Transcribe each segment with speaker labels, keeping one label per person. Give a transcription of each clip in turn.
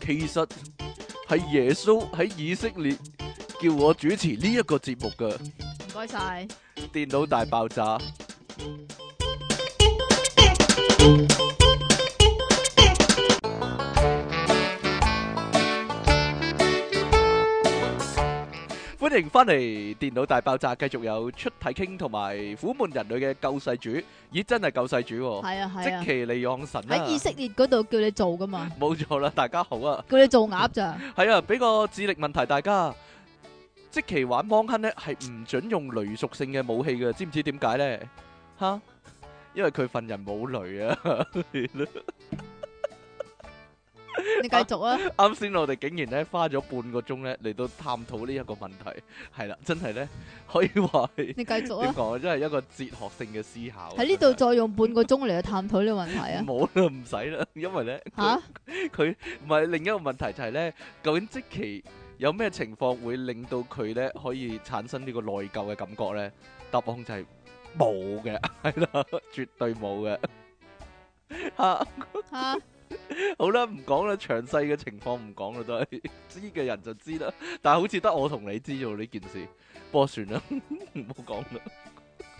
Speaker 1: 實係耶穌喺以色列叫我主持呢一個節目嘅
Speaker 2: 唔該晒。
Speaker 1: 電腦大爆炸。歡迎翻嚟《電腦大爆炸》，繼續有出體傾同埋苦悶人類嘅救世主，咦真係救世主喎、
Speaker 2: 係啊係啊
Speaker 1: 哦即，其利昂神啦、
Speaker 2: 喺以色列嗰度叫你做噶嘛，
Speaker 1: 冇錯啦，大家好啊！
Speaker 2: 叫你做 鴨咋，
Speaker 1: 係啊，俾個智力問題大家。即期玩芒坑呢係唔准用雷屬性嘅武器嘅，知唔知點解呢？吓，因為佢份人冇雷啊！
Speaker 2: 你繼續啊，
Speaker 1: 啱先我哋竟然咧花咗半個鐘咧嚟到探討呢一個問題，係啦，真係呢，可以話係
Speaker 2: 你繼續
Speaker 1: 點
Speaker 2: 啊，
Speaker 1: 講啊，真係一個哲學性嘅思考。
Speaker 2: 喺呢度再用半個鐘嚟去探討呢個問題 啊，
Speaker 1: 冇啦，唔使啦，因為呢。佢
Speaker 2: 吓
Speaker 1: 佢唔係另一個問題就係咧，究竟即期有咩情況會令到佢咧可以產生呢個內疚嘅感覺咧？答案就係冇嘅， 係啦，絕對冇嘅。 嚇，
Speaker 2: 吓，
Speaker 1: 好啦，唔講啦，詳細嘅情況唔講啦，都係知嘅人就知啦。但係好似得我同你 知道呢件事，不過算啦，唔好講啦。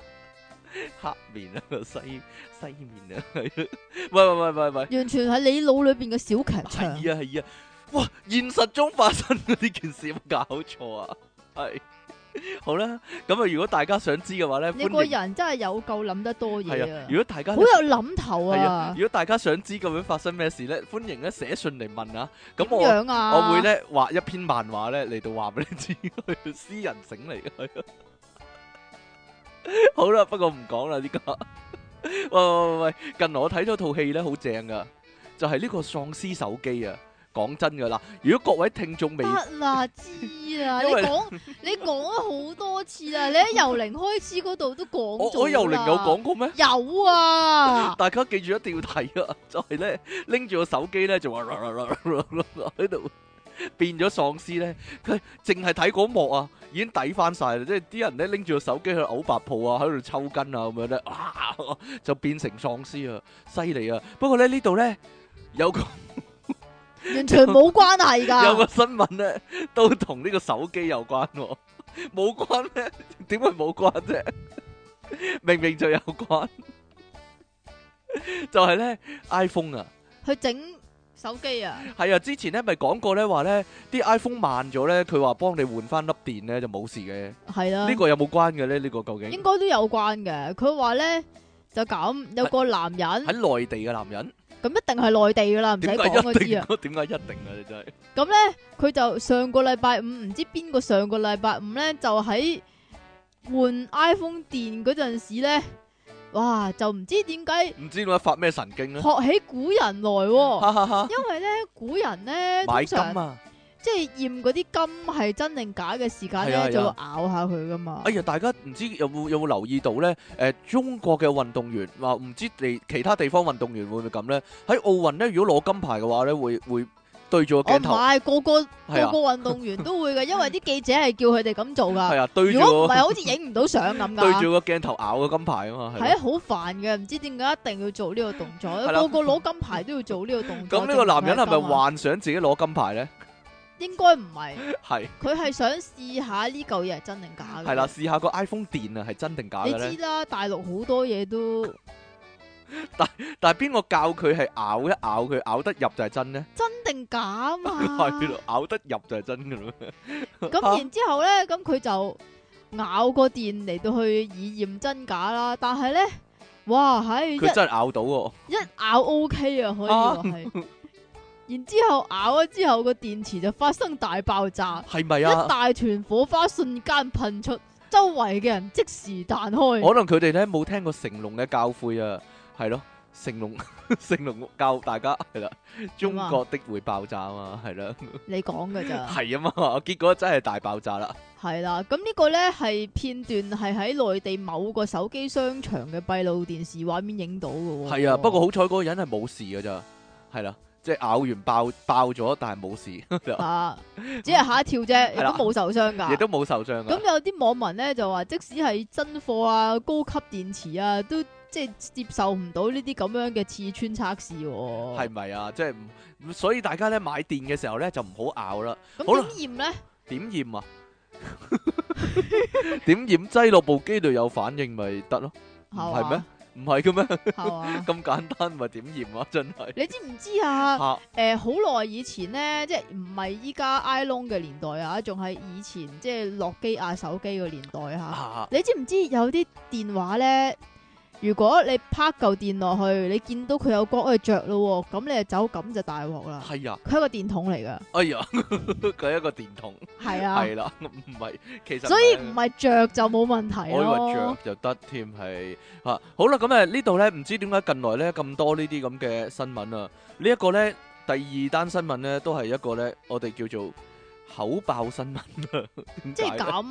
Speaker 1: 黑面啊，西西面啊，係 咯，喂喂喂喂喂。
Speaker 2: 完全係你腦裏邊嘅小劇
Speaker 1: 係
Speaker 2: 場，
Speaker 1: 啊係啊，哇！現實中發生嘅呢件事有冇搞錯啊？係好啦，咁啊，如果大家想知嘅話咧，
Speaker 2: 你個
Speaker 1: 啊歡迎
Speaker 2: 人真係有夠諗得多嘢
Speaker 1: 係啊
Speaker 2: 啊，，
Speaker 1: 如果大家
Speaker 2: 好有諗頭
Speaker 1: 係啊
Speaker 2: 啊，，
Speaker 1: 如果大家想知究竟發生咩事咧，歡迎咧寫信嚟問啊。咁
Speaker 2: 點
Speaker 1: 我
Speaker 2: 樣啊？
Speaker 1: 我會咧畫一篇漫畫咧嚟到話俾你知，係私人醒嚟嘅。係啊好啦，不過唔講啦呢個。喂喂喂，近來我睇咗套戲咧，好正噶，就係呢個喪屍手機啊！講真噶啦，如果各位聽眾未
Speaker 2: 得啦，知啦，你
Speaker 1: 因為
Speaker 2: 講你講咗好多次啦，你 喺游靈開始嗰度都
Speaker 1: 我
Speaker 2: 講咗
Speaker 1: 我游靈有
Speaker 2: 啦
Speaker 1: 講過咩？
Speaker 2: 有啊，
Speaker 1: 大家記住一定要睇啊！就係咧拎住個手機咧就話喺度變咗喪屍咧，佢淨係睇嗰幕啊，已經抵翻晒啦！即係啲人咧拎住個手機去嘔白泡啊，喺度抽筋啊咁樣咧，啊就變成喪屍啊，犀利啊！不過咧呢度咧有個
Speaker 2: 完全冇關係
Speaker 1: 有個
Speaker 2: 噶，
Speaker 1: 新聞咧都同呢個手機有關喎，冇關咧點會冇關啫？明明就有關，就係咧 iPhone 啊！
Speaker 2: 去整手機啊，
Speaker 1: 係啊，之前咧咪講過咧話咧啲 iPhone 慢咗咧，佢話幫你換翻粒電咧就冇事嘅。
Speaker 2: 係啦
Speaker 1: 呢，個有冇關嘅咧？呢個究
Speaker 2: 應
Speaker 1: 竟
Speaker 2: 該都有關嘅。佢話咧就咁，有個男人
Speaker 1: 喺內地嘅男人
Speaker 2: 咁一定係內地噶啦，唔使
Speaker 1: 點解
Speaker 2: 講
Speaker 1: 一
Speaker 2: 我知
Speaker 1: 定
Speaker 2: 啊。？
Speaker 1: 點解一定啊？你真係
Speaker 2: 咁咧佢就上個禮拜五唔知邊個上個禮拜五咧就喺換 iPhone 電嗰陣時咧，哇就唔知點解。
Speaker 1: 唔 知點解發咩神 經咧？
Speaker 2: 學起古人來、喎，
Speaker 1: 哈哈哈！
Speaker 2: 因為咧古人咧
Speaker 1: 買
Speaker 2: 通
Speaker 1: 金
Speaker 2: 常
Speaker 1: 啊！
Speaker 2: 即係驗嗰啲金係真定假嘅時間
Speaker 1: 係啊係啊
Speaker 2: 咧，就會咬下佢噶嘛
Speaker 1: 哎。呀，大家唔知有冇有冇留意到咧？誒、中國嘅運動員話唔知地其他地方運動員會唔會咁咧？喺奧運咧，如果攞金牌嘅話咧，會會對住個
Speaker 2: 我
Speaker 1: 鏡
Speaker 2: 哦唔
Speaker 1: 頭，
Speaker 2: 係個個
Speaker 1: 係
Speaker 2: 個
Speaker 1: 啊
Speaker 2: 個運動員都會嘅，因為啲記者係叫佢哋咁做
Speaker 1: 係
Speaker 2: 噶。
Speaker 1: 啊，對住
Speaker 2: 如果唔
Speaker 1: 個
Speaker 2: 係，好似影唔到相咁
Speaker 1: 對
Speaker 2: 噶。
Speaker 1: 住個鏡頭咬個金牌啊嘛，係
Speaker 2: 係
Speaker 1: 咯
Speaker 2: 啊，好煩嘅，唔知點解一定要做呢個動作，
Speaker 1: 係啦
Speaker 2: 個個攞金牌都要做呢個動作。
Speaker 1: 咁呢個男人係咪
Speaker 2: 證明佢金啊？
Speaker 1: 幻想自己攞金牌 咧？
Speaker 2: 應該唔係，
Speaker 1: 係
Speaker 2: 佢係想試下呢嚿嘢係真定假嘅。
Speaker 1: 係啦，，試下個 iPhone 電啊，係真定假
Speaker 2: 你
Speaker 1: 嘅咧？
Speaker 2: 知啦，大陸好多 嘢都
Speaker 1: 但係邊個教佢係咬一咬佢咬得入就係真咧？
Speaker 2: 真定假啊 嘛。
Speaker 1: 係咯，啊咬得入就係真嘅咯。
Speaker 2: 咁然之後咧，咁佢就咬個電嚟到去以驗真假啦。但係咧，哇，唉，一
Speaker 1: 佢真係咬到喎，
Speaker 2: 一咬 OK 啊，可以話
Speaker 1: 哦
Speaker 2: 係。然之後咬咗之後，個電池就發生大爆炸，
Speaker 1: 係咪
Speaker 2: 一
Speaker 1: 啊？
Speaker 2: 大團火花瞬間噴出，周圍嘅人即時彈開。
Speaker 1: 可能佢哋咧冇聽過成龍嘅教誨啊，係咯，成龍 成龍教大家係啦，
Speaker 2: 啊
Speaker 1: 中國的會爆炸啊嘛，係啦，
Speaker 2: 你講㗎咋？
Speaker 1: 係啊嘛，結果真係大爆炸啦，
Speaker 2: 係啦，咁呢個呢係片段係喺內地某個手機商場嘅閉路電視畫面影到嘅喎。
Speaker 1: 係啊，不過好彩嗰個人係冇事㗎咋，係啦，即係咬完爆爆咗，但係冇事，亦
Speaker 2: 啊，只係嚇一跳啫，亦
Speaker 1: 係啦
Speaker 2: 都冇受傷㗎。
Speaker 1: 都冇受傷㗎。
Speaker 2: 咁有啲網民咧就話，即使係真貨啊、高級電池啊，都即系接受唔到呢啲咁樣嘅刺穿測試喎。
Speaker 1: 係咪啊？即係唔，所以大家咧買電嘅時候咧就唔好拗啦。好啦
Speaker 2: 咁點驗咧？
Speaker 1: 點驗啊？ 點驗擠落部機度有反應咪得咯？唔
Speaker 2: 係
Speaker 1: 係
Speaker 2: 嘛
Speaker 1: 咩？？ 唔係嘅咩？
Speaker 2: 係嘛？
Speaker 1: 咁簡單咪點驗啊？真係
Speaker 2: 你知唔知啊？
Speaker 1: 嚇
Speaker 2: 诶，好耐以前咧，即係唔係依家 i l o n 嘅年代啊，仲係以前即係諾基亞手機嘅年代吓、
Speaker 1: 嚇
Speaker 2: 你知唔知有啲電話咧？如果你拍嚿電落去，你見到佢有光，佢着咯喎，咁你就走，咁就大鑊啦。
Speaker 1: 係啊！
Speaker 2: 佢係一個電筒嚟噶，
Speaker 1: 哎呀， 佢係一個電筒
Speaker 2: 係啊，
Speaker 1: 係啦，唔係其實
Speaker 2: 所以
Speaker 1: 係
Speaker 2: 唔係着就冇問題
Speaker 1: 我以為
Speaker 2: 咯
Speaker 1: 着。就得添，係啊，好啦，咁誒呢度咧，唔知點解近來咧咁多呢啲咁嘅新聞啊？呢一個咧，第二單新聞咧，都係一個咧，我哋叫做口爆新聞啊。 點
Speaker 2: 即
Speaker 1: 解
Speaker 2: 係
Speaker 1: 咧？
Speaker 2: 咁，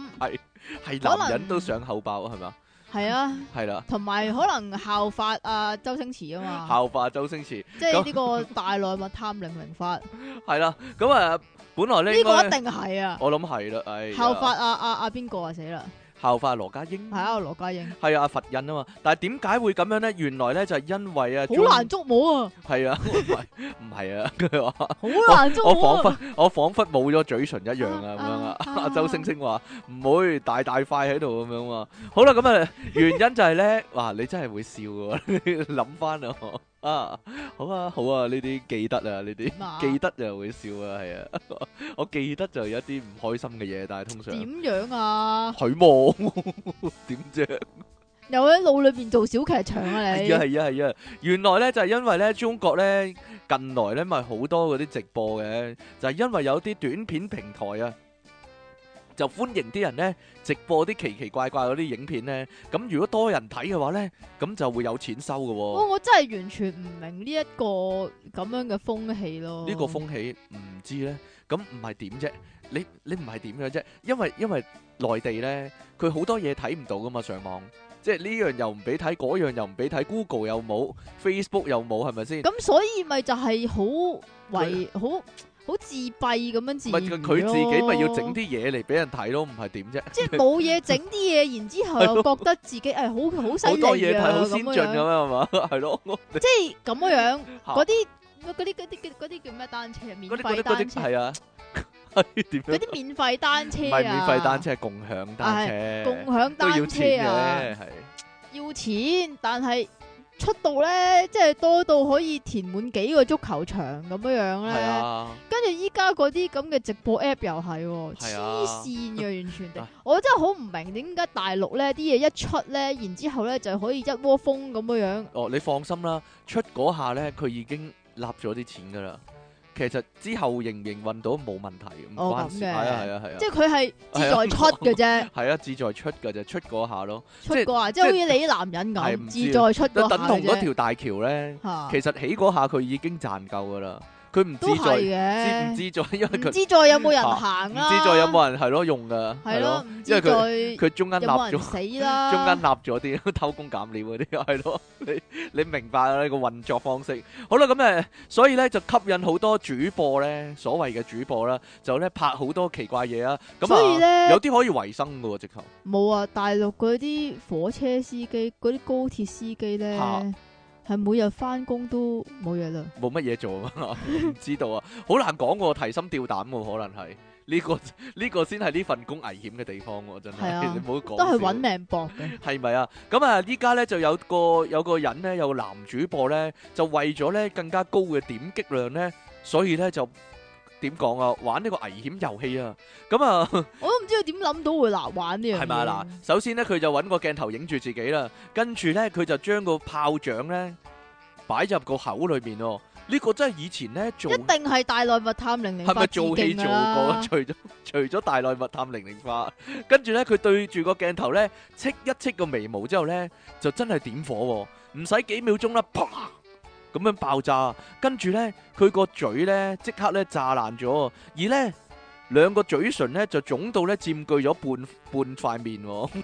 Speaker 1: 係
Speaker 2: 可
Speaker 1: 男人
Speaker 2: 能
Speaker 1: 都想口爆係嘛？
Speaker 2: 係啊，
Speaker 1: 係啦，
Speaker 2: 同埋可能效法啊周星馳啊嘛，
Speaker 1: 效化周星馳
Speaker 2: 即係呢個大內密探零零 發，呢
Speaker 1: 係啦，咁啊，本來
Speaker 2: 個
Speaker 1: 咧
Speaker 2: 一
Speaker 1: 應該
Speaker 2: 定係啊，
Speaker 1: 我諗係啦，唉，
Speaker 2: 效法啊啊啊邊個啊死啦，
Speaker 1: 效化羅家英
Speaker 2: 係啊羅 家英，
Speaker 1: 係啊佛印啊嘛，但係點解會咁樣咧？原來咧就係因為啊，
Speaker 2: 好難捉 摸啊，
Speaker 1: 係啊，唔係唔係啊，佢話。
Speaker 2: 好難捉
Speaker 1: 我
Speaker 2: 摸
Speaker 1: 仿
Speaker 2: 啊，
Speaker 1: 佛我仿佛冇咗嘴唇一樣啊，咁樣啊
Speaker 2: 啊。
Speaker 1: 阿
Speaker 2: 啊
Speaker 1: 周星星話唔會大大塊喺度咁樣啊。好啦，咁啊，原因就係咧， 哇，你真係會笑嘅喎， 諗翻啊，啊，好啊，好啊，呢啲記得啊，呢啲
Speaker 2: 點啊
Speaker 1: 記得就會笑啊，係啊， 我記得就有一啲唔開心嘅嘢，但係通常
Speaker 2: 點樣啊？
Speaker 1: 佢冇 點啫。
Speaker 2: 又喺腦裏邊做小劇場啊 你
Speaker 1: 係啊，係啊係啊，原來咧就係因為咧中國咧近來咧咪好多嗰啲直播嘅，就係因為有啲短片平台啊。就歡迎啲人咧直播啲奇奇怪怪嗰啲影片咧，咁如果多人睇嘅話咧，咁就會有錢收嘅喎、
Speaker 2: 我我真係完全唔明呢一個咁樣嘅風氣咯，
Speaker 1: 呢個風氣唔知咧，咁唔係點啫？你你唔係點樣啫？因為因為內地咧，佢好多嘢睇唔到噶嘛，上網即係呢樣又唔俾睇，嗰樣又唔俾睇，Google 又冇，Facebook 又冇，係咪先？
Speaker 2: 咁所以咪就係好為好好自閉咁樣自
Speaker 1: 咪佢佢自己咪要整
Speaker 2: 啲，
Speaker 1: 啲嘢嚟俾人睇咯，唔係點啫？
Speaker 2: 即係冇嘢整啲嘢，然之後又覺得自己誒哎好好犀
Speaker 1: 好多
Speaker 2: 利
Speaker 1: 嘢睇，好
Speaker 2: 啊
Speaker 1: 先
Speaker 2: 咁
Speaker 1: 進咁
Speaker 2: 樣，
Speaker 1: 樣係嘛？ 係咯，
Speaker 2: 即係咁樣
Speaker 1: 嚇
Speaker 2: 嗰啲嗰啲嗰啲嗰啲叫咩單車？免
Speaker 1: 嗰啲嗰啲
Speaker 2: 費
Speaker 1: 嗰
Speaker 2: 單
Speaker 1: 啲
Speaker 2: 車，
Speaker 1: 係啊， 係點
Speaker 2: 嗰
Speaker 1: 樣？
Speaker 2: 啲免費單車
Speaker 1: 唔
Speaker 2: 啊，
Speaker 1: 係免費單車，係共享單車，
Speaker 2: 共享
Speaker 1: 都要
Speaker 2: 單車
Speaker 1: 錢
Speaker 2: 啊。
Speaker 1: 嘅，係
Speaker 2: 要錢，但係出到咧，即係多到可以填滿幾個足球場咁樣樣
Speaker 1: 係
Speaker 2: 咧。
Speaker 1: 啊，
Speaker 2: 跟住依家嗰啲咁嘅直播 app 又係喎，
Speaker 1: 係啊，
Speaker 2: 黐線嘅完全地
Speaker 1: 啊
Speaker 2: 我真係好唔明點解大陸咧啲嘢一出咧，然之後咧就可以一窩蜂咁樣樣。
Speaker 1: 哦，你放心啦，出嗰下咧，佢已經立咗啲錢噶啦。其實之後營唔營運到冇問題，唔
Speaker 2: 哦
Speaker 1: 關事。
Speaker 2: 咁嘅
Speaker 1: 係啊係啊係啊
Speaker 2: 即，係佢係自在出嘅啫，
Speaker 1: 係啊，志在出嘅就出嗰下咯， 即係
Speaker 2: 出過啊，即係好似你男人
Speaker 1: 係唔
Speaker 2: 咁，
Speaker 1: 知
Speaker 2: 自在出
Speaker 1: 就
Speaker 2: 嗰下
Speaker 1: 等同嗰
Speaker 2: 嘅啫
Speaker 1: 條大橋咧。
Speaker 2: 嚇
Speaker 1: 其實起嗰下佢已經賺夠噶啦，佢唔
Speaker 2: 啊都
Speaker 1: 知
Speaker 2: 係
Speaker 1: 再知唔
Speaker 2: 嘅。
Speaker 1: 知再，因為
Speaker 2: 唔
Speaker 1: 佢
Speaker 2: 知在有冇人
Speaker 1: 嚇
Speaker 2: 行
Speaker 1: 唔
Speaker 2: 啦？
Speaker 1: 知再有冇人係咯用噶，
Speaker 2: 係
Speaker 1: 係
Speaker 2: 咯？
Speaker 1: 咯，
Speaker 2: 唔
Speaker 1: 因
Speaker 2: 知
Speaker 1: 為
Speaker 2: 在
Speaker 1: 佢中間立
Speaker 2: 有冇人
Speaker 1: 咗，
Speaker 2: 死啊啦？
Speaker 1: 中間立咗啲 偷工減料嗰啲，係咯， 你你明白啦呢個運作方式。好啦，咁誒，所以咧就吸引好多主播咧，所謂嘅主播啦，就咧拍好多奇怪嘢啊，咁
Speaker 2: 所以
Speaker 1: 啊
Speaker 2: 咧
Speaker 1: 有啲可以維生噶喎，直頭
Speaker 2: 冇啊！大陸嗰啲火車司機、嗰啲高鐵司機咧，
Speaker 1: 嚇
Speaker 2: 係、每日翻工都冇嘢啦。
Speaker 1: 冇乜嘢做啊 嘛，唔知道啊，好難講喎，提心吊膽喎，可能係。呢、個呢、個先係呢份工危險嘅地方喎，真係、
Speaker 2: 係啊
Speaker 1: 你唔好講
Speaker 2: 都係
Speaker 1: 笑
Speaker 2: 揾命搏 嘅，
Speaker 1: 係咪啊？咁啊，依家咧就有個有個人咧，有個男主播咧，就為咗咧更加高嘅點擊量咧，所以咧就點講啊，玩呢個危險遊戲啊！咁 啊，
Speaker 2: 我都唔知佢點諗到會嗱玩呢樣嘢。
Speaker 1: 係咪啊？嗱，首先咧佢就揾個鏡頭影住自己啦，跟住咧佢就將個炮仗咧擺入個口裏面喎。呢個真係以前咧做
Speaker 2: 一定係大內密探零零
Speaker 1: 係咪
Speaker 2: 發致
Speaker 1: 做戲
Speaker 2: 敬啊
Speaker 1: 做
Speaker 2: 㗎
Speaker 1: 過
Speaker 2: 啦？？
Speaker 1: 除咗除咗大內密探零零花，跟住咧佢對住個鏡頭咧，戚一戚個眉毛之後咧，就真係點火喎！唔使幾秒鐘啦，啪咁樣爆炸，跟住咧佢個嘴咧即刻咧炸爛咗，而咧兩個嘴唇咧就腫到咧佔據咗半半塊面喎，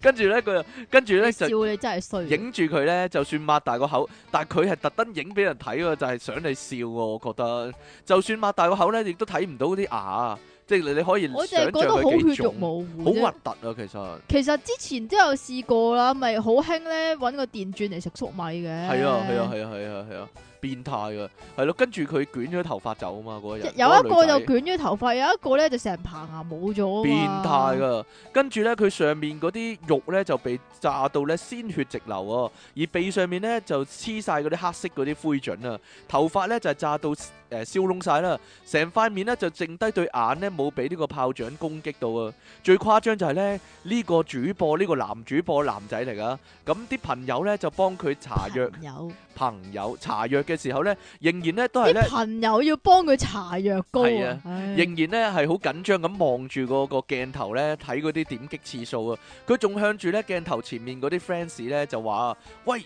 Speaker 1: 跟住咧佢跟住咧
Speaker 2: 你
Speaker 1: 就
Speaker 2: 笑。你真係衰，
Speaker 1: 影住佢咧，就算擘大個口，但係佢係特登影俾人睇喎，就係、想你笑喎。我覺得，就算擘大個口咧，亦都睇唔到啲牙，即係你你可以
Speaker 2: 我就
Speaker 1: 想
Speaker 2: 係
Speaker 1: 象
Speaker 2: 覺得好
Speaker 1: 佢幾
Speaker 2: 血肉
Speaker 1: 重，
Speaker 2: 模糊
Speaker 1: 好
Speaker 2: 啫
Speaker 1: 核。突啊！其實
Speaker 2: 其實之前都有試過啦，咪好興咧揾個電鑽嚟食粟米嘅。
Speaker 1: 係啊係啊係啊係啊係啊，變態噶，係咯。跟住佢捲咗頭髮走啊嘛，嗰日
Speaker 2: 即有一個
Speaker 1: 個
Speaker 2: 就捲咗頭髮，有一個咧就成棚牙冇咗。
Speaker 1: 變態！噶。跟住咧，佢上面嗰啲肉咧就被炸到咧鮮血直流啊，而鼻上面咧就黐晒嗰啲黑色嗰啲灰燼啊，頭髮咧就係炸到誒燒窿晒啦，成塊面咧就剩低對眼咧冇俾呢個炮仗攻擊到啊。最誇張就係咧呢個主播呢、個男主播男仔嚟噶，咁啲朋友咧就幫佢搽 藥，
Speaker 2: 朋友，
Speaker 1: 朋友搽藥嘅時候咧，仍然咧都係咧
Speaker 2: 啲。朋友要幫佢搽藥膏
Speaker 1: 係啊
Speaker 2: 啊！唉
Speaker 1: 仍然咧係好緊張咁望住個個鏡頭咧睇嗰啲點擊次數啊！佢仲向住咧鏡頭前面嗰啲 fans 咧就話：喂，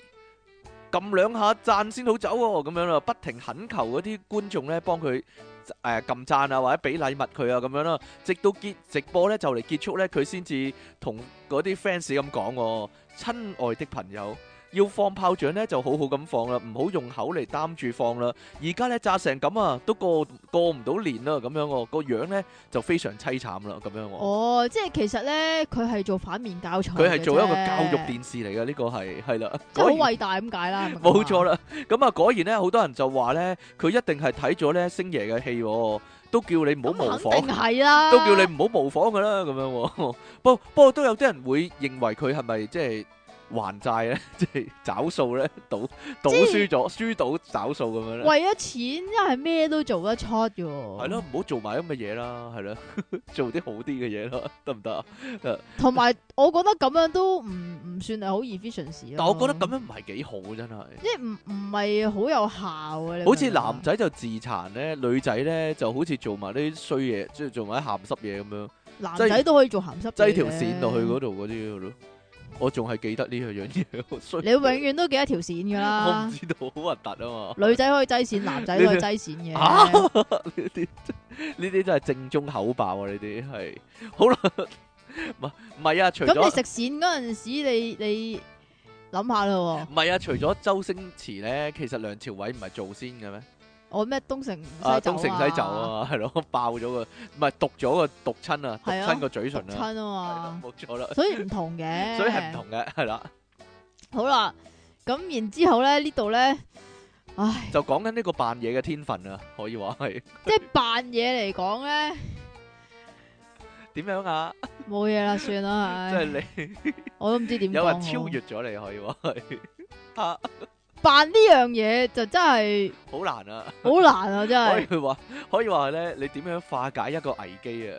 Speaker 1: 撳兩下讚先好走喎、咁樣啦，不停懇求嗰啲觀眾咧幫佢。誒撳讚啊，或者俾禮物佢啊，咁樣啦，直到結直播咧就嚟結束咧，佢先至同嗰啲 fans 咁講喎，親愛的朋友，要放炮仗咧就好好咁放啦，唔好用口嚟擔住放啦。而家咧炸成咁啊，都過過唔到年啦，咁樣喎，個樣咧就非常凄慘啦，咁樣喎。
Speaker 2: 哦，即係其實咧，佢係做反面教材嘅啫。
Speaker 1: 佢係做一個教育電視嚟嘅，呢個係係啦，
Speaker 2: 即係
Speaker 1: 果然
Speaker 2: 好偉大咁解啦。係咪咁
Speaker 1: 冇
Speaker 2: 啊
Speaker 1: 錯，啦，咁啊果然咧，好多人就話咧，佢一定係睇咗咧星爺嘅戲喎，都叫你唔好模
Speaker 2: 咁
Speaker 1: 仿
Speaker 2: 肯。定係啦。
Speaker 1: 都叫你唔好模仿佢啦，咁樣喎。 不不過都有啲人會認為佢係咪即係還債咧， 即係找數咧，賭賭輸
Speaker 2: 係
Speaker 1: 咗，輸到找數咁樣咧。
Speaker 2: 為咗錢，真係咩都做得出嘅喎。
Speaker 1: 係咯，唔好做埋咁嘅嘢啦，係咯， 做啲好啲嘅嘢啦，得唔得啊？
Speaker 2: 同埋我覺得咁樣都唔唔算係好 efficiency 咯。
Speaker 1: 但我覺得咁樣唔係幾好，真係。
Speaker 2: 即係唔唔係好有效嘅。你
Speaker 1: 好似
Speaker 2: 明唔明啊
Speaker 1: 男仔就自殘咧，女仔咧就好似做埋啲衰嘢，即係做埋啲鹹濕嘢咁樣，
Speaker 2: 男仔都可以做鹹濕嘢嘅，
Speaker 1: 擠條線落去嗰度嗰啲咯。我仲係記得呢樣嘢，我衰。
Speaker 2: 你永遠都記得條線㗎
Speaker 1: 我唔
Speaker 2: 啦。
Speaker 1: 知道，好核突啊嘛。
Speaker 2: 女仔可以擠線，男仔都可以擠線嘅。
Speaker 1: 啊呢啲呢啲真係正宗口爆啊！呢啲係好啦， 唔係唔係啊，除
Speaker 2: 咁你
Speaker 1: 咗
Speaker 2: 食線嗰陣時，你你諗下啦喎。
Speaker 1: 唔係啊，除咗周星馳咧，其實梁朝偉唔係做先嘅咩？
Speaker 2: 我咩東成西走
Speaker 1: 啊，東成西就，啊， 係咯，爆咗個唔係毒咗個毒親啊，毒
Speaker 2: 係啊
Speaker 1: 親個嘴唇
Speaker 2: 毒
Speaker 1: 啊，
Speaker 2: 親
Speaker 1: 係
Speaker 2: 啊
Speaker 1: 啦
Speaker 2: 嘛，
Speaker 1: 冇錯啦，
Speaker 2: 所以唔同嘅。
Speaker 1: 所以係唔。同嘅，係啦，
Speaker 2: 好啦，咁然之後咧呢度咧，唉。
Speaker 1: 就講緊呢個扮嘢嘅天分啊，可以話係
Speaker 2: 即系扮嘢嚟講咧，
Speaker 1: 點樣啊？
Speaker 2: 冇嘢啦，算啦，
Speaker 1: 即
Speaker 2: 唉
Speaker 1: 係
Speaker 2: 我都唔知點
Speaker 1: 你
Speaker 2: 講
Speaker 1: 有人
Speaker 2: 好啊
Speaker 1: 超越咗你，可以話係 啊，
Speaker 2: 扮呢樣嘢就真係
Speaker 1: 好難啊！
Speaker 2: 好難啊，真
Speaker 1: 可
Speaker 2: 係
Speaker 1: 以話可以話咧，你點樣化解一個危機啊？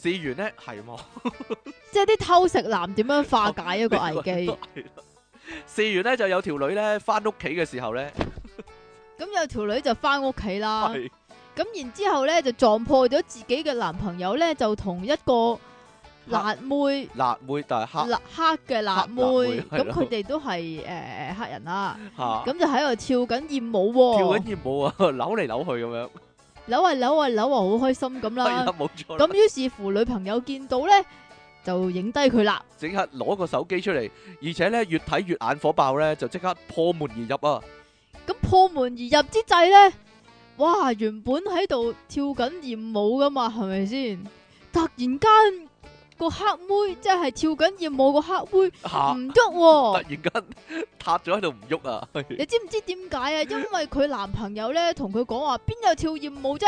Speaker 1: 試完咧係嘛？
Speaker 2: 即係啲偷食男點樣化解一個危
Speaker 1: 係
Speaker 2: 機？
Speaker 1: 啦試完咧就有條女咧翻屋企嘅時候咧，
Speaker 2: 咁有條女就翻屋企啦，
Speaker 1: 係
Speaker 2: 咁然之後咧就撞破咗自己嘅男朋友咧，就同一個辣妹。
Speaker 1: 辣妹但係
Speaker 2: 辣黑嘅辣妹，
Speaker 1: 黑辣妹係
Speaker 2: 咁
Speaker 1: 咯
Speaker 2: 佢哋都係诶黑人啦，
Speaker 1: 黑嚇
Speaker 2: 咁就喺度跳緊艳舞
Speaker 1: 跳
Speaker 2: 喎
Speaker 1: 緊，熱舞啊， 扭嚟扭去咁樣，
Speaker 2: 扭啊扭啊扭啊，好開心咁
Speaker 1: 係
Speaker 2: 啦
Speaker 1: 啦。冇錯啦，
Speaker 2: 咁於是乎女朋友見到咧，就影低佢啦。
Speaker 1: 即刻攞個手機出嚟，而且咧越睇越眼火爆咧，就即刻破門而入啊！
Speaker 2: 咁破門而入之際咧，哇！原本喺度跳緊艳舞噶嘛，係咪先？突然間個黑妹即係跳緊艳舞個黑妹
Speaker 1: 嚇！
Speaker 2: 唔
Speaker 1: 突
Speaker 2: 喐喎。
Speaker 1: 然間 塌咗喺度唔喐啊！係
Speaker 2: 你知唔知點 解啊？因為佢男朋友咧同佢講話，邊有跳艳舞啫？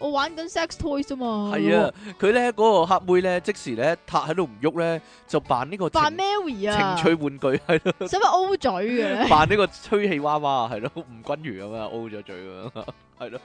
Speaker 2: 我玩緊 sex toys 啫嘛。
Speaker 1: 係啊，，佢咧嗰個黑妹咧即時咧塌喺度唔喐咧，就扮呢個情
Speaker 2: 扮 Mary
Speaker 1: 情
Speaker 2: 啊，使
Speaker 1: 趣玩具係咯，
Speaker 2: 唔使 O 嘴嘅 咧？
Speaker 1: 扮呢個吹氣娃娃係咯， 吳君如咁樣 O 咗嘴咁樣 係咯，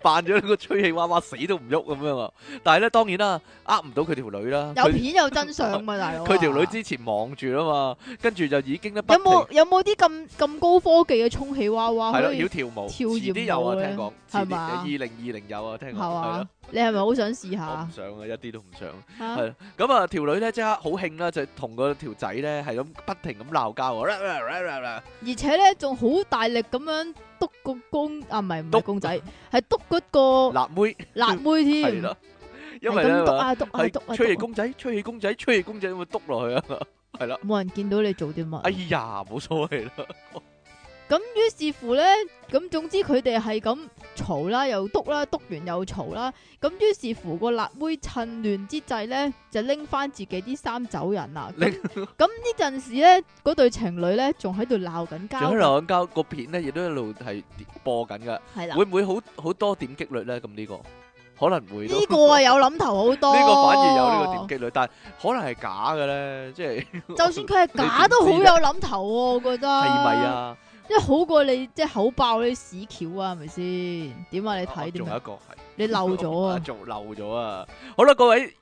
Speaker 1: 扮咗呢個吹氣娃娃死都唔喐咁樣啊！但係咧當然啦，呃唔到佢條女啦，
Speaker 2: 有
Speaker 1: 佢
Speaker 2: 片有真相嘛，大佬啊。
Speaker 1: 佢條女之前望住啦嘛，跟住就已經咧不
Speaker 2: 有
Speaker 1: 停
Speaker 2: 冇有冇啲咁咁高科技嘅充氣娃娃
Speaker 1: 係
Speaker 2: 可
Speaker 1: 咯
Speaker 2: 以
Speaker 1: 要跳舞，
Speaker 2: 跳
Speaker 1: 遲啲有啊
Speaker 2: 豔舞
Speaker 1: 聽講，遲
Speaker 2: 係
Speaker 1: 啲
Speaker 2: 嘛
Speaker 1: 二零二零有啊聽講係
Speaker 2: 係
Speaker 1: 咯
Speaker 2: 嘛，？你係咪好想試
Speaker 1: 我
Speaker 2: 下
Speaker 1: 唔？想啊，一啲都唔想。
Speaker 2: 嚇
Speaker 1: 係咁啊，條女咧即刻好興啦，就同個條仔咧係咁不停咁鬧交啊！
Speaker 2: 而且咧仲好大力咁樣篤個公啊，唔係唔
Speaker 1: 篤
Speaker 2: 係公仔，係篤嗰個
Speaker 1: 辣妹
Speaker 2: 辣妹
Speaker 1: 係
Speaker 2: 添，
Speaker 1: 啦
Speaker 2: 係，
Speaker 1: 因為咧
Speaker 2: 咁篤
Speaker 1: 嘛
Speaker 2: 啊篤啊篤
Speaker 1: 係吹
Speaker 2: 啊
Speaker 1: 氣
Speaker 2: 篤啊，
Speaker 1: 公仔，吹氣公仔，吹氣公
Speaker 2: 嗯
Speaker 1: 仔咁樣篤落去啊！係啦，
Speaker 2: 冇人見到你做啲
Speaker 1: 哎
Speaker 2: 乜。
Speaker 1: 呀，冇所謂啦，
Speaker 2: 咁於是乎咧，咁總之佢哋係咁嘈啦，又督啦，督完又嘈啦。咁於是乎個辣妹趁亂之際咧，就拎翻自己啲衫走人啦。咁
Speaker 1: 拎
Speaker 2: 咁呢陣時咧，嗰對情侶咧仲喺度鬧緊交
Speaker 1: 仲，喺度交個片咧，亦都一路係播緊噶。
Speaker 2: 係啦。
Speaker 1: 會唔會好好多點擊率咧？咁呢個可能會都
Speaker 2: 呢個啊有諗頭好多，
Speaker 1: 呢個反而有呢個點擊率，但係可能係假嘅咧，即係
Speaker 2: 就算佢係假都好有諗頭喎，我覺得。
Speaker 1: 係咪？啊？
Speaker 2: 即係好過你即係口爆呢啲屎橋啊，係咪先？點啊？你睇
Speaker 1: 仲有
Speaker 2: 點
Speaker 1: 一
Speaker 2: 啊？
Speaker 1: 個係。
Speaker 2: 你漏咗 啊！
Speaker 1: 仲漏咗啊！好啦，各位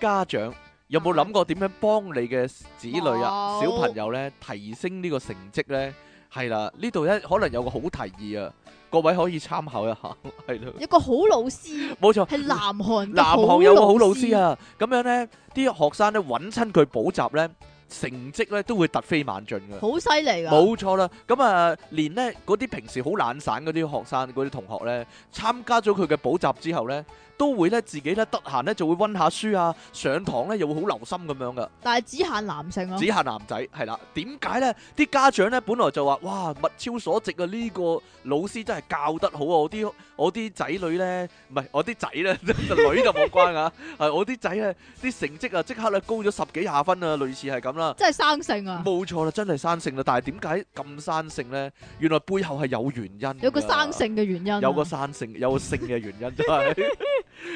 Speaker 1: 家長有冇諗過點樣幫你嘅子女啊、
Speaker 2: 冇
Speaker 1: 小朋友咧提升呢個成績咧？係啦，呢度咧可能有個好提議啊，各位可以參考一下， 係咯，
Speaker 2: 有個好老師
Speaker 1: 冇錯，
Speaker 2: 係南韓嘅
Speaker 1: 南韓有個好老師，啊，咁樣咧啲學生咧揾親佢補習咧，成績咧都會突飛猛進嘅。
Speaker 2: 好犀利噶。
Speaker 1: 冇錯啦，咁啊，連呢嗰啲平時好懶散嗰啲學生、嗰啲同學呢，參加咗佢嘅補習之後呢，都會呢自己呢得閒呢就會温下書啊，上堂呢又會好留心咁樣噶，
Speaker 2: 但係只限男性啊咯
Speaker 1: 只。限男仔係啦。點解呢？啲家長呢，本來就話：哇，物超所值啊！呢、個老師真係教得好啊！我啲我啲仔女呢，唔係我啲仔呢，女就冇關啊，係我啲仔呢，啲成績啊即刻咧高咗十幾廿分啊，類似係咁啦。
Speaker 2: 真係生性啊！
Speaker 1: 冇錯啦，真係生性啦。但係點解咁生性咧？原來背後係有原因㗎。
Speaker 2: 有個生性嘅原因啊。
Speaker 1: 有個生性，有個性嘅原因真係。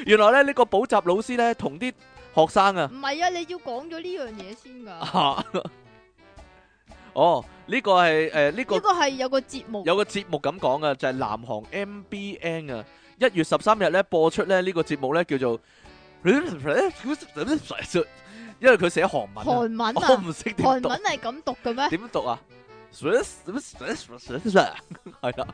Speaker 1: 原來咧呢個補習老師咧同啲學生啊，
Speaker 2: 唔係啊！你要講咗呢樣嘢先㗎。呢
Speaker 1: 哦呢個係誒呢個
Speaker 2: 個係有個節目，
Speaker 1: 有個節目咁講啊，就係南韓 MBN 啊，一月十三日咧播出咧呢個節目咧叫 做， 因為佢寫韓文啊，
Speaker 2: 韓文
Speaker 1: 我
Speaker 2: 啊，
Speaker 1: 唔識點
Speaker 2: 韓
Speaker 1: 讀
Speaker 2: 文。係咁讀嘅咩？
Speaker 1: 點讀啊？ 係啦，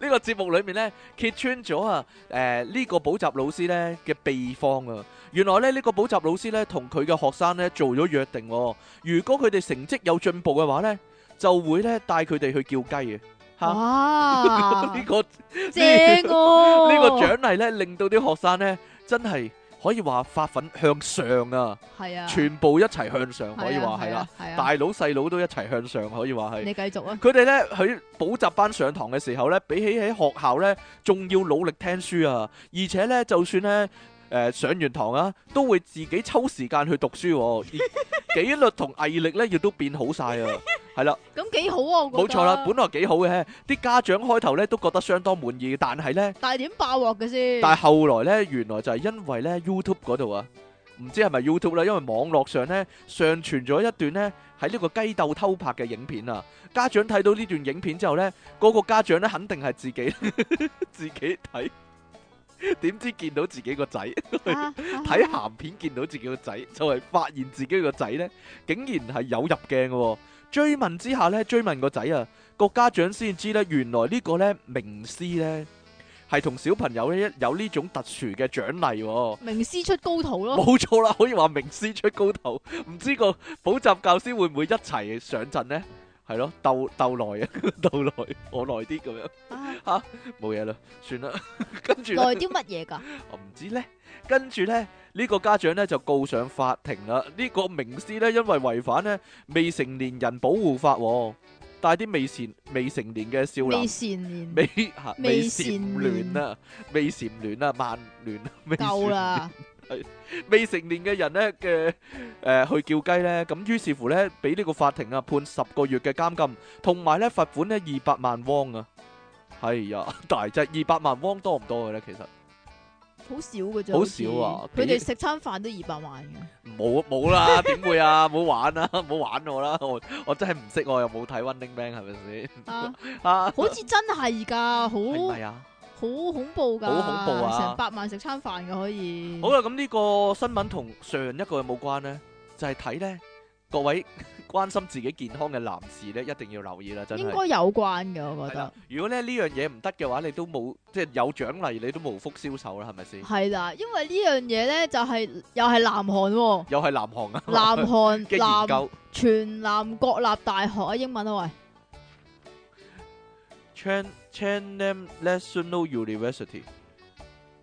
Speaker 1: 呢個節目裏面咧揭穿咗啊，誒呢個補習老師咧嘅秘方啊，原來咧呢個補習老師咧同佢嘅學生咧做咗約定喎，如果佢哋成績有進步嘅話咧，就會咧帶佢哋去叫雞嘅，嚇
Speaker 2: 哇！
Speaker 1: 呢個
Speaker 2: 正喎，
Speaker 1: 呢個獎勵咧令到啲學生咧真係可以話發奮向上啊，
Speaker 2: 係啊，
Speaker 1: 全部一齊向上可以話係啦，，
Speaker 2: 係啊，
Speaker 1: 大佬細佬都一齊向上可以話係。
Speaker 2: 你繼續啊，
Speaker 1: 佢哋咧喺補習班上堂嘅時候咧，比起喺學校咧，仲要努力聽書啊！而且咧，就算咧誒、呃上完堂啊，都會自己抽時間去讀書、喎， 而紀律同毅力咧亦都變好晒啊！係啦，
Speaker 2: 咁幾好啊，我覺得
Speaker 1: 冇錯啦，本來幾好嘅，啲家長開頭咧都覺得相當滿意，但係咧，
Speaker 2: 但係點爆鑊嘅先？啊
Speaker 1: 但係後來咧，原來就係因為咧 YouTube 嗰度啊。唔知係咪 YouTube 啦，因為網絡上咧上傳咗一段咧喺呢個雞竇偷拍嘅影片啊！家長睇到呢段影片之後咧，嗰、個家長咧肯定係自己 自己睇，點知見到自己個仔
Speaker 2: 啊
Speaker 1: 睇，鹹片見到自己個仔，就係、發現自己個仔咧竟然係有入鏡嘅喎、追問之下咧，追問個仔啊，個家長先知咧，原來呢個咧名師咧係同小朋友咧有呢種特殊嘅獎勵喎。
Speaker 2: 名師出高徒咯，
Speaker 1: 冇錯啦，可以話名師出高徒。唔知個補習教師會唔會一齊上陣呢？係咯，鬥鬥耐啊， 鬥耐，我耐啲咁樣，
Speaker 2: 啊
Speaker 1: 冇嘢啦，算啦。跟住
Speaker 2: 耐
Speaker 1: 呢
Speaker 2: 啲乜嘢㗎？
Speaker 1: 我唔知呢。跟住呢，呢、個家長呢就告上法庭啦。呢、個名師呢，因為違反呢未成年人保護法、喎，但係啲未成未成年嘅少男
Speaker 2: 未。善年
Speaker 1: 未吓未
Speaker 2: 未
Speaker 1: 蟬
Speaker 2: 蟬
Speaker 1: 聯啊，未蟬聯啊，萬聯啊，未
Speaker 2: 夠啦，
Speaker 1: 未成年嘅人咧嘅誒去叫雞咧，咁於是乎咧，俾呢個法庭啊判十個月嘅監禁，同埋咧罰款咧二百萬汪啊！係啊， 大隻二百萬汪多唔多嘅咧？其實
Speaker 2: 好少嘅啫，
Speaker 1: 好少啊
Speaker 2: 好似
Speaker 1: 俾
Speaker 2: 佢哋食餐飯都二百萬嘅，
Speaker 1: 冇冇 啦，點會啊？冇玩啊，冇玩我啦！我我真係唔識，我又冇睇《Running Man》係咪
Speaker 2: 啊，
Speaker 1: 先啊？
Speaker 2: 好似真係㗎，
Speaker 1: 係咪
Speaker 2: 好
Speaker 1: 啊？
Speaker 2: 好恐怖㗎，
Speaker 1: 好恐怖啊
Speaker 2: 成百萬食餐飯嘅可以，
Speaker 1: 好啦，咁呢個新聞同上一個有冇關呢？就係睇呢各 位關心自己健康嘅男士咧，一定要留意啦，真
Speaker 2: 應
Speaker 1: 係。
Speaker 2: 該有關嘅，我覺
Speaker 1: 係啦
Speaker 2: 得。
Speaker 1: 如果咧呢樣嘢唔得嘅話，你都冇即係有獎勵，你都無福消受啦，係咪先？
Speaker 2: 係啦，因為呢樣嘢咧就係又係南 韓喎，
Speaker 1: 又係南韓啊， 嘅
Speaker 2: 南韓
Speaker 1: 研
Speaker 2: 南
Speaker 1: 究
Speaker 2: 全南國立大學啊，英文啊喂。
Speaker 1: ，Chan Chanam National University à?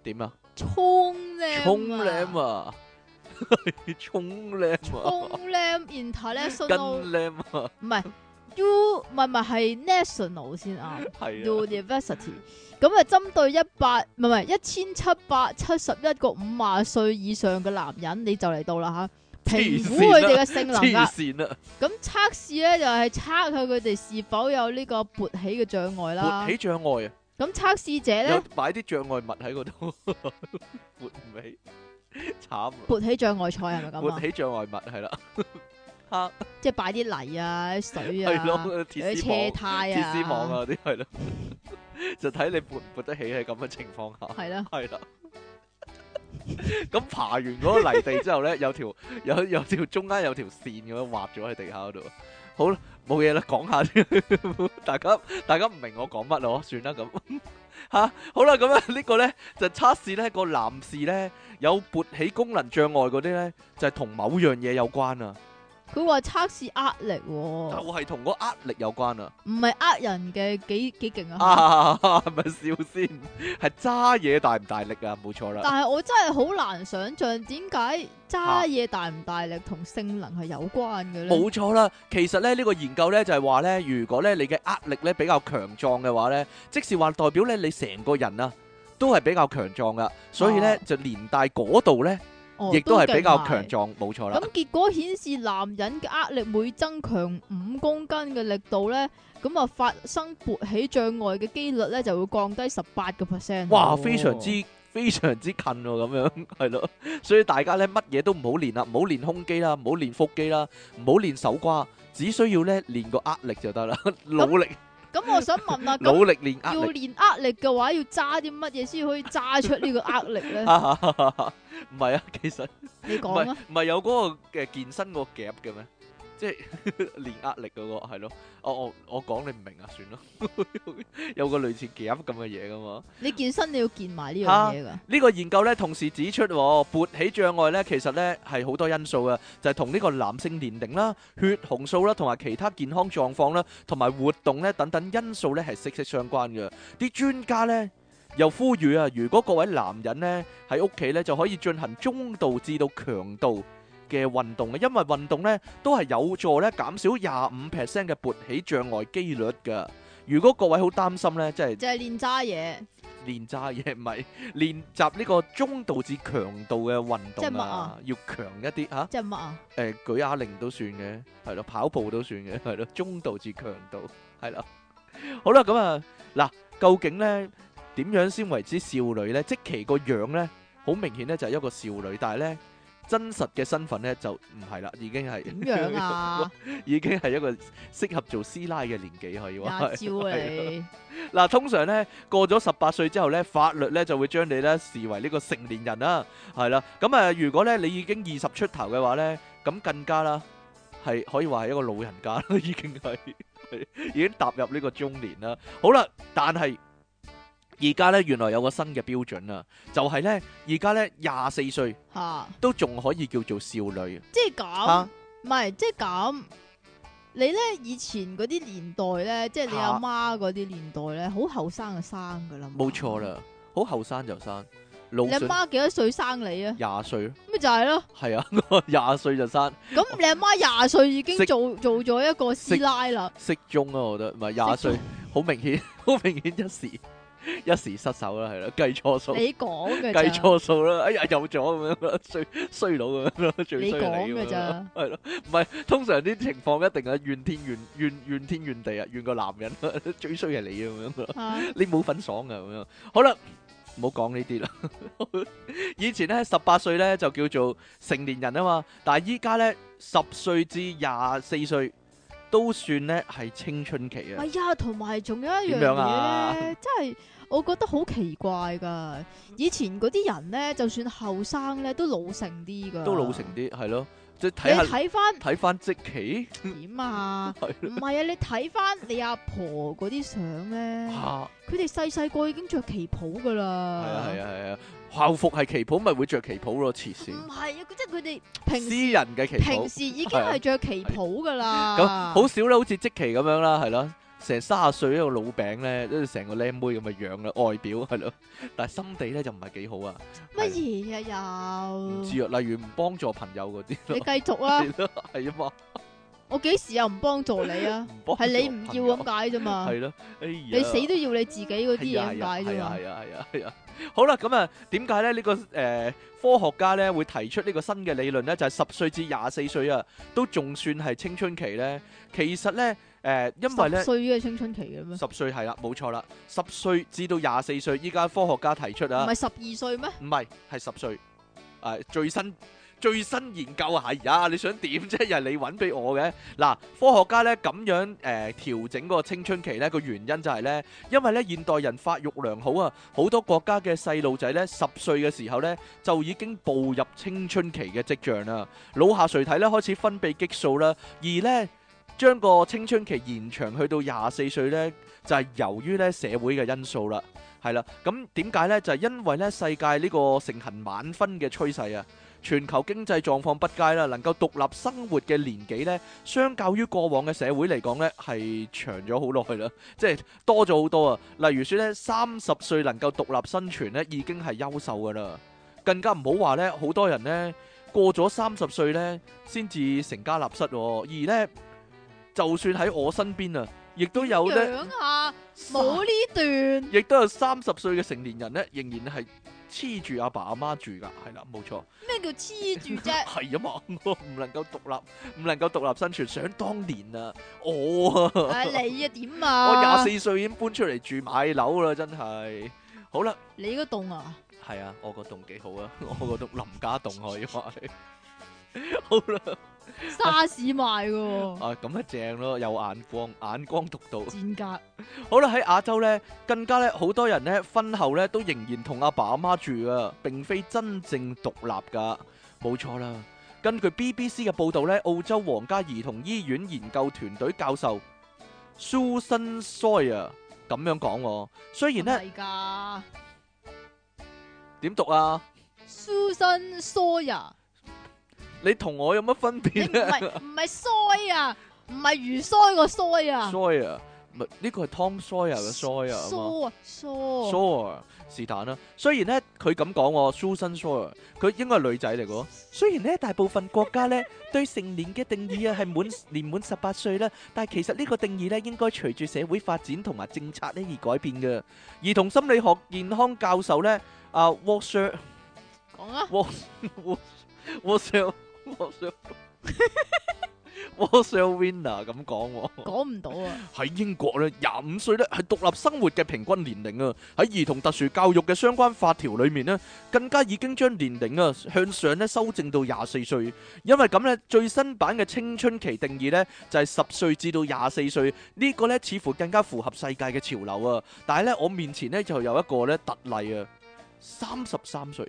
Speaker 1: 點啊？
Speaker 2: 冲 lam
Speaker 1: 沖 lam 啊，沖 lam 啊，
Speaker 2: 冲 lam
Speaker 1: 跟
Speaker 2: international
Speaker 1: à. lam 啊，
Speaker 2: 唔系 U 唔係唔係係 National 先啊
Speaker 1: 係啊，
Speaker 2: ，University。咁啊，針對一百唔係唔係一千七百七十一個五廿歲以上嘅男人，你就嚟到啦吓，
Speaker 1: 黐
Speaker 2: 評
Speaker 1: 線
Speaker 2: 估佢哋嘅性能
Speaker 1: 黐
Speaker 2: 噶。
Speaker 1: 線啊！
Speaker 2: 咁測試咧就係測下佢哋是否有呢個勃起嘅障礙啦
Speaker 1: 勃。起障礙啊，
Speaker 2: 咁測試者
Speaker 1: 有
Speaker 2: 咧
Speaker 1: 擺啲障礙物喺嗰度， 勃唔起，慘啊！
Speaker 2: 勃起障礙賽係咪咁
Speaker 1: 勃
Speaker 2: 啊？
Speaker 1: 起障礙物係 啦，嚇
Speaker 2: 即係擺啲泥啊、啲水
Speaker 1: 係
Speaker 2: 啊、
Speaker 1: 咯，鐵
Speaker 2: 有啲
Speaker 1: 絲網
Speaker 2: 車。胎
Speaker 1: 鐵
Speaker 2: 啊、
Speaker 1: 絲網啊嗰啲係 咯，就睇你撥唔撥得起喺咁嘅情況下，
Speaker 2: 係啦。
Speaker 1: 係啦。咁爬完嗰個泥地之後咧，有條有有條中間有條線咁樣畫咗喺地下嗰度。好啦，冇嘢啦，講下啲， 大家大家唔明我講乜咯，算啦咁。 吓、好啦，咁啊呢個咧就測試咧個男士咧有勃起功能障礙嗰啲咧，就係、同某樣嘢有關啊，
Speaker 2: 佢話測試壓力喎，
Speaker 1: 就係同個壓力有關啊。
Speaker 2: 唔係呃人嘅幾幾勁啊！
Speaker 1: 啊， 係咪笑先？係揸嘢大唔大力啊？冇錯啦，
Speaker 2: 但係我真係好難想象點解揸嘢大唔大力同性能係有關嘅咧？
Speaker 1: 冇錯啦。其實咧，呢個研究咧就係話咧，如果咧你嘅壓力咧比較強壯嘅話咧，即是話代表咧你成個人啊都係比較強壯噶，所以咧
Speaker 2: 哦
Speaker 1: 就連帶嗰度咧
Speaker 2: 哦
Speaker 1: 亦都係比較
Speaker 2: 勁
Speaker 1: 強壯，
Speaker 2: 埋
Speaker 1: 冇錯啦
Speaker 2: 咁。結果顯示男人嘅壓力每增強五公斤嘅力度咧，咁啊發生勃起障礙嘅機率咧就會降低十八個 percent。
Speaker 1: 哇，非常之非常之近喎，咁樣 係咯，所以大家咧乜嘢都唔好練啦，唔好練胸肌啦，唔好練腹肌啦，唔好練手瓜，只需要咧練個壓力就得啦， 努力
Speaker 2: 咁，我想 問啦，咁
Speaker 1: 努力練壓
Speaker 2: 要
Speaker 1: 力。
Speaker 2: 練壓力嘅話，要揸啲乜嘢先可以揸出呢個壓力 咧？
Speaker 1: 唔係啊，其實
Speaker 2: 你
Speaker 1: 唔
Speaker 2: 講
Speaker 1: 係
Speaker 2: 啊！
Speaker 1: 唔係有嗰個嘅健身個夾嘅咩？即係 練壓力嗰、個係咯。我我我講你唔明啊，算咯。 有個類似夾咁嘅嘢噶嘛。
Speaker 2: 你健身你要健埋呢樣嘢噶，
Speaker 1: 呢個研究咧，同時指出喎，勃起障礙咧，其實咧係好多因素嘅，就係同呢個男性年齡啦、血紅素啦，同埋其他健康狀況啦，同埋活動咧等等因素咧係息息相關嘅。啲專家咧又呼籲啊，如果各位男人咧喺屋企咧就可以進行中度至到強度嘅運動嘅，因為運動咧都係有助咧減少廿五 percent 嘅勃起障礙機率嘅。如果各位好擔心咧，即係。
Speaker 2: 就係練揸嘢，
Speaker 1: 練揸嘢唔係練習呢個中度至強度嘅運
Speaker 2: 即係乜
Speaker 1: 動啊
Speaker 2: 啊，
Speaker 1: 要強一啲 吓。誒、
Speaker 2: 即係乜啊？
Speaker 1: 舉啞鈴都算嘅，係咯，跑步都算嘅，係咯，中度至強度係啦。好啦，咁啊嗱，究竟咧點樣先為之少女咧？即其個樣咧，好明顯咧就係一個少女，但係咧真實嘅身份咧就唔係啦，已經係
Speaker 2: 點樣啊？
Speaker 1: 已經係一個適合做師奶嘅年紀可以
Speaker 2: 廿
Speaker 1: 話
Speaker 2: 招啊
Speaker 1: 係。係
Speaker 2: 你！
Speaker 1: 嗱，通常咧過咗十八歲之後咧，法律咧就會將你咧視為呢個成年人啦，係啦。咁啊，如果咧你已經二十出頭嘅話咧，咁更加啦，係可以話係一個老人家啦，已經係係已經踏入呢個中年啦。好啦，但係而家咧原來有個新嘅標準啊，就係咧而家咧廿四歲
Speaker 2: 吓，
Speaker 1: 都仲可以叫做少女
Speaker 2: 即係咁
Speaker 1: 啊，
Speaker 2: 唔係即係咁。你咧以前嗰啲年代咧，即係你阿媽嗰啲年代咧，好後生就生噶啦，
Speaker 1: 冇錯。啦，好後生就生，老
Speaker 2: 你阿
Speaker 1: 順
Speaker 2: 媽幾多歲生你啊？
Speaker 1: 廿歲咯，
Speaker 2: 咪就係咯。
Speaker 1: 係啊， 廿歲就生。
Speaker 2: 咁你阿媽廿歲已經
Speaker 1: 食
Speaker 2: 做做咗一個師奶啦，
Speaker 1: 適中啊，我覺得唔係廿歲，好明顯， 好明顯一時一時失手啦，係啦，計錯數，
Speaker 2: 你講嘅咋
Speaker 1: 計錯數啦，哎呀有咗咁樣啦，衰衰佬咁樣啦，最
Speaker 2: 你
Speaker 1: 衰
Speaker 2: 講
Speaker 1: 你
Speaker 2: 嘅
Speaker 1: 咁樣啦，
Speaker 2: 咋？
Speaker 1: 係咯，唔係通常啲情況一定係怨天怨怨怨天怨地啊，怨個男人啊， 最衰係你咁樣啦。
Speaker 2: 啊
Speaker 1: 你冇份爽噶咁樣。好啦，唔好講呢啲啦。 以前咧十八歲咧就叫做成年人啊嘛，但係依家咧十歲至廿四歲都算咧係青春期啊
Speaker 2: 哎。呀，同埋仲有一樣嘢
Speaker 1: 點樣啊
Speaker 2: 咧，真係我覺得好奇怪噶。以前嗰啲人咧，就算後生咧，都老成啲噶，
Speaker 1: 都老成。啲係咯，即係
Speaker 2: 你
Speaker 1: 睇下
Speaker 2: 睇翻
Speaker 1: 睇翻即期
Speaker 2: 點
Speaker 1: ？
Speaker 2: 啊
Speaker 1: 係
Speaker 2: 唔係啊，你睇翻你阿婆嗰啲相咧，
Speaker 1: 啊，
Speaker 2: 佢哋細細個已經着旗袍噶
Speaker 1: 係
Speaker 2: 啦。
Speaker 1: 啊係啊係啊，校服係旗袍咪會着旗袍咯，黐線
Speaker 2: 唔，係啊，即係佢哋平時
Speaker 1: 私人嘅旗袍啊
Speaker 2: 平。時已經係着旗袍噶啦。
Speaker 1: 咁好少啦，好似即期咁樣啦，係咯，成卅歲一個老餅咧，跟住成個靚妹咁嘅樣啦，外表係咯，但係心地咧就唔係幾好啊，
Speaker 2: 乜嘢啊又？
Speaker 1: 唔知啊，例如唔幫助朋友嗰啲咯，
Speaker 2: 你 繼續啦，
Speaker 1: 係咯，係啊嘛，
Speaker 2: 我幾時又唔幫助你啊？
Speaker 1: 唔幫
Speaker 2: 係你
Speaker 1: 助朋
Speaker 2: 唔要
Speaker 1: 友
Speaker 2: 咁解啫嘛
Speaker 1: 系，咯，哎呀，
Speaker 2: 你死都要你自己嗰啲
Speaker 1: 係啊
Speaker 2: 嘢咁解啫
Speaker 1: 係啊
Speaker 2: 嘛。
Speaker 1: 係啊係啊係啊，好啦，咁啊，點解咧呢個誒科學家咧會提出呢個新嘅理論咧？就係十歲至廿四歲啊，都仲算係青春期咧。其實咧誒，因為咧
Speaker 2: 十。歲嘅青春期嘅咩？
Speaker 1: 十歲係啦，冇錯啦，十歲至到廿四歲，依家科學家提出
Speaker 2: 唔
Speaker 1: 啊，
Speaker 2: 係十二歲咩？
Speaker 1: 唔係係十歲，啊最新最新研究啊，係呀，你想點啫？又係你揾俾我嘅嗱，科學家咧咁樣誒、呃、調整嗰個青春期咧個原因就係咧，因為咧現代人發育良好啊，好多國家嘅細路仔咧十歲嘅時候咧就已經步入青春期嘅跡象啦，腦下垂體咧開始分泌激素啦，而咧。將個青春期延長去到廿四歲呢，就係、由於咧社會嘅因素啦。係啦，咁點解呢？就係、因為呢世界呢個盛行晚婚嘅趨勢啊，全球經濟狀況不佳啦，能夠獨立生活嘅年紀呢，相較於過往嘅社會嚟講呢，係長咗好耐啦， 即係多咗好多啊。例如說呢，三十歲能夠獨立生存呢，已經係優秀噶啦，更加唔好話呢，好多人呢，過咗三十歲呢，先至成家立室、喎，而呢，就算喺我身邊啊，亦都有呢。
Speaker 2: 樣啊，冇呢段
Speaker 1: 亦都有三十歲嘅成年人咧，仍然係黐住阿爸阿媽住噶，係啦，冇錯，
Speaker 2: 咩叫黐住啫？
Speaker 1: 係啊嘛， 我唔能夠獨立，唔能夠獨立生存。想當年啊，我啊，
Speaker 2: 唉，你啊點
Speaker 1: 我
Speaker 2: 啊？
Speaker 1: 廿四歲已經搬出嚟住買樓啦，真係。好啦，
Speaker 2: 你嗰棟啊？
Speaker 1: 係啊，我個洞幾好啊， 我個洞林家洞可以話你。好啦，
Speaker 2: 沙士賣嘅喎，
Speaker 1: 啊咁啊正咯，有眼光，眼光獨到。
Speaker 2: 賤格
Speaker 1: 好啦，喺亞洲咧，更加咧好多人咧婚後咧都仍然同阿爸阿媽住啊，並非真正獨立噶，冇錯啦。根據 BBC 嘅報導咧，澳洲皇家兒童醫院研究團隊教授 Susan Sawyer 咁樣講喎，雖然咧
Speaker 2: 係㗎。
Speaker 1: 點讀啊，
Speaker 2: Susan Sawyer，
Speaker 1: 你同我有乜分
Speaker 2: 你
Speaker 1: 別
Speaker 2: 唔
Speaker 1: 咧
Speaker 2: 係唔係 Soy 啊，唔係魚腮個 Soy 啊
Speaker 1: ？Sawyer 唔係呢個係 Tom Sawyer 嘅 Sawyer 啊嘛。
Speaker 2: ，Saw Saw
Speaker 1: Sawyer 是但啦，雖然咧佢咁講喎，Susan Sawyer 佢應該係女仔嚟嘅喎。雖然咧大部分國家咧對成年嘅定義啊係滿年滿十八歲啦，但係其實呢個定義咧應該隨住社會發展同埋政策咧而改變嘅。兒童心理學健康教授咧，阿 w a s h e r
Speaker 2: 講啊，
Speaker 1: w a s h e r w a s h e r w a s h e r Winner 咁講喎。
Speaker 2: 講唔到 啊，
Speaker 1: 喺英國咧，廿五歲咧係獨立生活嘅平均年齡啊！喺兒童特殊教育嘅相關法條裏面咧，更加已經將年齡啊向上咧修正到廿四歲。因為咁咧，最新版嘅青春期定義咧就係十歲至到廿四歲，呢個咧似乎更加符合世界嘅潮流啊！但係咧，我面前咧就有一個咧特例啊，三十三歲。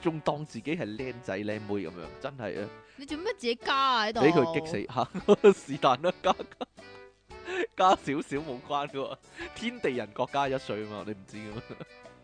Speaker 1: 仲當自己係靚仔靚妹咁樣，真係啊！
Speaker 2: 你做乜自己加啊喺度？
Speaker 1: 俾佢激 死吓，是但啦，加加少少冇關噶喎，天地人各加一歲啊嘛，你唔知噶嘛？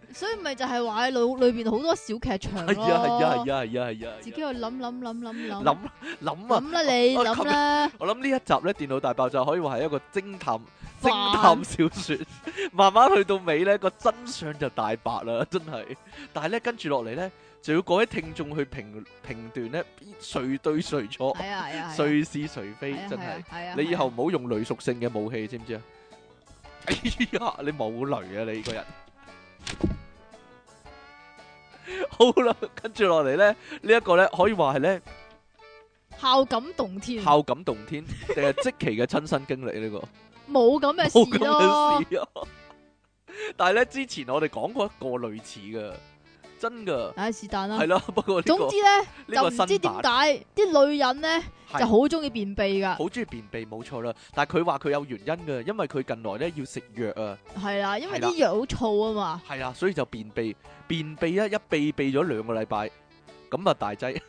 Speaker 2: 死，所以咪就係話喺腦裏邊好多小劇場咯，
Speaker 1: 係啊係啊係啊係啊係啊
Speaker 2: 哦自己
Speaker 1: 係啊，
Speaker 2: 又諗諗諗諗諗
Speaker 1: 諗諗啊！
Speaker 2: 諗啦你
Speaker 1: 我
Speaker 2: 諗啦，
Speaker 1: 我諗呢一集咧，電腦大爆炸可以話係一個偵探偵探
Speaker 2: 煩
Speaker 1: 小說， 慢慢去到尾咧，個真相就大白啦，真係。但係咧，跟住落嚟咧，就要各位聽眾去評評斷咧，誰對誰錯，
Speaker 2: 係啊係啊，係啊
Speaker 1: 誰是誰非，真係。，
Speaker 2: 係啊，
Speaker 1: 你以後唔好用雷屬性嘅武器，知唔知啊？哎呀，你冇雷啊！你個人。 好啦，跟住落嚟咧，呢、呢一個咧可以話係咧
Speaker 2: 孝啊感動天，
Speaker 1: 孝感動天，定係即期嘅親身經歷呢、個。
Speaker 2: 冇咁嘅
Speaker 1: 冇
Speaker 2: 事
Speaker 1: 咁
Speaker 2: 咯
Speaker 1: 嘅，事啊！但係咧，之前我哋講過一個類似嘅，真噶，
Speaker 2: 唉是但啦
Speaker 1: 係。啦。 不過呢、個
Speaker 2: 總之咧。
Speaker 1: 呢
Speaker 2: 就
Speaker 1: 個
Speaker 2: 唔知
Speaker 1: 新
Speaker 2: 點
Speaker 1: 版
Speaker 2: 解啲女人咧
Speaker 1: 係
Speaker 2: 就好中意便秘噶，
Speaker 1: 好中意便秘，冇錯啦。但係佢話佢有原因嘅，因為佢近來咧要食藥啊。
Speaker 2: 係啦，因為
Speaker 1: 係啦
Speaker 2: 啲藥好燥啊嘛，
Speaker 1: 係啦，所以就便秘，便秘啊咧一避避咗兩個禮拜，咁啊大 劑，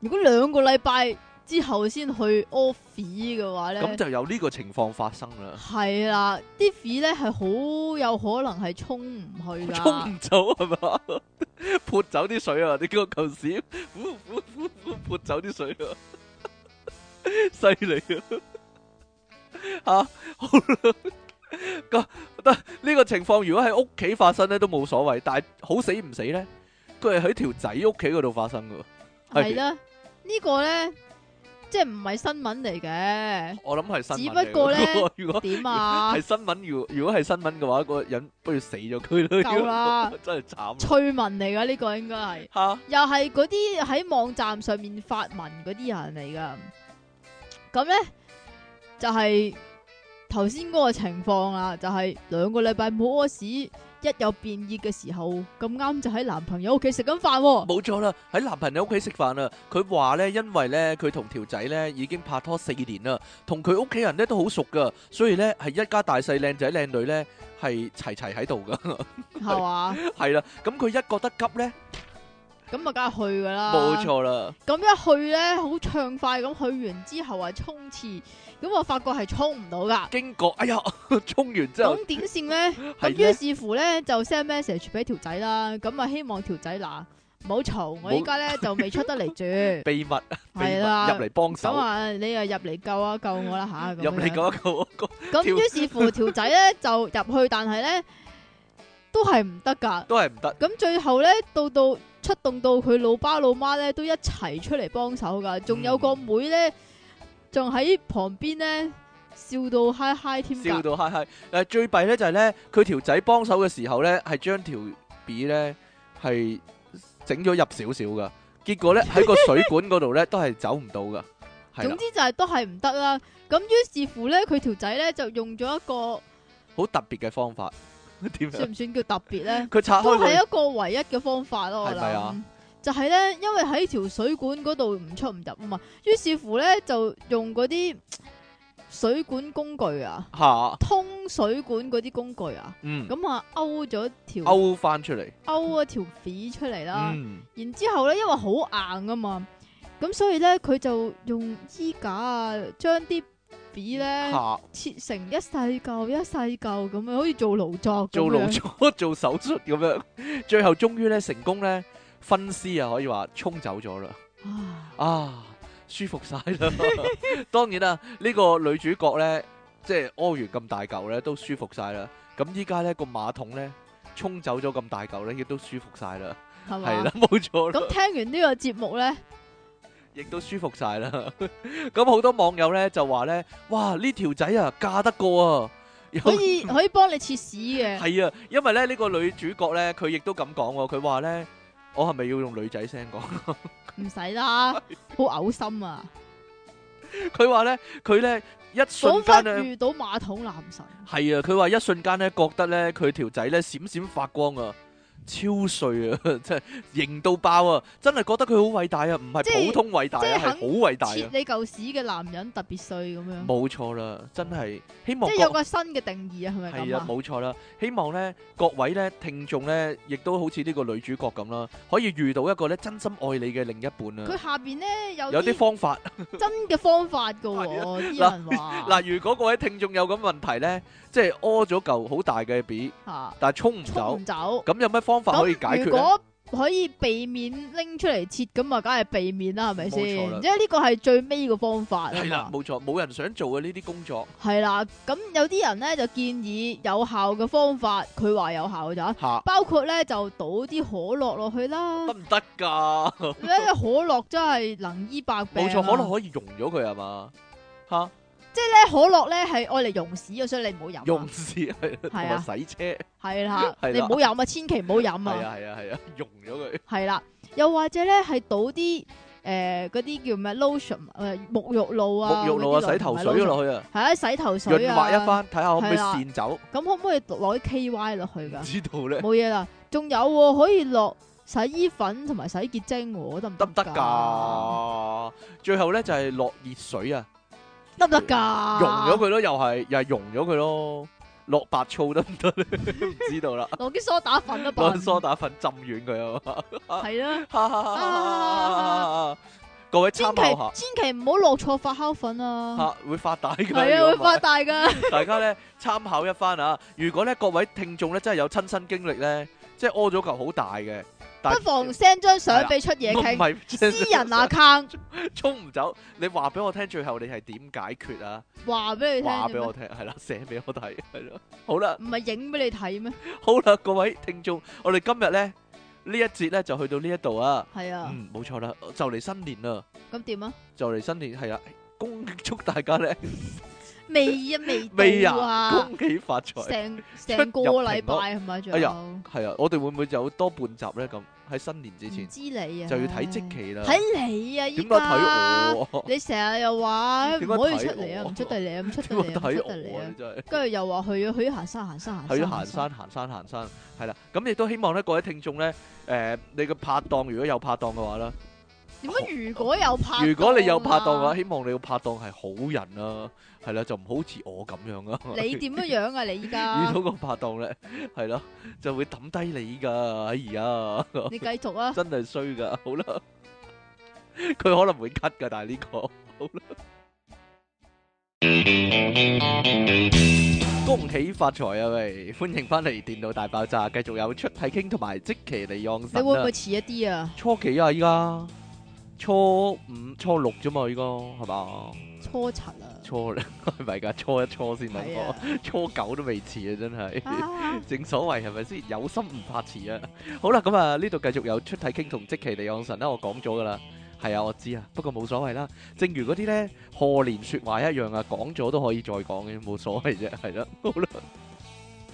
Speaker 2: 如果兩個禮拜之後先去屙屎嘅話
Speaker 1: 咁
Speaker 2: 咧，
Speaker 1: 就有呢個情況發生啦。
Speaker 2: 係啦，啲屎咧係好有可能係沖唔去
Speaker 1: 沖
Speaker 2: 噶，
Speaker 1: 唔走係嘛？ 潑走啲水啊！你嗰個舊屎，呼呼呼呼潑走啲水啊！ 犀利啊！ 吓好啦，咁得呢個情況如果喺屋企發生咧都冇所謂，但係好死唔死咧，佢係喺條仔屋企嗰度發生噶。係
Speaker 2: 係啦，呢個咧，即係唔係新聞嚟嘅？
Speaker 1: 我諗係新聞嚟嘅。
Speaker 2: 只不過呢
Speaker 1: 如果
Speaker 2: 點啊
Speaker 1: 係？新聞，如如果係新聞嘅話，個人不如死咗佢咯。
Speaker 2: 夠啦
Speaker 1: 真係慘。
Speaker 2: 趣聞嚟噶呢個應該係，
Speaker 1: 吓，
Speaker 2: 又係嗰啲喺網站上面發文嗰啲人嚟噶。咁咧就係頭先嗰個情況啦，就係兩個禮拜冇屙屎，一有變熱嘅時候，咁啱就喺男朋友屋企食緊飯 喎。
Speaker 1: 冇錯啦！喺男朋友屋企食飯啊，佢話咧，因為咧佢同條仔咧已經拍拖四年啦，同佢屋企人咧都好熟噶，所以咧係一家大細靚仔靚女咧係齊齊喺度噶，
Speaker 2: 係嘛？
Speaker 1: 係啦。咁佢一覺得急咧，
Speaker 2: 咁啊，梗係去噶啦。
Speaker 1: 冇。錯啦。
Speaker 2: 咁一去咧，好暢快咁去完之後啊，沖廁，咁我發覺係沖唔到噶。
Speaker 1: 經過，哎呀， 沖完之後
Speaker 2: 咁點算咧？咁
Speaker 1: 係咧，
Speaker 2: 於是乎咧就 send message 俾條仔啦。咁啊，希望條仔嗱唔好嘈，我
Speaker 1: 冇
Speaker 2: 依家咧就未出得嚟 住，
Speaker 1: 秘密秘密
Speaker 2: 係
Speaker 1: 入
Speaker 2: 啦。
Speaker 1: 嚟幫
Speaker 2: 咁
Speaker 1: 手，
Speaker 2: 啊，你又入嚟救啊，救我啦吓！咁
Speaker 1: 入嚟嗰
Speaker 2: 樣
Speaker 1: 一個嗰個跳
Speaker 2: 咁於是乎條仔咧就入去，但係咧都係唔得噶。
Speaker 1: 都係唔得，
Speaker 2: 咁最後咧，到到出動到佢老爸老媽咧，都一齊出嚟幫手噶，仲有
Speaker 1: 嗯
Speaker 2: 個妹咧，仲喺旁邊咧笑到嗨嗨添
Speaker 1: 笑
Speaker 2: 噶，
Speaker 1: 到嗨嗨。誒最弊咧就係咧，佢條仔幫手嘅時候咧，係將條筆咧係整咗入少少噶，結 果咧喺個水管嗰度咧都係走唔到噶，係
Speaker 2: 總
Speaker 1: 啦，
Speaker 2: 之就係都係唔得啦。咁於是乎咧，佢條仔咧就用咗一 個
Speaker 1: 好特別嘅方法， 點樣？？
Speaker 2: 算唔算叫特別咧
Speaker 1: 佢拆
Speaker 2: 都
Speaker 1: 啊開佢
Speaker 2: 係一個唯一嘅方法咯，我
Speaker 1: 係咪啊
Speaker 2: 諗。就係咧，因為喺條水管嗰度唔出唔入啊嘛，於是乎咧就用嗰啲水管工具啊，
Speaker 1: 嚇，
Speaker 2: 通水管嗰啲工具啊。
Speaker 1: 嗯，
Speaker 2: 咁啊，勾咗條啊勾
Speaker 1: 勾翻出嚟，
Speaker 2: 咗條肥出嚟啦。
Speaker 1: 嗯，
Speaker 2: 然之後咧，因為好硬啊嘛，咁所以咧佢就用衣架啊，將啲肥咧
Speaker 1: 嚇，
Speaker 2: 切成一細嚿一細嚿咁樣，好似做勞作咁
Speaker 1: 做勞
Speaker 2: 樣。
Speaker 1: 作 做手術咁樣，最後終於咧成功咧分屍啊，可以話沖走咗啦。
Speaker 2: 啊
Speaker 1: 啊，舒服晒啦！當然啦，呢、個女主角呢，即係屙完咁大嚿呢，都舒服晒啦。咁依家呢個馬桶呢，沖走咗咁大嚿呢，亦都舒服晒啦。
Speaker 2: 係
Speaker 1: 係
Speaker 2: 嘛
Speaker 1: 啦？，冇錯啦
Speaker 2: 咁，聽完呢個節 目咧，
Speaker 1: 亦都舒服晒啦。 咁好多網友呢，就話呢：「哇！呢條仔啊，嫁得過啊！有
Speaker 2: 可以可以幫你切屎嘅，
Speaker 1: 係啊，因為咧呢個女主角呢，佢亦都咁講喎，佢話呢，我係咪要用女仔聲講？
Speaker 2: 唔使啦，好嘔心啊！
Speaker 1: 佢話呢，佢呢，一
Speaker 2: 仿
Speaker 1: 瞬
Speaker 2: 佛
Speaker 1: 間呢。
Speaker 2: 遇到馬桶男神，
Speaker 1: 係啊，佢話一瞬間咧，覺得咧佢條仔咧閃閃發光啊，超帥啊， 真係型到爆啊！真係覺得佢好偉大啊，唔
Speaker 2: 即係
Speaker 1: 係普通偉大
Speaker 2: 即
Speaker 1: 啊，
Speaker 2: 係
Speaker 1: 係
Speaker 2: 肯
Speaker 1: 好偉大
Speaker 2: 切
Speaker 1: 啊！
Speaker 2: 你嚿屎嘅男人特別衰咁樣。
Speaker 1: 冇錯啦，真係希望
Speaker 2: 即係有
Speaker 1: 各
Speaker 2: 個新嘅定義啊，係咪
Speaker 1: 係
Speaker 2: 咁
Speaker 1: 啊，
Speaker 2: 啊？
Speaker 1: 冇錯啦，希望咧各位咧聽眾咧，亦都好似呢個女主角咁啦，可以遇到一個咧真心愛你嘅另一半
Speaker 2: 佢
Speaker 1: 啊！
Speaker 2: 下邊咧有
Speaker 1: 有啲
Speaker 2: 啲
Speaker 1: 方法
Speaker 2: 真嘅方法 噶
Speaker 1: 係啊
Speaker 2: 喎，啲人話
Speaker 1: 嗱，如果各位聽眾有咁問題咧，即係屙咗嚿好大嘅屎，
Speaker 2: 吓
Speaker 1: 但係沖唔
Speaker 2: 沖
Speaker 1: 走
Speaker 2: 唔，走，
Speaker 1: 咁有咩方法可以解
Speaker 2: 咁
Speaker 1: 決啊咧？
Speaker 2: 如果可以避免拎出嚟切，咁啊，梗係避免啦，係咪先
Speaker 1: 冇錯啦？
Speaker 2: 即係呢個係最尾嘅方法 啊
Speaker 1: 係啦
Speaker 2: 嘛，。
Speaker 1: 冇錯，冇人想做嘅呢啲工作
Speaker 2: 係啦，咁有啲人咧就建議有效嘅方法，佢話有效咋，
Speaker 1: 吓，
Speaker 2: 包括咧就倒啲可樂落去 啦
Speaker 1: 得。唔得㗎？
Speaker 2: 因為可樂真係能醫百病啊。
Speaker 1: 冇錯，可樂可以溶咗佢係嘛？吓，
Speaker 2: 即係可樂咧係愛嚟溶屎嘅，所以你唔好飲啊。
Speaker 1: 用屎係同
Speaker 2: 係啊
Speaker 1: 埋洗車，係
Speaker 2: 系啦，
Speaker 1: 係啦
Speaker 2: 你唔好飲啊，千祈唔好飲
Speaker 1: 啊
Speaker 2: 啊，
Speaker 1: 係啊係 啊，溶咗佢
Speaker 2: 係啦，又或者咧係倒啲诶嗰啲叫咩 lotion 诶沐浴露啊，
Speaker 1: 沐浴露啊、洗頭水啊
Speaker 2: 去，
Speaker 1: 落去啊，
Speaker 2: 系啊洗頭水
Speaker 1: 潤
Speaker 2: 啊，
Speaker 1: 滑一，番，睇下可唔可以
Speaker 2: 係啦
Speaker 1: 跣走？
Speaker 2: 咁可唔可以攞啲 K Y 落去
Speaker 1: 唔
Speaker 2: 噶？
Speaker 1: 知道咧，
Speaker 2: 冇嘢啦，仲有喎可以落洗衣粉同埋洗潔精喎，得唔
Speaker 1: 得唔得
Speaker 2: 㗎？
Speaker 1: 㗎？最後咧就係落熱水啊，
Speaker 2: 得唔得㗎？
Speaker 1: 溶咗佢咯，又係又係溶咗佢咯，落白醋得唔得咧？ 唔知道啦，
Speaker 2: 落啲梳打粉啦，
Speaker 1: 攞
Speaker 2: 笨
Speaker 1: 梳打粉浸軟佢 啊嘛。
Speaker 2: 係啦，
Speaker 1: 各位
Speaker 2: 千
Speaker 1: 參
Speaker 2: 祈
Speaker 1: 考
Speaker 2: 千祈唔好落錯發酵粉
Speaker 1: 下，
Speaker 2: 啊，
Speaker 1: 嚇會發大㗎。
Speaker 2: 係啊
Speaker 1: 如果
Speaker 2: 會
Speaker 1: 唔係
Speaker 2: 發大㗎。
Speaker 1: 大家咧參考一番啊！如果咧各位聽眾咧真係有親身經歷咧，即係屙咗嚿好 大嘅，但
Speaker 2: 不妨 send 張相俾出嘢
Speaker 1: 唔
Speaker 2: 傾，
Speaker 1: 係即
Speaker 2: 私人
Speaker 1: 係
Speaker 2: account
Speaker 1: 衝唔走。你話俾我聽，最後你係點解決啊？
Speaker 2: 話俾你聽
Speaker 1: 話
Speaker 2: 啫
Speaker 1: 俾我
Speaker 2: 咩，
Speaker 1: 聽，係啦，寫俾我睇，係咯。好啦，嗯
Speaker 2: 唔係影俾你睇咩？
Speaker 1: 好啦，各位聽眾，我哋今日咧呢一節咧就去到呢一度啊。
Speaker 2: 系啊，
Speaker 1: 嗯，冇錯啦，就嚟新年啦，
Speaker 2: 咁點啊？
Speaker 1: 就嚟新年係啦，恭祝大家咧
Speaker 2: 未啊，未
Speaker 1: 未
Speaker 2: 到
Speaker 1: 啊，
Speaker 2: 啊，
Speaker 1: 恭喜發財。
Speaker 2: 成成個禮拜係咪？仲
Speaker 1: 哎呀
Speaker 2: 有
Speaker 1: 係啊，我哋會唔會有多半集咧？咁喺新年之
Speaker 2: 唔
Speaker 1: 前
Speaker 2: 知你啊，
Speaker 1: 就要睇即期啦。
Speaker 2: 睇你啊，依
Speaker 1: 點
Speaker 2: 家
Speaker 1: 解睇我 啊？
Speaker 2: 你成日又話
Speaker 1: 點
Speaker 2: 唔
Speaker 1: 解
Speaker 2: 可以
Speaker 1: 睇
Speaker 2: 出嚟啊，
Speaker 1: 我
Speaker 2: 唔出得 嚟啊，唔出得
Speaker 1: 點
Speaker 2: 嚟
Speaker 1: 解
Speaker 2: 啊，唔
Speaker 1: 睇
Speaker 2: 出得嚟
Speaker 1: 我啊
Speaker 2: 啊？
Speaker 1: 你真係。
Speaker 2: 跟住又話去咗去咗行山行山行山，
Speaker 1: 去咗行山，行山，行山，係啦。咁亦都希望咧，各位聽眾咧，誒、你嘅拍檔如果有拍檔嘅話啦，
Speaker 2: 點解如果有拍？啊
Speaker 1: 如果你有拍檔啊嘅話，，希望你嘅拍檔係好人啦、係啦，就唔好似我咁樣啦、
Speaker 2: 你點樣樣啊？你 依
Speaker 1: 遇
Speaker 2: 家
Speaker 1: 到個拍檔咧，係咯，就會抌低你噶。哎呀，
Speaker 2: 你繼 續啊，
Speaker 1: 真係衰噶。好啦，佢可能會 cut 噶，但係呢、個好啦。恭喜發財啊！喂，歡迎翻嚟《電腦大爆炸》，繼續有出體傾同埋即期利昂
Speaker 2: 你
Speaker 1: 神
Speaker 2: 會唔
Speaker 1: 啦
Speaker 2: 會。遲一啲啊？
Speaker 1: 初幾啊？依家初五、初六啫嘛，依家係嘛？
Speaker 2: 初七啊，
Speaker 1: 嗯初 係咪㗎？初一、初先諗
Speaker 2: 係
Speaker 1: 過，
Speaker 2: 啊
Speaker 1: 初九都未遲啊！ 真係。
Speaker 2: 啊，
Speaker 1: 正所謂係咪先有心唔怕遲啊！好啦，咁啊呢度繼續有出體傾同即其利昂神啦，我講咗噶啦，係啊我知啊，不過冇所謂啦。正如嗰啲咧賀年説話一樣啊，講咗都可以再講嘅，冇所謂啫， 係啦，好啦。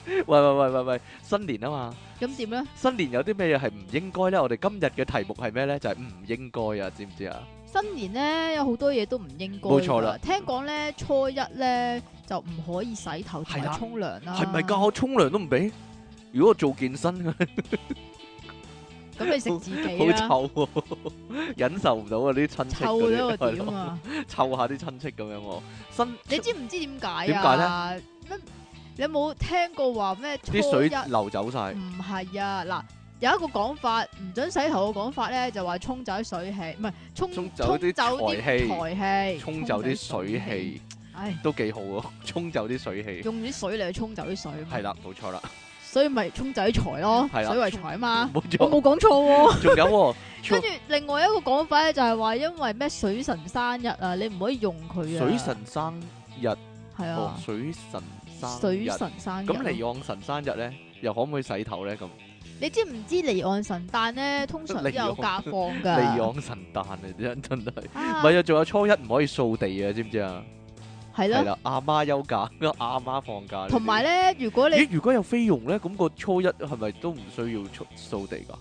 Speaker 1: 喂喂喂喂喂，新年啊嘛，
Speaker 2: 咁點咧？
Speaker 1: 新年有啲咩嘢係唔應該咧？我哋今日嘅題目係咩咧？就係、唔應該啊，知唔知啊？
Speaker 2: 新年咧有好多嘢都唔應該
Speaker 1: 冇
Speaker 2: 㗎，
Speaker 1: 錯啦
Speaker 2: 聽講咧初一咧就唔可以洗頭同
Speaker 1: 係啦
Speaker 2: 埋沖涼啦，
Speaker 1: 係咪教我沖涼都唔俾？如果我做健身嘅，
Speaker 2: 咁你食自己 啦，
Speaker 1: 好臭喎， 忍受唔到啊！呢啲親戚
Speaker 2: 臭
Speaker 1: 嗰啲
Speaker 2: 咗個
Speaker 1: 係
Speaker 2: 點
Speaker 1: 咯
Speaker 2: 啊！
Speaker 1: 湊下啲親戚咁樣喎，新
Speaker 2: 你知唔知點解
Speaker 1: 點
Speaker 2: 啊？咩？你有冇聽過話咩？初
Speaker 1: 啲水
Speaker 2: 一
Speaker 1: 流走晒，
Speaker 2: 唔係啊！嗱，有一個講法，唔准洗頭嘅講法咧，就話沖走啲水氣，唔係沖
Speaker 1: 沖走啲財氣
Speaker 2: 財氣，
Speaker 1: 沖走啲水氣。
Speaker 2: 唉，
Speaker 1: 都幾好喎， 沖走啲水氣，
Speaker 2: 用啲水嚟去沖走啲水。啊
Speaker 1: 係，啦，冇錯啦，
Speaker 2: 所以咪沖走啲財咯，
Speaker 1: 係啦
Speaker 2: 水為財啊嘛。
Speaker 1: 冇
Speaker 2: 我
Speaker 1: 錯，
Speaker 2: 冇講錯喎。
Speaker 1: 仲有喎，
Speaker 2: 跟住另外一個講法咧，就係話因為咩水神生日啊，你唔可以用佢啊。
Speaker 1: 水神生日，
Speaker 2: 係
Speaker 1: 哦
Speaker 2: 啊，，
Speaker 1: 水神生
Speaker 2: 水
Speaker 1: 日，
Speaker 2: 神生日。啊
Speaker 1: 咁尼昂神生日咧，又可唔可以洗頭咧？咁
Speaker 2: 你知唔知離岸神 誕咧，通常都有假放噶。
Speaker 1: 尼昂神誕啊， 真真係，唔
Speaker 2: 啊，
Speaker 1: 係啊，仲有初一唔可以掃地啊，知唔知啊？
Speaker 2: 係
Speaker 1: 係
Speaker 2: 啦。
Speaker 1: 啦，阿媽休假， 阿媽放假，
Speaker 2: 同埋。咧，如果你
Speaker 1: 咦，如果有菲傭咧，咁個初一係咪都唔需要出掃地噶？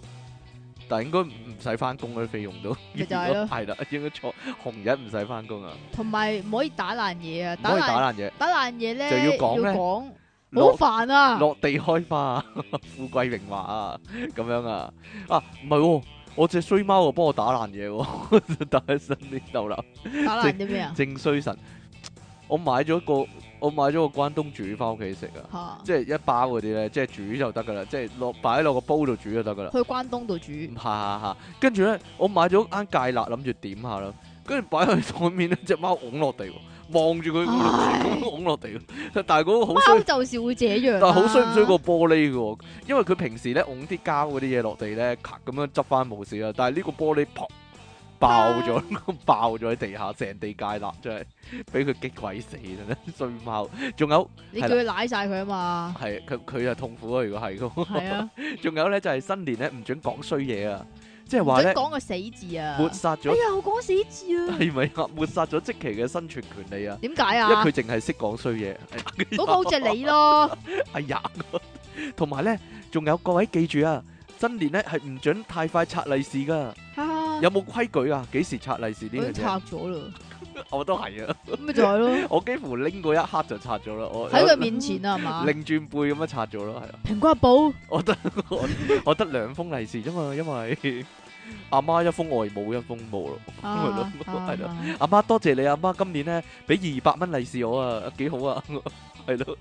Speaker 1: 但係應該唔使翻工嗰啲菲傭都，
Speaker 2: 咪就係咯
Speaker 1: 係啦，應該初紅日唔使翻工啊，
Speaker 2: 同埋唔可以打爛嘢啊，
Speaker 1: 唔
Speaker 2: 打
Speaker 1: 可以
Speaker 2: 爛
Speaker 1: 打爛嘢，
Speaker 2: 打爛嘢咧
Speaker 1: 就要講咧
Speaker 2: 講好
Speaker 1: 落
Speaker 2: 煩啊！
Speaker 1: 落地開花啊， 富貴榮華啊，咁樣啊，啊唔係喎，我只衰貓啊幫我打爛嘢喎， 打喺身呢度
Speaker 2: 啊
Speaker 1: 啦，
Speaker 2: 打爛啲咩啊？
Speaker 1: 正衰神，我買咗個我買咗個關東煮翻屋企食啊，
Speaker 2: 吓，
Speaker 1: 即係一包嗰啲咧，即係煮就得噶啦，即係落擺落個煲度煮就得噶啦。
Speaker 2: 去關東度煮，
Speaker 1: 嚇嚇嚇！跟住咧，我買咗間芥辣，諗住點下啦。跟住擺喺台面咧，只貓拱落地喎，望住佢
Speaker 2: 唉
Speaker 1: 咁拱落地喎。但係嗰個好
Speaker 2: 貓
Speaker 1: 衰，
Speaker 2: 就是會這樣 啊。
Speaker 1: 但係好衰唔衰過玻璃嘅喎，因為佢平時咧拱啲膠嗰啲嘢落地咧，咔咁樣執翻冇事啦。但係呢個玻璃砰爆咗，爆咗喺地下，成地芥辣，真係俾佢激鬼死啦！衰貓，仲有
Speaker 2: 你叫佢舐晒佢啊嘛。
Speaker 1: 係佢佢就痛苦啊！如果係
Speaker 2: 係
Speaker 1: 咁，
Speaker 2: 啊，
Speaker 1: 仲有咧就係新年咧唔准講衰嘢啊，即係
Speaker 2: 唔
Speaker 1: 話
Speaker 2: 准
Speaker 1: 咧
Speaker 2: 講個死字啊。
Speaker 1: 抹殺咗
Speaker 2: 哎。呀，我講死字啊。
Speaker 1: 系咪啊？抹殺咗即期嘅生存權利啊！
Speaker 2: 點解
Speaker 1: 因為
Speaker 2: 啊
Speaker 1: 佢？淨係識講衰嘢。
Speaker 2: 嗰個好似係 你咯，
Speaker 1: 哎呀，同埋咧，仲有各位記住啊，新年咧係唔准太快拆利是噶。
Speaker 2: 啊
Speaker 1: 有冇規矩啊？幾時拆利是呢
Speaker 2: 我已
Speaker 1: 樣
Speaker 2: 經
Speaker 1: 嘢？
Speaker 2: 拆咗 啦，
Speaker 1: 我都係啊，
Speaker 2: 咁咪就係咯，
Speaker 1: 我幾乎拎嗰一刻就拆咗啦。我
Speaker 2: 喺佢面前啊係 嘛。
Speaker 1: 擰轉背咁樣拆咗咯，係啊。
Speaker 2: 蘋果日報。
Speaker 1: 我得我我得兩封利是啫嘛，因為阿媽一封，外母一封冇咯。咪咯
Speaker 2: 啊
Speaker 1: 係咯
Speaker 2: 啊
Speaker 1: 阿媽多謝你，阿媽今年咧俾二百蚊利是我啊，幾好啊，係咯。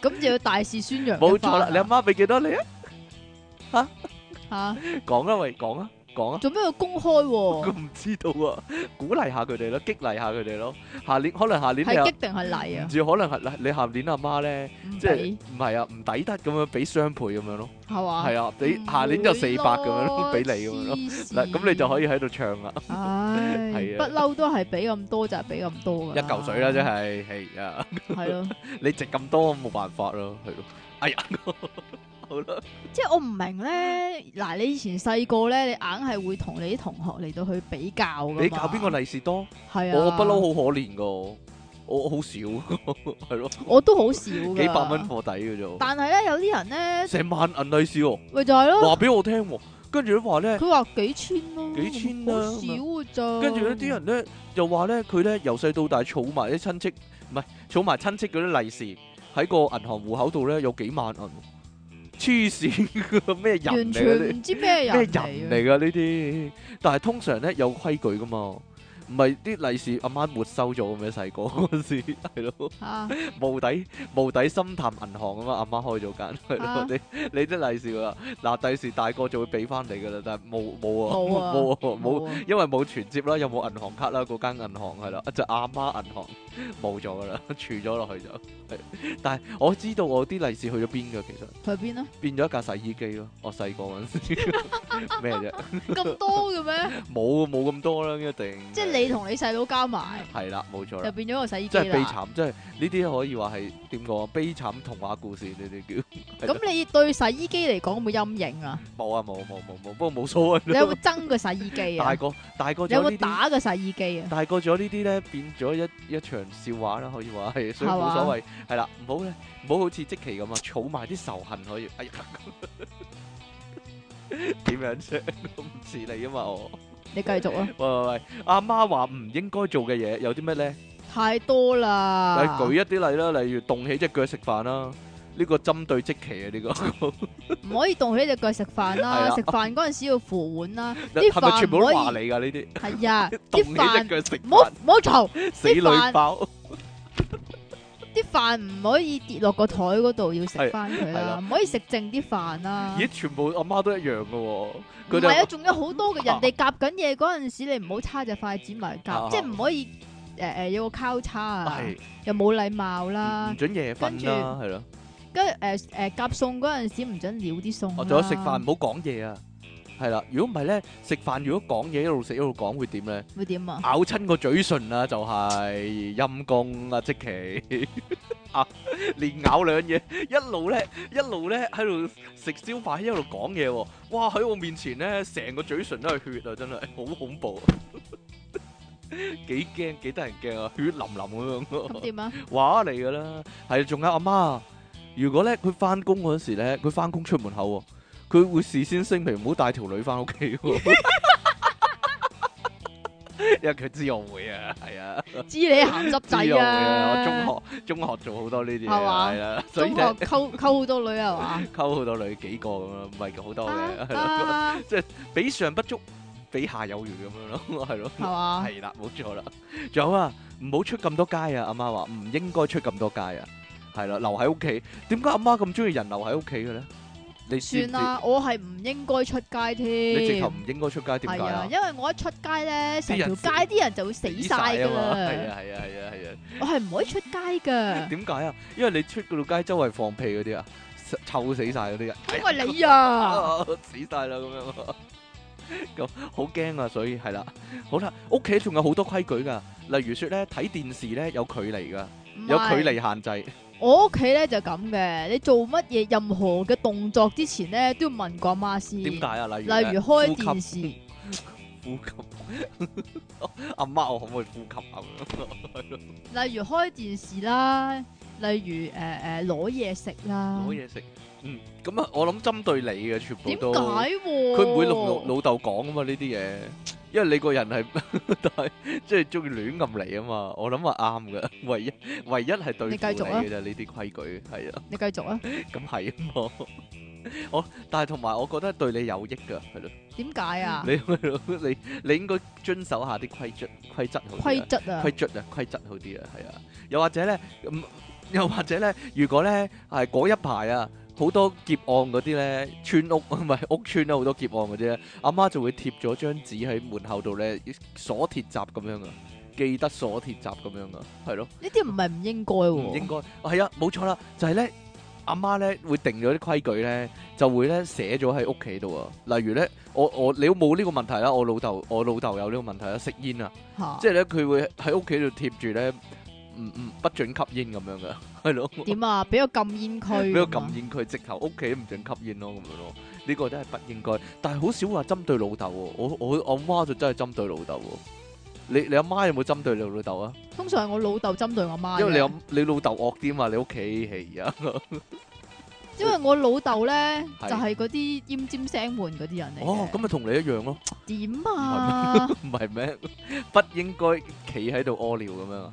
Speaker 2: 咁就要大肆宣 揚。
Speaker 1: 冇錯啦，你阿媽俾幾多你啊？
Speaker 2: 吓，
Speaker 1: 講啦，喂，講啊，講啊，
Speaker 2: 做咩要公開
Speaker 1: 佢
Speaker 2: 喎？
Speaker 1: 唔知道啊，鼓勵下佢哋咯，激勵下佢哋咯。下年可能下年你
Speaker 2: 係激
Speaker 1: 又
Speaker 2: 定係嚟
Speaker 1: 唔
Speaker 2: 啊？
Speaker 1: 知，可能係你下年阿媽咧，
Speaker 2: 唔
Speaker 1: 即係
Speaker 2: 俾
Speaker 1: 唔係啊，唔抵得咁樣俾雙倍咁樣咯，
Speaker 2: 係嘛？
Speaker 1: 係啊，你下年就四百咁樣咯，俾你咁樣咯。嗱，咁你就可
Speaker 2: 以。
Speaker 1: 以喺度唱啦，
Speaker 2: 唉，
Speaker 1: 係
Speaker 2: 不
Speaker 1: 啊
Speaker 2: 嬲都係俾咁多就係俾咁多㗎。
Speaker 1: 一嚿水啦，真。係，係啊，
Speaker 2: 係咯，
Speaker 1: 你值咁多冇辦法咯，係咯。哎呀，好啦，
Speaker 2: 即系我唔明咧，嗱，你以前細個咧，你硬係會同你啲同學嚟到去比較噶
Speaker 1: 你搞邊個利是多？
Speaker 2: 係啊，
Speaker 1: 我不嬲好可憐噶，我我好少， 係咯，
Speaker 2: 我都好少㗎
Speaker 1: 幾百蚊。貨底嘅啫，
Speaker 2: 但係咧，有啲人咧，
Speaker 1: 成萬銀利是喎，
Speaker 2: 咪就係咯，
Speaker 1: 話俾我聽喎，跟住咧話咧。
Speaker 2: 佢話幾千咯，
Speaker 1: 幾千啦
Speaker 2: 好少㗎咋。
Speaker 1: 跟住呢啲人咧又話咧佢咧由細到大儲埋啲親戚，唔係儲埋親戚嗰啲利是喺個銀行户口度咧有幾萬銀，黐線咩人嚟
Speaker 2: 完
Speaker 1: 嘅呢？
Speaker 2: 全唔知咩
Speaker 1: 咩
Speaker 2: 人
Speaker 1: 人
Speaker 2: 嚟嘅，
Speaker 1: 嚟噶呢啲？但係通常咧有規矩噶嘛，唔係啲利是阿媽沒收咗咁樣細個嗰陣時係咯。
Speaker 2: 啊
Speaker 1: 無底無底深潭銀行啊嘛，阿媽開咗間， 係咯
Speaker 2: 啊
Speaker 1: 你你啲利是噶啦，嗱第時大個就會俾翻你噶啦，但係冇冇啊
Speaker 2: 冇 啊
Speaker 1: 冇啊冇，
Speaker 2: 啊
Speaker 1: 因為冇存摺啦，又冇銀行卡啦，嗰間銀行係啦，就阿媽銀行 冇咗噶啦， 儲咗落去就係，但係我知道我啲利是去咗邊噶，其實
Speaker 2: 去邊啊？
Speaker 1: 變咗一架洗衣機咯，我細個嗰陣時 咩啫，
Speaker 2: 咁多嘅 咩？
Speaker 1: 冇冇咁多啦，一定
Speaker 2: 即係你同你細佬加埋，
Speaker 1: 係啦，冇錯啦
Speaker 2: 就。變咗個洗衣機
Speaker 1: 真係悲
Speaker 2: 啦。
Speaker 1: 慘，真係呢啲可以話係點講啊？悲慘童話故事呢啲叫
Speaker 2: 咁你對洗衣機嚟講有冇陰影 啊？
Speaker 1: 冇啊冇冇冇冇，不過冇所
Speaker 2: 你有
Speaker 1: 謂
Speaker 2: 冇
Speaker 1: 啦。
Speaker 2: 憎過洗衣機啊
Speaker 1: 大？個大個
Speaker 2: 你有
Speaker 1: 咗
Speaker 2: 冇
Speaker 1: 呢啲，
Speaker 2: 打過洗衣機啊？
Speaker 1: 大個咗呢啲咧變咗一一場笑話啦，可以話係，所以
Speaker 2: 係
Speaker 1: 冇
Speaker 2: 嘛
Speaker 1: 所謂。 係啦，唔好咧，唔好好似積淇咁啊，儲埋啲仇恨可以。哎呀，點樣啫？咁唔似你啊嘛我。
Speaker 2: 你繼續啊！
Speaker 1: 喂喂喂，阿媽話唔應該做嘅嘢有啲咩咧？
Speaker 2: 太多啦。
Speaker 1: 你舉一啲例啦，例如動起只腳食飯啦，呢個針對積淇啊呢個。
Speaker 2: 唔可以動起只腳食飯
Speaker 1: 係啊
Speaker 2: 啦，
Speaker 1: 啦
Speaker 2: 食飯嗰陣時要扶碗啦，啲
Speaker 1: 係咪
Speaker 2: 飯
Speaker 1: 全部都話
Speaker 2: 唔可以
Speaker 1: 你㗎呢啲？
Speaker 2: 係啊，
Speaker 1: 動
Speaker 2: 啲
Speaker 1: 起
Speaker 2: 飯
Speaker 1: 只腳食
Speaker 2: 唔好
Speaker 1: 飯，
Speaker 2: 唔好嘈，
Speaker 1: 死女
Speaker 2: 飯
Speaker 1: 包
Speaker 2: 啲飯唔可以跌落個台嗰度，要食翻佢啊
Speaker 1: 係啦
Speaker 2: 啦，唔可以食剩啲飯啦。
Speaker 1: 咦，全部阿媽都一樣嘅喎，
Speaker 2: 唔
Speaker 1: 佢
Speaker 2: 係啊，
Speaker 1: 哋
Speaker 2: 仲有好多嘅人哋夾緊嘢嗰陣時，你唔好叉隻筷子埋
Speaker 1: 啊
Speaker 2: 夾，即係唔可以誒誒有個交叉啊，
Speaker 1: 係嗯
Speaker 2: 又冇禮貌
Speaker 1: 唔
Speaker 2: 啦
Speaker 1: 唔。准夜瞓啦，係咯。
Speaker 2: 跟住誒誒夾餸嗰陣時唔准撩啲餸啦。啊
Speaker 1: 哦我仲有食飯唔好講嘢啊，係啦。如果唔係咧，食飯如果講嘢一路食一路講會點咧？
Speaker 2: 會點 啊？
Speaker 1: 咬親個嘴唇啊，就係陰公啊，即奇 啊，連咬兩嘢，一路咧一路咧喺度食燒飯，一路講嘢喎。哇！喺我面前咧，成個嘴唇都係血啊，真係好恐怖啊！ 幾驚幾得人驚啊！血淋淋咁
Speaker 2: 咁
Speaker 1: 樣，
Speaker 2: 點啊？
Speaker 1: 話嚟噶啦。係仲有阿媽，如果咧佢翻工嗰時咧，佢翻工出門口喎，佢會事先聲明唔好帶條女翻屋企喎。 因為佢知我會啊，係啊，
Speaker 2: 知你鹹濕
Speaker 1: 知
Speaker 2: 仔
Speaker 1: 我會啊，我
Speaker 2: 啊！
Speaker 1: 中學中學做好多呢啲嘢，
Speaker 2: 係嘛
Speaker 1: 係啦，所以
Speaker 2: 中
Speaker 1: 咧
Speaker 2: 學溝溝好多女係嘛？
Speaker 1: 溝好多女幾個咁樣，唔係好多嘅，係咯，
Speaker 2: 啊
Speaker 1: 比上不足，比下有餘咁樣咯， 係咯，
Speaker 2: 係嘛？
Speaker 1: 係啦，冇錯啦。 仲有啊，唔好出咁多街啊！阿媽話唔應該出咁多街啊，係啦，留喺屋企。點解阿媽咁中意人留喺屋企嘅咧？你知唔
Speaker 2: 算
Speaker 1: 知，
Speaker 2: 啦，我係唔應該出街添。
Speaker 1: 你直頭唔應該出街，點
Speaker 2: 係
Speaker 1: 解
Speaker 2: 啊，
Speaker 1: 啊？
Speaker 2: 因為我一出街咧，成條
Speaker 1: 人
Speaker 2: 街啲人就會死晒
Speaker 1: 死
Speaker 2: 㗎
Speaker 1: 啊嘛，係
Speaker 2: 啦。
Speaker 1: 啊係啊係啊係啊，
Speaker 2: 我係唔可以出街 㗎，
Speaker 1: 點解啊？因為你出嗰條街周圍放屁嗰啲啊，臭死晒嗰啲人。
Speaker 2: 因為 你啊，
Speaker 1: 啊死晒啦咁樣，咁好驚啊！所以係啦，好啦，屋企仲有好多規矩噶，例如說咧睇電視咧有距離噶，
Speaker 2: 唔
Speaker 1: 有
Speaker 2: 係
Speaker 1: 距。離限制，
Speaker 2: 我屋企咧就咁嘅，你做乜嘢任何嘅動作之前咧，都要問過阿媽先。
Speaker 1: 點解啊？例如
Speaker 2: 例如開電
Speaker 1: 視，
Speaker 2: 視，
Speaker 1: 呼吸， 阿媽我可唔可以呼吸啊？
Speaker 2: 例如開電視啦，例如誒誒攞嘢食啦
Speaker 1: 攞。嘢食，嗯，咁啊，我諗針對你嘅全部
Speaker 2: 點解
Speaker 1: 都，
Speaker 2: 喎？
Speaker 1: 佢唔會同老老豆講啊嘛呢啲嘢。因為你個人係， 但係即係中意亂咁嚟啊嘛，我諗話啱嘅， 唯一唯一係對
Speaker 2: 你繼
Speaker 1: 付
Speaker 2: 續
Speaker 1: 你
Speaker 2: 啊
Speaker 1: 嘅啫，呢啲規矩係啊。
Speaker 2: 你繼續啊？
Speaker 1: 咁係啊嘛， 我但係同埋我覺得對你有益噶，係咯，
Speaker 2: 點解啊？
Speaker 1: 你你你應該遵守下啲規則規則好啲
Speaker 2: 規
Speaker 1: 啊，
Speaker 2: 則啊
Speaker 1: 規，則啊規則好啲啊，係啊，又或者咧，嗯又或者咧，如果咧係嗰一排啊。好多劫案嗰啲咧，村屋 唔係屋村啦，好多劫案嗰啲咧，阿媽就會貼咗張紙喺門口度咧，鎖鐵閘咁樣啊，記得鎖鐵閘咁樣啊，係咯。
Speaker 2: 呢啲唔係唔應該
Speaker 1: 唔應
Speaker 2: 喎。
Speaker 1: 該，係啊，冇錯啦，就係咧，阿媽咧會定咗啲規矩咧，就會咧寫咗喺屋企度啊。例如咧，我我你冇呢個問題啦，我老豆我老豆有呢個問題啦，食煙啊，
Speaker 2: 嚇
Speaker 1: 即係咧佢會喺屋企度貼住咧，唔唔不准吸煙咁樣嘅， 係咯。
Speaker 2: 點啊？俾個禁煙區， 啊
Speaker 1: 俾我禁，煙佢，直頭屋企都唔准吸煙咯，咁樣咯。呢個真係不應該，但係好少話針對老豆喎。我我我媽就真係針對老豆喎。你你阿媽有冇針對你老豆啊？
Speaker 2: 通常係我老豆針對我媽嘅，
Speaker 1: 因為你阿你老豆惡啲嘛，你屋企係 啊，
Speaker 2: 因為我老豆咧
Speaker 1: 係
Speaker 2: 就係嗰啲奄尖聲悶嗰啲人嚟嘅
Speaker 1: 哦，咁咪同你一樣咯，
Speaker 2: 點啊？
Speaker 1: 唔係咩？ 不應該企喺度屙尿咁樣啊？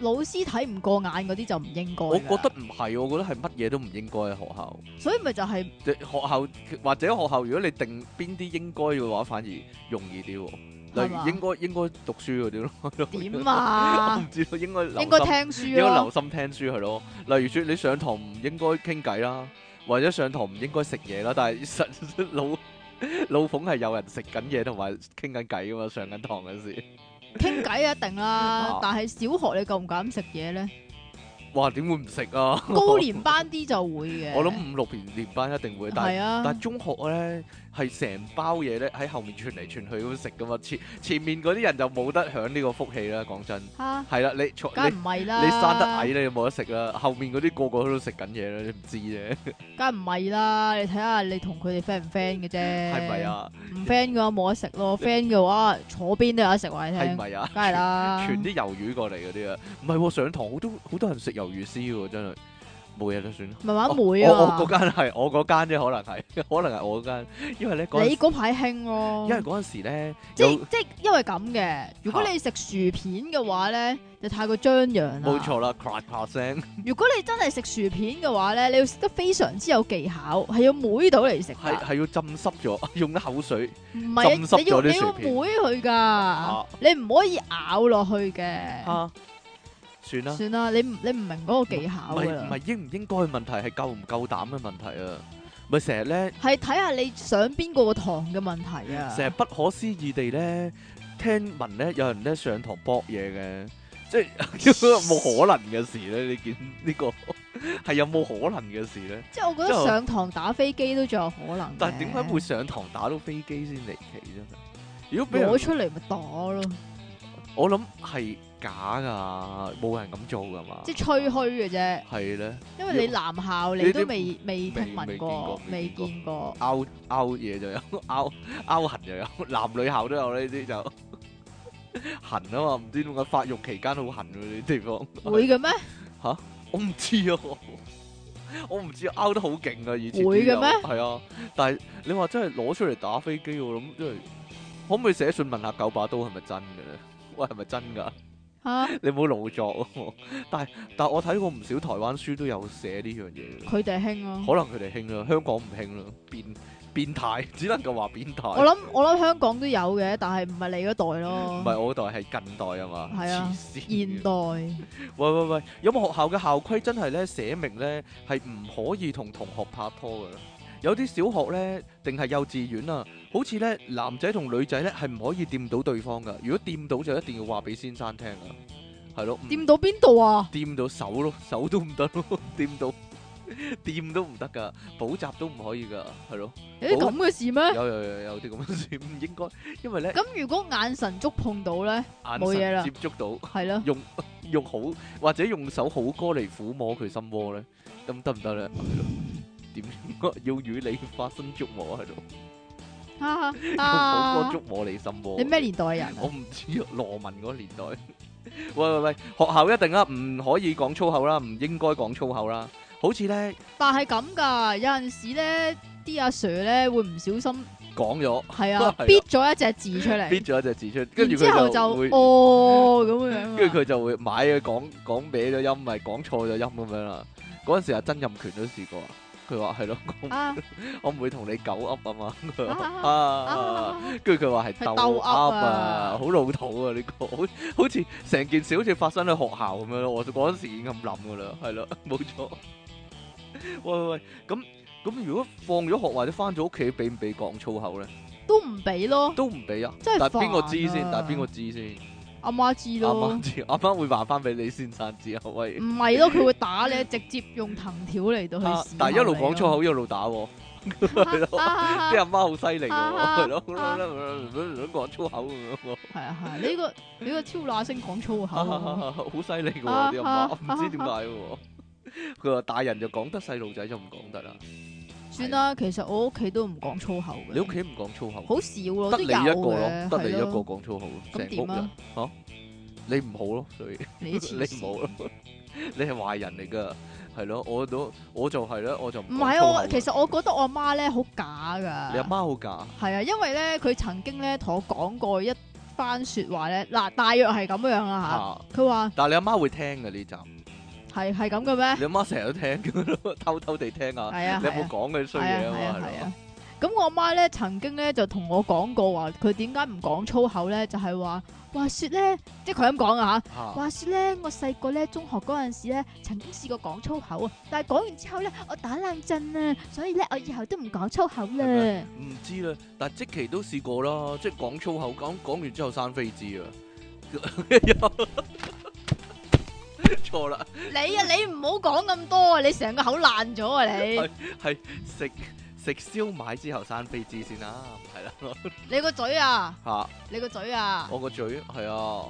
Speaker 2: 老師睇唔過眼嗰啲就唔應該㗎。
Speaker 1: 我覺得唔係，我覺得係乜嘢都唔應該嘅學校。
Speaker 2: 所以咪就係
Speaker 1: 即係學校或者學校，如果你定邊啲應該嘅話，反而容易啲喎。例
Speaker 2: 係嘛
Speaker 1: 如應該應該讀書嗰啲 咯。
Speaker 2: 點
Speaker 1: 我
Speaker 2: 啊
Speaker 1: 唔？知道應該留
Speaker 2: 應該
Speaker 1: 心
Speaker 2: 聽
Speaker 1: 應
Speaker 2: 書啊
Speaker 1: 該
Speaker 2: 咯
Speaker 1: 留，心聽書係咯。例如説，你上堂唔應該傾偈啦，或者上堂唔應該食嘢啦。但係 實老老馮係有人食緊嘢同埋傾緊偈噶嘛，上緊堂嗰時。
Speaker 2: 傾偈一 定
Speaker 1: 嚇
Speaker 2: 啦。但係小學你夠唔夠膽食嘢 咧？
Speaker 1: 哇，點會唔食啊？
Speaker 2: 高年班啲就會嘅。
Speaker 1: 我諗五六年年班一定會，但係
Speaker 2: 係啊
Speaker 1: 但，係中學咧係成包嘢咧喺後面傳嚟傳去咁食噶嘛，前前面嗰啲人就冇得享呢個福氣啦。講真，
Speaker 2: 嚇，
Speaker 1: 係啦，你坐
Speaker 2: 梗
Speaker 1: 你
Speaker 2: 唔係啦。
Speaker 1: 你生得矮你就冇得食啦，後面嗰啲個個都食緊嘢啦，你唔知啫，
Speaker 2: 梗唔係啦，你睇下你同佢哋 friend 唔 friend 嘅啫。
Speaker 1: 係咪？啊？
Speaker 2: 唔 friend 嘅話冇得食咯，friend 嘅話坐邊都有得食話你
Speaker 1: 係
Speaker 2: 聽，
Speaker 1: 咪啊？
Speaker 2: 梗係啦。
Speaker 1: 傳啲魷魚過嚟嗰啲啊，唔係喎，上堂好多好多人食魷魚絲喎，真係冇嘢都算啦。
Speaker 2: 慢慢
Speaker 1: 我
Speaker 2: 妹
Speaker 1: 哦我
Speaker 2: 啊
Speaker 1: 嗰，間係我嗰間啫，可能係， 可能係我嗰間，因為咧嗰陣
Speaker 2: 你嗰排興咯
Speaker 1: 因。為嗰陣時咧
Speaker 2: 即啊
Speaker 1: 有
Speaker 2: 即因為咁嘅，如果你食薯片嘅話咧，就太過張揚啦。
Speaker 1: 冇。錯啦，咔咔聲
Speaker 2: 如果你真係食薯片嘅話咧，你要食得非常之有技巧，係要妹到嚟食
Speaker 1: 係
Speaker 2: 㗎，
Speaker 1: 係要浸濕咗， 用啲口水
Speaker 2: 唔
Speaker 1: 浸
Speaker 2: 係
Speaker 1: 濕
Speaker 2: 啊你要
Speaker 1: 咗啲
Speaker 2: 你要
Speaker 1: 薯片
Speaker 2: 妹佢㗎，你唔可以咬落去嘅。
Speaker 1: 啊，算啦，
Speaker 2: 算啦，你唔你唔明嗰個技巧
Speaker 1: 唔係
Speaker 2: 㗎
Speaker 1: 唔
Speaker 2: 啦，
Speaker 1: 係應唔應該嘅問題，係夠唔夠膽嘅問題啊，咪成日咧
Speaker 2: 係睇下你上邊個堂嘅問題啊。
Speaker 1: 成日不可思議地咧，聽聞咧有人咧上堂搏嘢嘅，即 係冇可能嘅事咧。你見呢、個 係有冇可能嘅事咧？
Speaker 2: 即係我覺
Speaker 1: 之後
Speaker 2: 得上堂打飛機都仲有可能嘅。
Speaker 1: 但係點解會上堂打到飛機先離奇真係？如果俾人
Speaker 2: 攞出嚟咪打咯？
Speaker 1: 啊我諗係假㗎，冇人咁做㗎嘛。
Speaker 2: 即係吹噓嘅啫，
Speaker 1: 係咧，
Speaker 2: 因為你男校
Speaker 1: 呢
Speaker 2: 你
Speaker 1: 啲
Speaker 2: 都未未聽
Speaker 1: 未
Speaker 2: 聞過，
Speaker 1: 未
Speaker 2: 未
Speaker 1: 見過
Speaker 2: 見過。
Speaker 1: 拗拗嘢就有， 拗拗痕又有，男女校都有呢啲就 痕啊嘛。唔知點解發育期間好痕㗎呢啲地方。
Speaker 2: 會嘅咩？
Speaker 1: 我唔知啊， 我唔知拗得好勁啊，以前啲
Speaker 2: 會嘅
Speaker 1: 友
Speaker 2: 咩
Speaker 1: 係啊，但係你話真係攞出嚟打飛機，我諗真係可唔可以寫信問下九把刀係咪真嘅咧？ 喂，係咪真㗎？
Speaker 2: 吓，
Speaker 1: 你唔好老作喎、 但係但係我睇過唔少台灣書都有寫呢樣嘢嘅，
Speaker 2: 佢哋興咯。
Speaker 1: 可能佢哋興啦，香港唔興啦，變變態，只能夠話變態。
Speaker 2: 我諗我諗香港都有嘅，但係唔係你嗰代
Speaker 1: 唔
Speaker 2: 咯，
Speaker 1: 係我嗰代係近代啊嘛，
Speaker 2: 係啊
Speaker 1: 黐線嘅
Speaker 2: 現代
Speaker 1: 喂喂喂，有冇學校嘅校規真係咧寫明咧係唔可以同同學拍拖嘅咧？有啲小學咧定係幼稚園啊，好似咧男仔同女仔咧係唔可以掂到對方噶。如果掂到就一定要話俾先生聽噶，係咯，唔
Speaker 2: 掂到邊度啊？
Speaker 1: 掂到手咯，手都唔得咯， 掂到掂都唔得噶，補習都唔可以噶，係咯，
Speaker 2: 有啲
Speaker 1: 好
Speaker 2: 咁嘅事咩？
Speaker 1: 有有有有啲咁嘅事唔應該，因為咧
Speaker 2: 咁如果眼神觸碰到咧，
Speaker 1: 眼
Speaker 2: 冇嘢啦
Speaker 1: 神接觸到。
Speaker 2: 係咯，
Speaker 1: 用 用好或者用首好歌嚟撫摸佢心窩咧，咁得唔得咧？點 要與你發生觸摸喺度，
Speaker 2: 哈哈
Speaker 1: 用好
Speaker 2: 啊
Speaker 1: 歌觸摸你心窩。
Speaker 2: 你咩年代人啊
Speaker 1: 我？唔知啊，羅文嗰年代。 喂喂喂，學校一定啦，唔可以講粗口啦，唔應該講粗口啦。好似咧
Speaker 2: 但係咁噶，有陣時咧，啲阿 Sir 咧會唔小心
Speaker 1: 講咗，
Speaker 2: 係
Speaker 1: 係
Speaker 2: 啊
Speaker 1: 啊，
Speaker 2: 搣咗一隻字出
Speaker 1: 搣
Speaker 2: 嚟，
Speaker 1: 咗一隻字出，跟
Speaker 2: 然
Speaker 1: 住
Speaker 2: 之後
Speaker 1: 佢
Speaker 2: 就
Speaker 1: 就會，
Speaker 2: 哦咁樣啊，
Speaker 1: 跟住佢就會買啊，講講歪咗音，咪講錯咗音咁樣啦。嗰陣時阿曾蔭權都試過啊，佢話係咯，講
Speaker 2: 啊
Speaker 1: 我唔會同你狗噏啊嘛，
Speaker 2: 啊
Speaker 1: 啊，
Speaker 2: 啊
Speaker 1: 跟住佢話係
Speaker 2: 係
Speaker 1: 鬥
Speaker 2: 鬥
Speaker 1: 噏
Speaker 2: 噏
Speaker 1: 啊
Speaker 2: 啊，
Speaker 1: 好老土啊呢個，好好似成件事好似發生喺學校咁 樣咯，我嗰陣時已經咁諗噶啦，係啦，冇錯。喂喂喂，咁咁如果放咗學或者翻咗屋企，俾唔俾講粗口咧？
Speaker 2: 都唔俾咯，
Speaker 1: 都唔俾啊！
Speaker 2: 真係
Speaker 1: 但係邊個
Speaker 2: 煩
Speaker 1: 知先？
Speaker 2: 啊
Speaker 1: 但係邊個知先？
Speaker 2: 阿媽知
Speaker 1: 啱
Speaker 2: 咯
Speaker 1: 啱，知， 啱啱會話翻俾李先生知啊！喂，
Speaker 2: 唔係咯，佢會打你，直接用藤條嚟到去
Speaker 1: 啊
Speaker 2: 試
Speaker 1: 但係一路
Speaker 2: 下你咯
Speaker 1: 講粗，口一路打喎，係 咯啲
Speaker 2: 係
Speaker 1: 阿媽好犀利喎，
Speaker 2: 啊
Speaker 1: 係咯，
Speaker 2: 啊
Speaker 1: 咁講粗口咁樣喎，
Speaker 2: 啊係啊，呢個呢個超乸聲講粗口啊，
Speaker 1: 好犀利喎
Speaker 2: 啊
Speaker 1: 啲阿媽，唔知點解喎。佢話大人就講得，細路仔就唔講得啦。
Speaker 2: 算啦，其實我屋企都唔講粗口
Speaker 1: 你屋
Speaker 2: 嘅，
Speaker 1: 企唔講粗口，
Speaker 2: 好少咯，
Speaker 1: 得
Speaker 2: 都
Speaker 1: 你一
Speaker 2: 有
Speaker 1: 個咯，
Speaker 2: 嘅，
Speaker 1: 得你一個
Speaker 2: 係咯，
Speaker 1: 講粗口咯，成
Speaker 2: 咁
Speaker 1: 屋
Speaker 2: 點
Speaker 1: 人
Speaker 2: 啊？
Speaker 1: 你唔好咯，所以。
Speaker 2: 你
Speaker 1: 你
Speaker 2: 黐線
Speaker 1: 冇咯，你係壞人嚟噶，係咯，我都我就係啦，我就唔
Speaker 2: 唔
Speaker 1: 講
Speaker 2: 係啊
Speaker 1: 粗
Speaker 2: 我，
Speaker 1: 口
Speaker 2: 其
Speaker 1: 㗎
Speaker 2: 實我覺得我阿媽咧好假噶。
Speaker 1: 你阿媽好假，
Speaker 2: 係啊，因為咧佢曾經咧同我講過一番説話咧，嗱大約係咁樣啦
Speaker 1: 啊
Speaker 2: 嚇。佢話
Speaker 1: 但係你阿媽會聽噶 呢集， 你
Speaker 2: 係係咁嘅咩？
Speaker 1: 阿媽成日都聽㗎，偷偷地聽啊，
Speaker 2: 係啊
Speaker 1: 你有
Speaker 2: 係
Speaker 1: 冇
Speaker 2: 啊
Speaker 1: 講佢
Speaker 2: 係
Speaker 1: 衰
Speaker 2: 啊
Speaker 1: 嘢
Speaker 2: 係
Speaker 1: 啊
Speaker 2: 啊
Speaker 1: 嘛？
Speaker 2: 係
Speaker 1: 係
Speaker 2: 啊
Speaker 1: 咯，。
Speaker 2: 咁我阿媽咧曾經咧就同我講過話，佢點解唔講粗口咧？就係話話説咧，即係佢咁講啊嚇。
Speaker 1: 嚇
Speaker 2: 話説咧，我細個咧中學嗰陣時咧，曾經試過講粗口啊，但係講完之後咧，我打冷震啊，所以咧我以後都唔講粗口
Speaker 1: 係咪
Speaker 2: 啦。
Speaker 1: 唔知啦，但係即期都試過啦，即係講粗口，講講完之後生飛枝啊， 錯啦，
Speaker 2: 你啊，你唔好講咁多啊，你成個口爛咗啊你！
Speaker 1: 係食食燒賣之後生飛枝先啦，係啦
Speaker 2: 你個嘴 啊，
Speaker 1: 嚇。
Speaker 2: 你個嘴啊！
Speaker 1: 我個嘴係啊，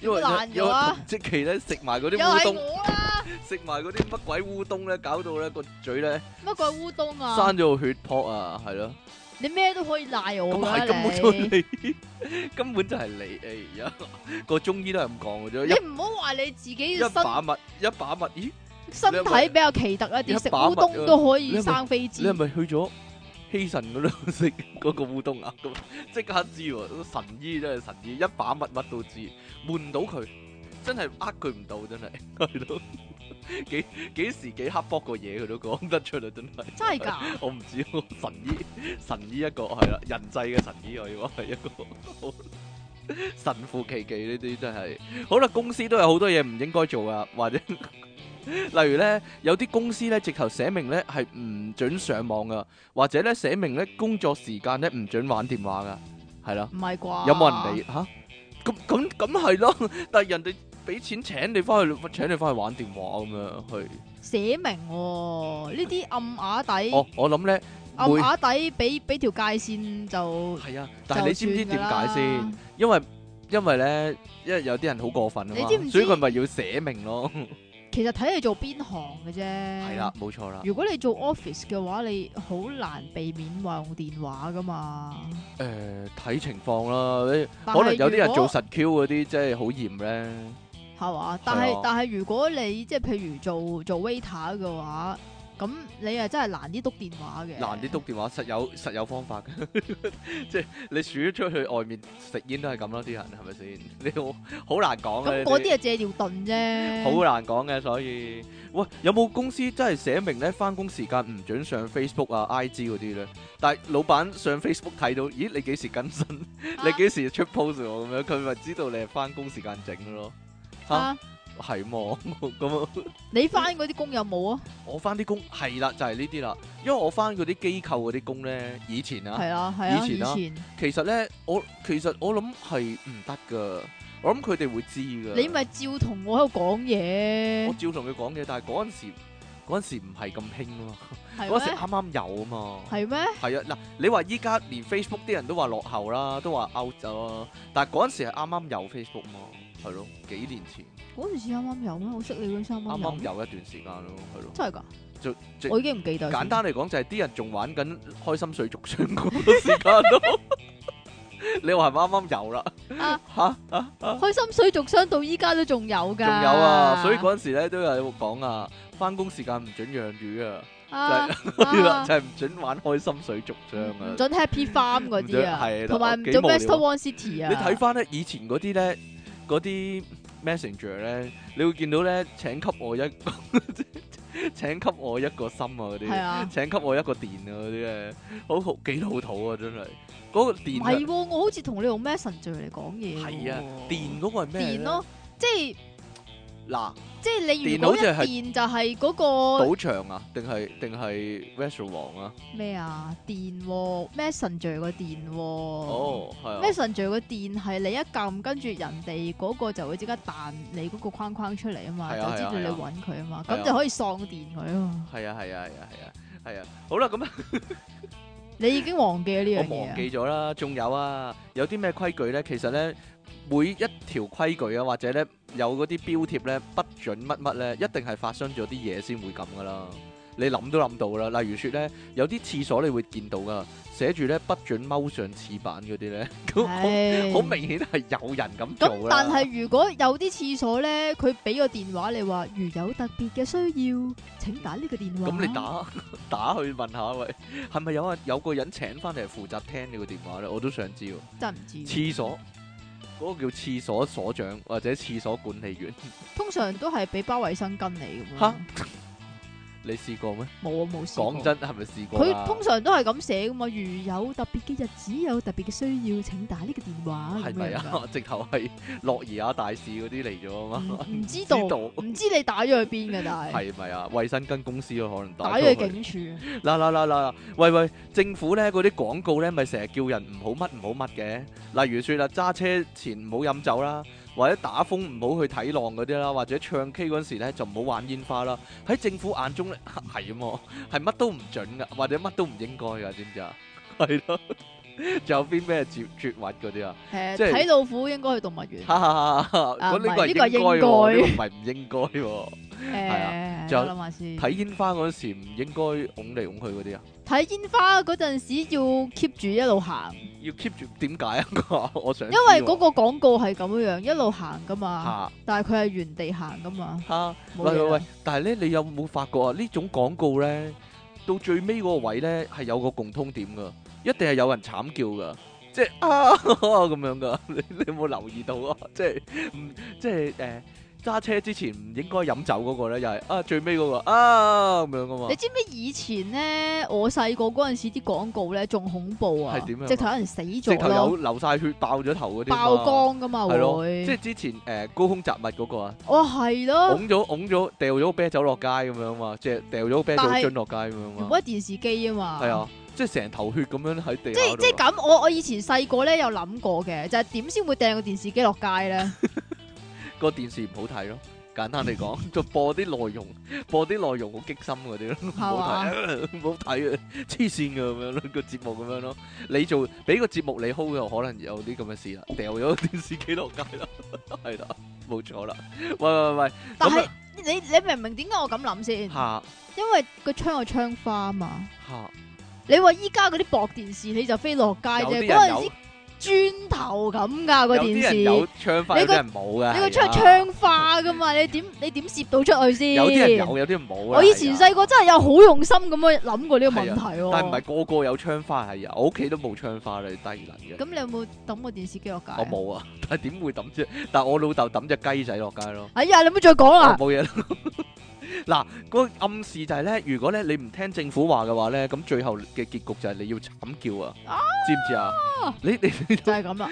Speaker 1: 因為
Speaker 2: 點爛
Speaker 1: 因
Speaker 2: 咗
Speaker 1: 為
Speaker 2: 啊
Speaker 1: 同即期咧食埋嗰啲
Speaker 2: 又
Speaker 1: 烏
Speaker 2: 係
Speaker 1: 冬，
Speaker 2: 我啦，
Speaker 1: 食埋嗰啲乜鬼烏冬咧，搞到咧個嘴咧
Speaker 2: 乜鬼烏冬啊？
Speaker 1: 生咗個血泡啊，係咯，
Speaker 2: 你咩都可以賴我
Speaker 1: 咁
Speaker 2: 噶
Speaker 1: 係根本就
Speaker 2: 你，
Speaker 1: 係你， 根本就係你，哎呀，個中醫都係咁講嘅啫，
Speaker 2: 你唔好話你自己
Speaker 1: 一
Speaker 2: 身
Speaker 1: 一把脈一把脈，咦，
Speaker 2: 身體比較奇特一
Speaker 1: 你係咪
Speaker 2: 啲，食烏冬都可以生飛
Speaker 1: 你係
Speaker 2: 枝。
Speaker 1: 咪去咗希神嗰度食嗰個烏冬啊？ 咁即刻知喎，神醫真係神醫，一把脈乜都知，瞞唔到佢，真係呃佢唔到，真係 係咯。幾幾時幾刻薄個嘢佢都講得出啊啦，真係
Speaker 2: 真係 㗎？
Speaker 1: 我唔知，我神醫 神醫一個係啦，人際嘅神醫我要話係一個 好神乎其技呢啲真係。好啦，公司都有好多嘢唔應該做啊， 或者例如咧，有啲公司咧直頭寫明咧係唔准上網噶，或者咧寫明咧工作時間咧唔准玩電話噶，係啦。
Speaker 2: 唔係啩？
Speaker 1: 有冇人理吓？咁咁咁係咯， 但係人哋俾錢請你翻去，請你翻去玩電話咁樣去。
Speaker 2: 寫明喎？呢啲暗啞
Speaker 1: 哦
Speaker 2: 底，，
Speaker 1: 我諗咧
Speaker 2: 暗
Speaker 1: 會
Speaker 2: 啞底俾俾條界線就
Speaker 1: 係啊，但係你知唔知點解先？
Speaker 2: 就算㗎啦
Speaker 1: 因為因為咧，因為有啲人好過分啊
Speaker 2: 你
Speaker 1: 嘛
Speaker 2: 知唔，知嗯
Speaker 1: 所以佢咪要寫明咯。
Speaker 2: 其實睇你做邊行嘅啫。係
Speaker 1: 係啦，。冇錯啦。
Speaker 2: 如果你做 office 嘅話，你好難避免話用電話噶嘛。
Speaker 1: 誒，睇情況啦，你
Speaker 2: 但
Speaker 1: 可能
Speaker 2: 係
Speaker 1: 有啲人
Speaker 2: 如
Speaker 1: 做
Speaker 2: 果
Speaker 1: 實 Q 嗰啲，真係好嚴咧。
Speaker 2: 係嘛？但係、
Speaker 1: 係啊
Speaker 2: 但係如果你即係譬如做做 waiter 嘅話，咁你啊真係難啲督電話嘅。
Speaker 1: 難啲督。電話，實有實有方法嘅。 即係你鼠出去外面食煙都係咁啦，啲人係咪先？你好好難講嘅
Speaker 2: 咁
Speaker 1: 呢
Speaker 2: 嗰啲係借尿遁啫。
Speaker 1: 好難講嘅，所以喂，有冇公司真係寫明咧翻工時間唔准上 Facebook 啊、IG 嗰啲咧？但係老闆上 Facebook 睇到，咦你幾時更新？
Speaker 2: 啊
Speaker 1: 你幾時出 post 我咁樣？佢咪知道你係翻工時間整咯？
Speaker 2: 啊
Speaker 1: 嚇係喎，咁啊
Speaker 2: 你翻嗰啲工有冇啊？
Speaker 1: 我翻啲工係啦，就係呢啲啦。因為我翻嗰啲機構嗰啲工咧，以前啊，
Speaker 2: 係啊係啊，
Speaker 1: 以
Speaker 2: 以
Speaker 1: 前啊
Speaker 2: 前
Speaker 1: 其實咧我其實我諗係唔得噶，我諗佢哋會知噶。
Speaker 2: 你咪照同我喺度講
Speaker 1: 我
Speaker 2: 嘢，
Speaker 1: 照同佢講嘢，但係嗰陣時嗰陣時唔係咁興啊嘛。
Speaker 2: 係
Speaker 1: 嗰時
Speaker 2: 咩？
Speaker 1: 啱啱有啊嘛，
Speaker 2: 係咩？
Speaker 1: 係啊嗱，你話依家連 Facebook 啲人都話落後啦，都話 out 咗，啊但係嗰陣時係啱啱有 Facebook 嘛，係咯，幾年前
Speaker 2: 嗰陣時啱啱有咩？我識你嗰陣時啱
Speaker 1: 啱啱
Speaker 2: 啱有，
Speaker 1: 有一段時間咯，係咯，
Speaker 2: 真係㗎
Speaker 1: 就就。
Speaker 2: 我已經唔記得。
Speaker 1: 簡。單嚟講就係啲人仲玩緊開心水族箱嗰個時間 咯，你話係咪啱啱有啦？
Speaker 2: 啊
Speaker 1: 嚇、
Speaker 2: 開心水族箱到依家都仲有㗎。仲
Speaker 1: 仲有啊，所以嗰陣時咧都有講啊，翻工時間唔准養魚啊，
Speaker 2: 啊
Speaker 1: 係啦
Speaker 2: 啊
Speaker 1: 就係唔准玩開心水族箱啊。
Speaker 2: 唔准 Happy Farm 嗰啲
Speaker 1: 唔准係啦
Speaker 2: 啊，同埋唔
Speaker 1: 幾
Speaker 2: 准
Speaker 1: 無聊啊
Speaker 2: West One City 啊。
Speaker 1: 你睇翻咧以前嗰啲咧，嗰啲 messenger 咧，你會見到咧請給我一個 請給我一個心啊嗰
Speaker 2: 係
Speaker 1: 啲，
Speaker 2: 啊，
Speaker 1: 請給我一個電啊嗰啲咧，好好幾老土啊真係，嗰、個
Speaker 2: 唔
Speaker 1: 電
Speaker 2: 係
Speaker 1: 啊
Speaker 2: 喎，我好似同你用 Messenger 嚟講嘢喎。
Speaker 1: 係啊電嗰個係咩
Speaker 2: 電
Speaker 1: 咧？
Speaker 2: 咯，即係
Speaker 1: 嗱，
Speaker 2: 即係你如果
Speaker 1: 電
Speaker 2: 一
Speaker 1: 腦就係
Speaker 2: 電就係嗰個
Speaker 1: 賭場啊，定係定係 restaurant 啊？
Speaker 2: 咩啊電喎 messenger 個電喎。
Speaker 1: 哦，係啊。
Speaker 2: Messenger 個電係你一撳，跟住人哋嗰個就會即刻彈你嗰個框框出嚟啊嘛，
Speaker 1: 係
Speaker 2: 就
Speaker 1: 啊
Speaker 2: 知道
Speaker 1: 係啊
Speaker 2: 你
Speaker 1: 係
Speaker 2: 揾佢啊嘛，
Speaker 1: 係啊
Speaker 2: 咁就可以喪電佢啊嘛。
Speaker 1: 係啊係啊係啊係啊係啊，好啦，咁啊
Speaker 2: 你已經忘記咗呢樣
Speaker 1: 我
Speaker 2: 嘢
Speaker 1: 忘
Speaker 2: 啊？
Speaker 1: 記咗啦，仲有啊，有啲咩規矩咧？其實咧，每一條規矩啊，或者咧有嗰啲標貼咧，不准乜乜咧，一定係發生咗啲嘢先會咁噶啦。你諗都諗到㗎啦，例如説咧，有啲廁所你會見到噶，寫住咧不准踎上廁板嗰啲咧， 咁好啊
Speaker 2: 唉
Speaker 1: 好明顯係有人咁做啦。
Speaker 2: 咁但係如果有啲廁所咧，佢俾個電話你話，如有特別嘅需要，請打呢個電話。
Speaker 1: 咁你打 打去問下喂，係咪有啊有個人請翻嚟負責聽你個電話咧？我都想知喎。
Speaker 2: 真係唔知，
Speaker 1: 廁所嗰、個叫廁所所長或者廁所管理員，
Speaker 2: 通常都係俾包衛生巾你咁
Speaker 1: 吓
Speaker 2: 嘛。
Speaker 1: 你試過咩？
Speaker 2: 冇啊冇試過
Speaker 1: 講，真係咪試過啊
Speaker 2: 佢
Speaker 1: 啦？
Speaker 2: 通常都係咁寫噶嘛。如有特別嘅日子，有特別嘅需要，請打呢個電話。
Speaker 1: 係咪
Speaker 2: 咁樣㗎
Speaker 1: 啊？ 直頭係諾兒亞大使嗰啲嚟咗啊嘛？
Speaker 2: 唔唔知道，
Speaker 1: 知道
Speaker 2: 唔知你打咗去邊嘅，但係
Speaker 1: 係咪啊？衛生巾公司咯，可能打
Speaker 2: 打
Speaker 1: 咗
Speaker 2: 咗
Speaker 1: 去。
Speaker 2: 去警 署，
Speaker 1: 嗱嗱嗱嗱，喂喂，政府咧嗰啲廣告咧，咪成日叫人唔好乜唔好乜嘅，例如説啦，揸車前唔好飲酒啦，或者打風唔好去睇浪嗰啲啦，或者唱 K 嗰陣時咧就唔好玩煙花啦。喺政府眼中咧係咁喎， 係乜都唔準噶，或者乜都唔應該噶，知唔知啊？ 係咯，仲有邊咩絕絕核嗰啲啊？
Speaker 2: 誒
Speaker 1: 即係
Speaker 2: 睇老虎應該去動物園，
Speaker 1: 哈哈哈！
Speaker 2: 啊
Speaker 1: 嗰呢個係
Speaker 2: 唔係呢
Speaker 1: 應
Speaker 2: 個
Speaker 1: 該
Speaker 2: 係
Speaker 1: 喎，呢個
Speaker 2: 應
Speaker 1: 唔係唔應該喎。啊
Speaker 2: 誒，
Speaker 1: 仲
Speaker 2: 我
Speaker 1: 有
Speaker 2: 諗下先。
Speaker 1: 睇煙花嗰陣時唔應該擁嚟擁去嗰啲啊？
Speaker 2: 睇煙花嗰陣時要 keep 住一路行，
Speaker 1: 要 keep 住點解啊？我想
Speaker 2: 因為
Speaker 1: 知喎
Speaker 2: 嗰個廣告係咁樣樣一路行噶嘛，
Speaker 1: 嚇
Speaker 2: 但係佢係原地行噶嘛，
Speaker 1: 嚇，
Speaker 2: 冇
Speaker 1: 喂
Speaker 2: 嘢
Speaker 1: 喂喂
Speaker 2: 啦！
Speaker 1: 但係咧，你有冇發覺啊？呢種廣告咧，到最尾嗰個位咧係有個共通點噶，一定係有人慘叫噶，即係 啊咁樣噶。你你有冇留意到啊？即係唔即係誒揸車之前唔應該飲酒嗰個咧，又係啊最尾嗰個啊咁樣噶嘛
Speaker 2: 你。知唔知以前咧，我細個嗰陣時啲廣告咧仲恐怖啊
Speaker 1: 係點樣，啊
Speaker 2: 直頭有人死咗
Speaker 1: 直頭有
Speaker 2: 咯，
Speaker 1: 流晒血、爆咗頭嗰啲嘛
Speaker 2: 爆，光噶嘛
Speaker 1: 係咯，
Speaker 2: 會
Speaker 1: 即，係之前誒高空雜物嗰個啊。
Speaker 2: 哦係咯，
Speaker 1: 拱咗拱咗，掉咗個啤酒落街咁樣嘛，即係掉咗個啤酒
Speaker 2: 但係
Speaker 1: 樽落街咁樣
Speaker 2: 原
Speaker 1: 嘛，
Speaker 2: 本係電視機啊嘛，
Speaker 1: 係啊，即係成頭血咁樣喺地
Speaker 2: 即
Speaker 1: 下
Speaker 2: 係即係
Speaker 1: 度啊。
Speaker 2: 咁，我我以前細個咧有諗過嘅，就係點先會掟個電視機落街 咧？
Speaker 1: 個電視唔好睇咯，簡單嚟講， 就播啲內容，播啲內容好激心嗰啲咯，唔
Speaker 2: 係
Speaker 1: 好
Speaker 2: 嘛？
Speaker 1: 睇，啊 唔好睇啊，黐線嘅咁樣咯，個節目咁樣咯，你做俾個節目你 hold 嘅，可能有啲咁嘅事啦，掉咗個電視機落街啦， 係啦，冇錯啦，喂喂喂，
Speaker 2: 但
Speaker 1: 咁啊
Speaker 2: 係你你明唔明點解我咁諗先？
Speaker 1: 下
Speaker 2: 因為個窗有窗花啊嘛。
Speaker 1: 下
Speaker 2: 你話依家嗰啲薄電視你就飛落街
Speaker 1: 有
Speaker 2: 啫，
Speaker 1: 啲
Speaker 2: 嗰
Speaker 1: 人有
Speaker 2: 陣。時磚頭咁㗎個
Speaker 1: 有
Speaker 2: 電
Speaker 1: 啲
Speaker 2: 視，
Speaker 1: 人有
Speaker 2: 你
Speaker 1: 槍法，
Speaker 2: 你
Speaker 1: 有
Speaker 2: 個
Speaker 1: 啲人冇嘅。
Speaker 2: 個
Speaker 1: 係
Speaker 2: 窗
Speaker 1: 啊
Speaker 2: 窗花㗎嘛？你點你點攝到出去先？
Speaker 1: 有啲人有，有啲人冇啊。
Speaker 2: 我以前
Speaker 1: 係啊
Speaker 2: 細個真係有好用心咁樣諗過呢個問題
Speaker 1: 啊
Speaker 2: 喎。
Speaker 1: 但唔係個個有窗花係啊，我屋企都冇窗花你低能嘅。
Speaker 2: 咁你有冇抌個電視機落街？
Speaker 1: 我。冇 啊，但係點會抌啫？但係我老豆抌只雞仔落街咯，
Speaker 2: 哎呀，你唔好再講
Speaker 1: 我
Speaker 2: 啦。
Speaker 1: 冇嘢啦。 嗱，嗰個暗示就係咧，如果咧你唔聽政府話嘅話咧，咁最後嘅結局就係你要慘叫啊，
Speaker 2: 啊
Speaker 1: 知唔知啊？你你 你
Speaker 2: 就係咁啦，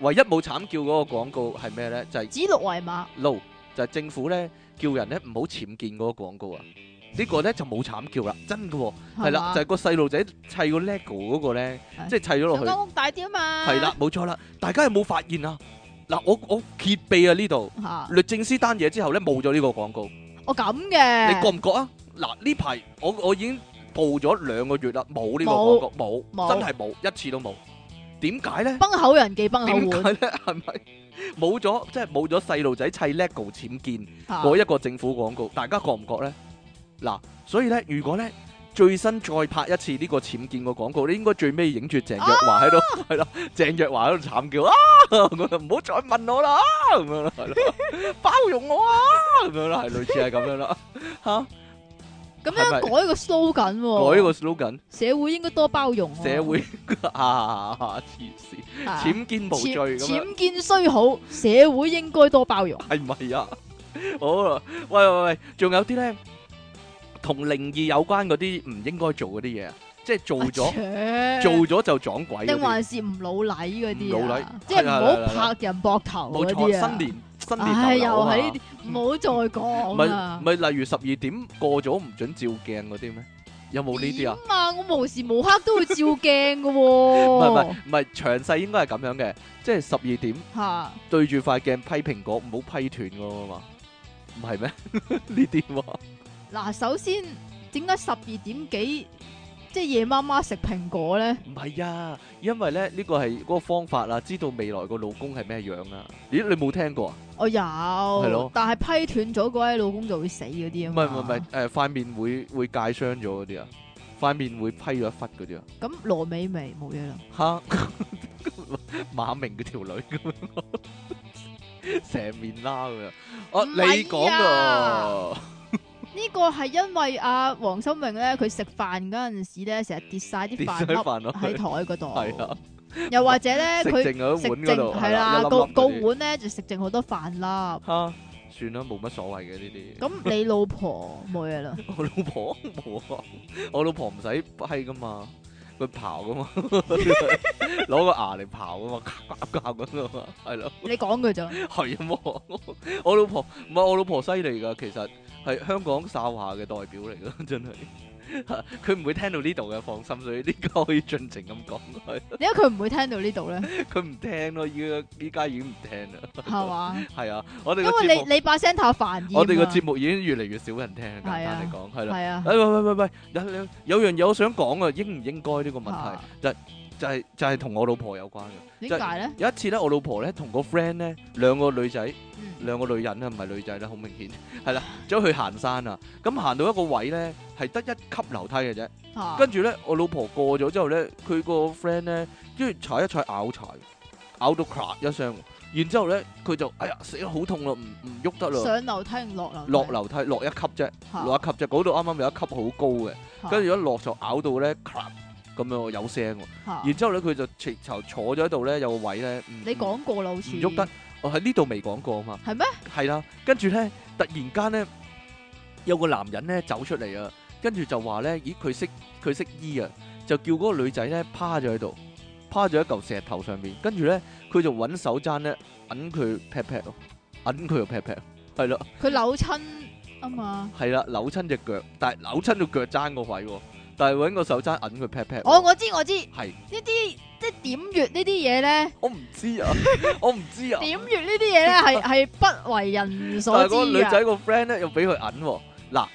Speaker 1: 唯一冇慘叫嗰個廣告係咩咧？就係
Speaker 2: 指鹿為馬。
Speaker 1: no，就係政府咧叫人咧唔好僭建嗰個廣告啊，呢個咧就冇慘叫啦，真嘅喎。係啦，就係個細路仔砌個 lego 嗰個咧
Speaker 2: 係，
Speaker 1: 即係砌咗落去。
Speaker 2: 間屋大啲啊嘛。
Speaker 1: 係啦，冇錯啦。大家有冇發現啊？嗱，我我揭秘啊呢度，
Speaker 2: 嚇，
Speaker 1: 律政司單嘢之後咧冇咗呢個廣告，
Speaker 2: 我咁嘅。
Speaker 1: 你覺唔覺啊？嗱，呢排我我已經報咗兩個月啦，冇呢個廣告，冇，
Speaker 2: 冇
Speaker 1: 真係冇，一次都冇。點解咧？
Speaker 2: 崩口人忌崩口
Speaker 1: 點解
Speaker 2: 碗
Speaker 1: 咧？係咪冇咗？即係冇咗細路仔砌 lego 僭建。
Speaker 2: 嚇
Speaker 1: 嗰一個政府廣告，大家覺唔覺呢？嗱，所以呢，如果呢最新再拍一次呢個僭建個廣告，你應該最尾影住鄭若華喺
Speaker 2: 啊
Speaker 1: 度，係咯，鄭若華喺度慘叫啊，咁樣唔好再問我啦，咁樣啦，係咯，包容我啊，咁樣啦，係類似係咁樣啦，嚇
Speaker 2: 咁
Speaker 1: 係
Speaker 2: 樣
Speaker 1: 咪
Speaker 2: 改個 slogan 喎，
Speaker 1: 改個 slogan，
Speaker 2: 社會應該多包容喎，
Speaker 1: 社會 啊黐線，
Speaker 2: 啊
Speaker 1: 僭建無罪咁樣。
Speaker 2: 僭建雖好，社會應該多包容。
Speaker 1: 系咪啊？好啊，喂喂喂，仲有啲咧同靈異有關嗰啲唔應該做嗰啲嘢啊，即係做咗、
Speaker 2: 咗
Speaker 1: 做咗就撞鬼嗰
Speaker 2: 啊定
Speaker 1: 啲，
Speaker 2: 還是唔老禮嗰啲
Speaker 1: 唔老
Speaker 2: 啊
Speaker 1: 禮？
Speaker 2: 即係
Speaker 1: 係
Speaker 2: 唔
Speaker 1: 啦係啦係
Speaker 2: 好
Speaker 1: 啦
Speaker 2: 拍人膊頭
Speaker 1: 冇
Speaker 2: 嗰
Speaker 1: 錯。
Speaker 2: 啲啊！
Speaker 1: 新年新
Speaker 2: 唉，
Speaker 1: 年流
Speaker 2: 又
Speaker 1: 流啊嘛
Speaker 2: 係呢啲，唔好再講
Speaker 1: 咪
Speaker 2: 啦。
Speaker 1: 咪例如十二點過咗唔准照鏡嗰啲咩？有冇呢啲啊？
Speaker 2: 點啊！我無時無刻都會照鏡噶喎。
Speaker 1: 唔
Speaker 2: 唔
Speaker 1: 係唔係唔係，詳細應該係咁樣嘅，即係十二點
Speaker 2: 吓，
Speaker 1: 對住塊鏡批蘋果，唔好批斷㗎嘛，唔係咩？ 呢啲喎，
Speaker 2: 嗱，首先點解十二點幾即係夜媽媽食蘋果咧？
Speaker 1: 唔係啊，因為咧呢個係嗰個方法啊，知道未來個老公係咩樣啊？咦，你冇聽過啊？
Speaker 2: 我哦有，
Speaker 1: 咯
Speaker 2: 但係批斷咗嗰位老公就會死嗰啲啊
Speaker 1: 唔
Speaker 2: 嘛。
Speaker 1: 係唔係唔係，誒塊面會會界傷咗嗰啲啊，塊面會批咗一忽嗰啲啊。
Speaker 2: 咁羅美薇冇嘢啦。
Speaker 1: 吓，馬明嗰條女咁樣，成面啦咁樣。哦，
Speaker 2: 唔係啊
Speaker 1: 你講噶，
Speaker 2: 呢個係因為阿黃心穎咧，佢食飯嗰陣時咧，成日跌晒啲
Speaker 1: 跌
Speaker 2: 飯
Speaker 1: 水
Speaker 2: 粒
Speaker 1: 飯落
Speaker 2: 喺
Speaker 1: 去，
Speaker 2: 台嗰
Speaker 1: 係
Speaker 2: 度
Speaker 1: 啊，，
Speaker 2: 又或者咧
Speaker 1: 食
Speaker 2: 佢
Speaker 1: 剩嗰
Speaker 2: 食
Speaker 1: 碗嗰
Speaker 2: 剩
Speaker 1: 度，
Speaker 2: 係啦，
Speaker 1: 一粒
Speaker 2: 個
Speaker 1: 粒
Speaker 2: 個
Speaker 1: 嗰啲
Speaker 2: 碗咧就食剩好多飯粒。
Speaker 1: 吓，算啦，冇乜所謂嘅呢啲。
Speaker 2: 咁你老婆冇嘢啦，
Speaker 1: 我老婆冇啊，我老婆唔使批噶嘛，佢刨噶嘛，攞個牙嚟刨噶嘛，夾夾咁啊嘛，係咯。
Speaker 2: 你講佢咋？
Speaker 1: 係啊，我我老婆唔係我老婆犀利噶，其實係香港哨下嘅代表嚟噶， 真係。佢唔會聽到呢度嘅，放心，所以呢個可以盡情咁講。 係
Speaker 2: 點解佢唔會聽到呢度 咧？
Speaker 1: 佢唔聽咯，依家依家已經唔聽啦。
Speaker 2: 係嘛？
Speaker 1: 係啊，我哋
Speaker 2: 因
Speaker 1: 個
Speaker 2: 為
Speaker 1: 節目，
Speaker 2: 你你把聲太煩厭啊。
Speaker 1: 我哋個節目已經越嚟越少人聽，簡單嚟講係啦。
Speaker 2: 係啊，
Speaker 1: 喂喂喂喂，有有有樣嘢我想講啊，應唔應該呢個問題
Speaker 2: 啊
Speaker 1: 就就係就係同我老婆有關嘅。
Speaker 2: 點解咧？
Speaker 1: 有一次咧，我老婆咧同個 friend 咧兩個女仔。
Speaker 2: 嗯
Speaker 1: 兩個女人啊，唔係女仔啦，好明顯 係啦，走去行山啊，咁行到一個位咧，係得一級樓梯嘅啫，
Speaker 2: 嗯嚇
Speaker 1: 跟住咧，我老婆過咗之後咧，佢個 friend 咧，跟住踩一踩咬柴，咬到咔一聲，然之後咧，佢就哎呀死啦，好痛啦，唔唔喐得啦，
Speaker 2: 上樓梯定落樓梯？
Speaker 1: 落樓梯落一級啫，
Speaker 2: 嚇
Speaker 1: 落一級啫，嗰度啱啱有一級好高嘅，
Speaker 2: 嚇
Speaker 1: 跟住一落就咬到咧咔咁樣有聲喎，
Speaker 2: 嚇
Speaker 1: 然之後咧佢就直頭坐咗喺度咧，有個位咧，唔
Speaker 2: 你講過啦，好似
Speaker 1: 唔喐得，我喺呢度未講過啊嘛。
Speaker 2: 係咩？
Speaker 1: 係啦，跟住咧，突然間咧，有個男人咧走出嚟啊，跟住就話咧，咦，佢識佢識醫啊，就叫嗰個女仔咧趴咗喺度，趴咗喺嚿石頭上面，跟住咧佢就揾手踭咧揞佢 pat pat 咯，揞佢個 pat pat，係啦，
Speaker 2: 佢扭親 啊嘛。
Speaker 1: 係啦，扭親只腳，但係扭親到腳踭個位喎，但係揾個手踭揞佢 pat pat，
Speaker 2: 哦，我知我知，呢
Speaker 1: 係
Speaker 2: 啲即係點穴呢啲 嘢咧，
Speaker 1: 我唔知啊，我唔知啊。
Speaker 2: 點穴呢啲嘢咧 係係不為人
Speaker 1: 但係
Speaker 2: 所知啊
Speaker 1: 嗰個女
Speaker 2: 嘅。
Speaker 1: 仔個 friend 咧又俾佢揞喎，嗱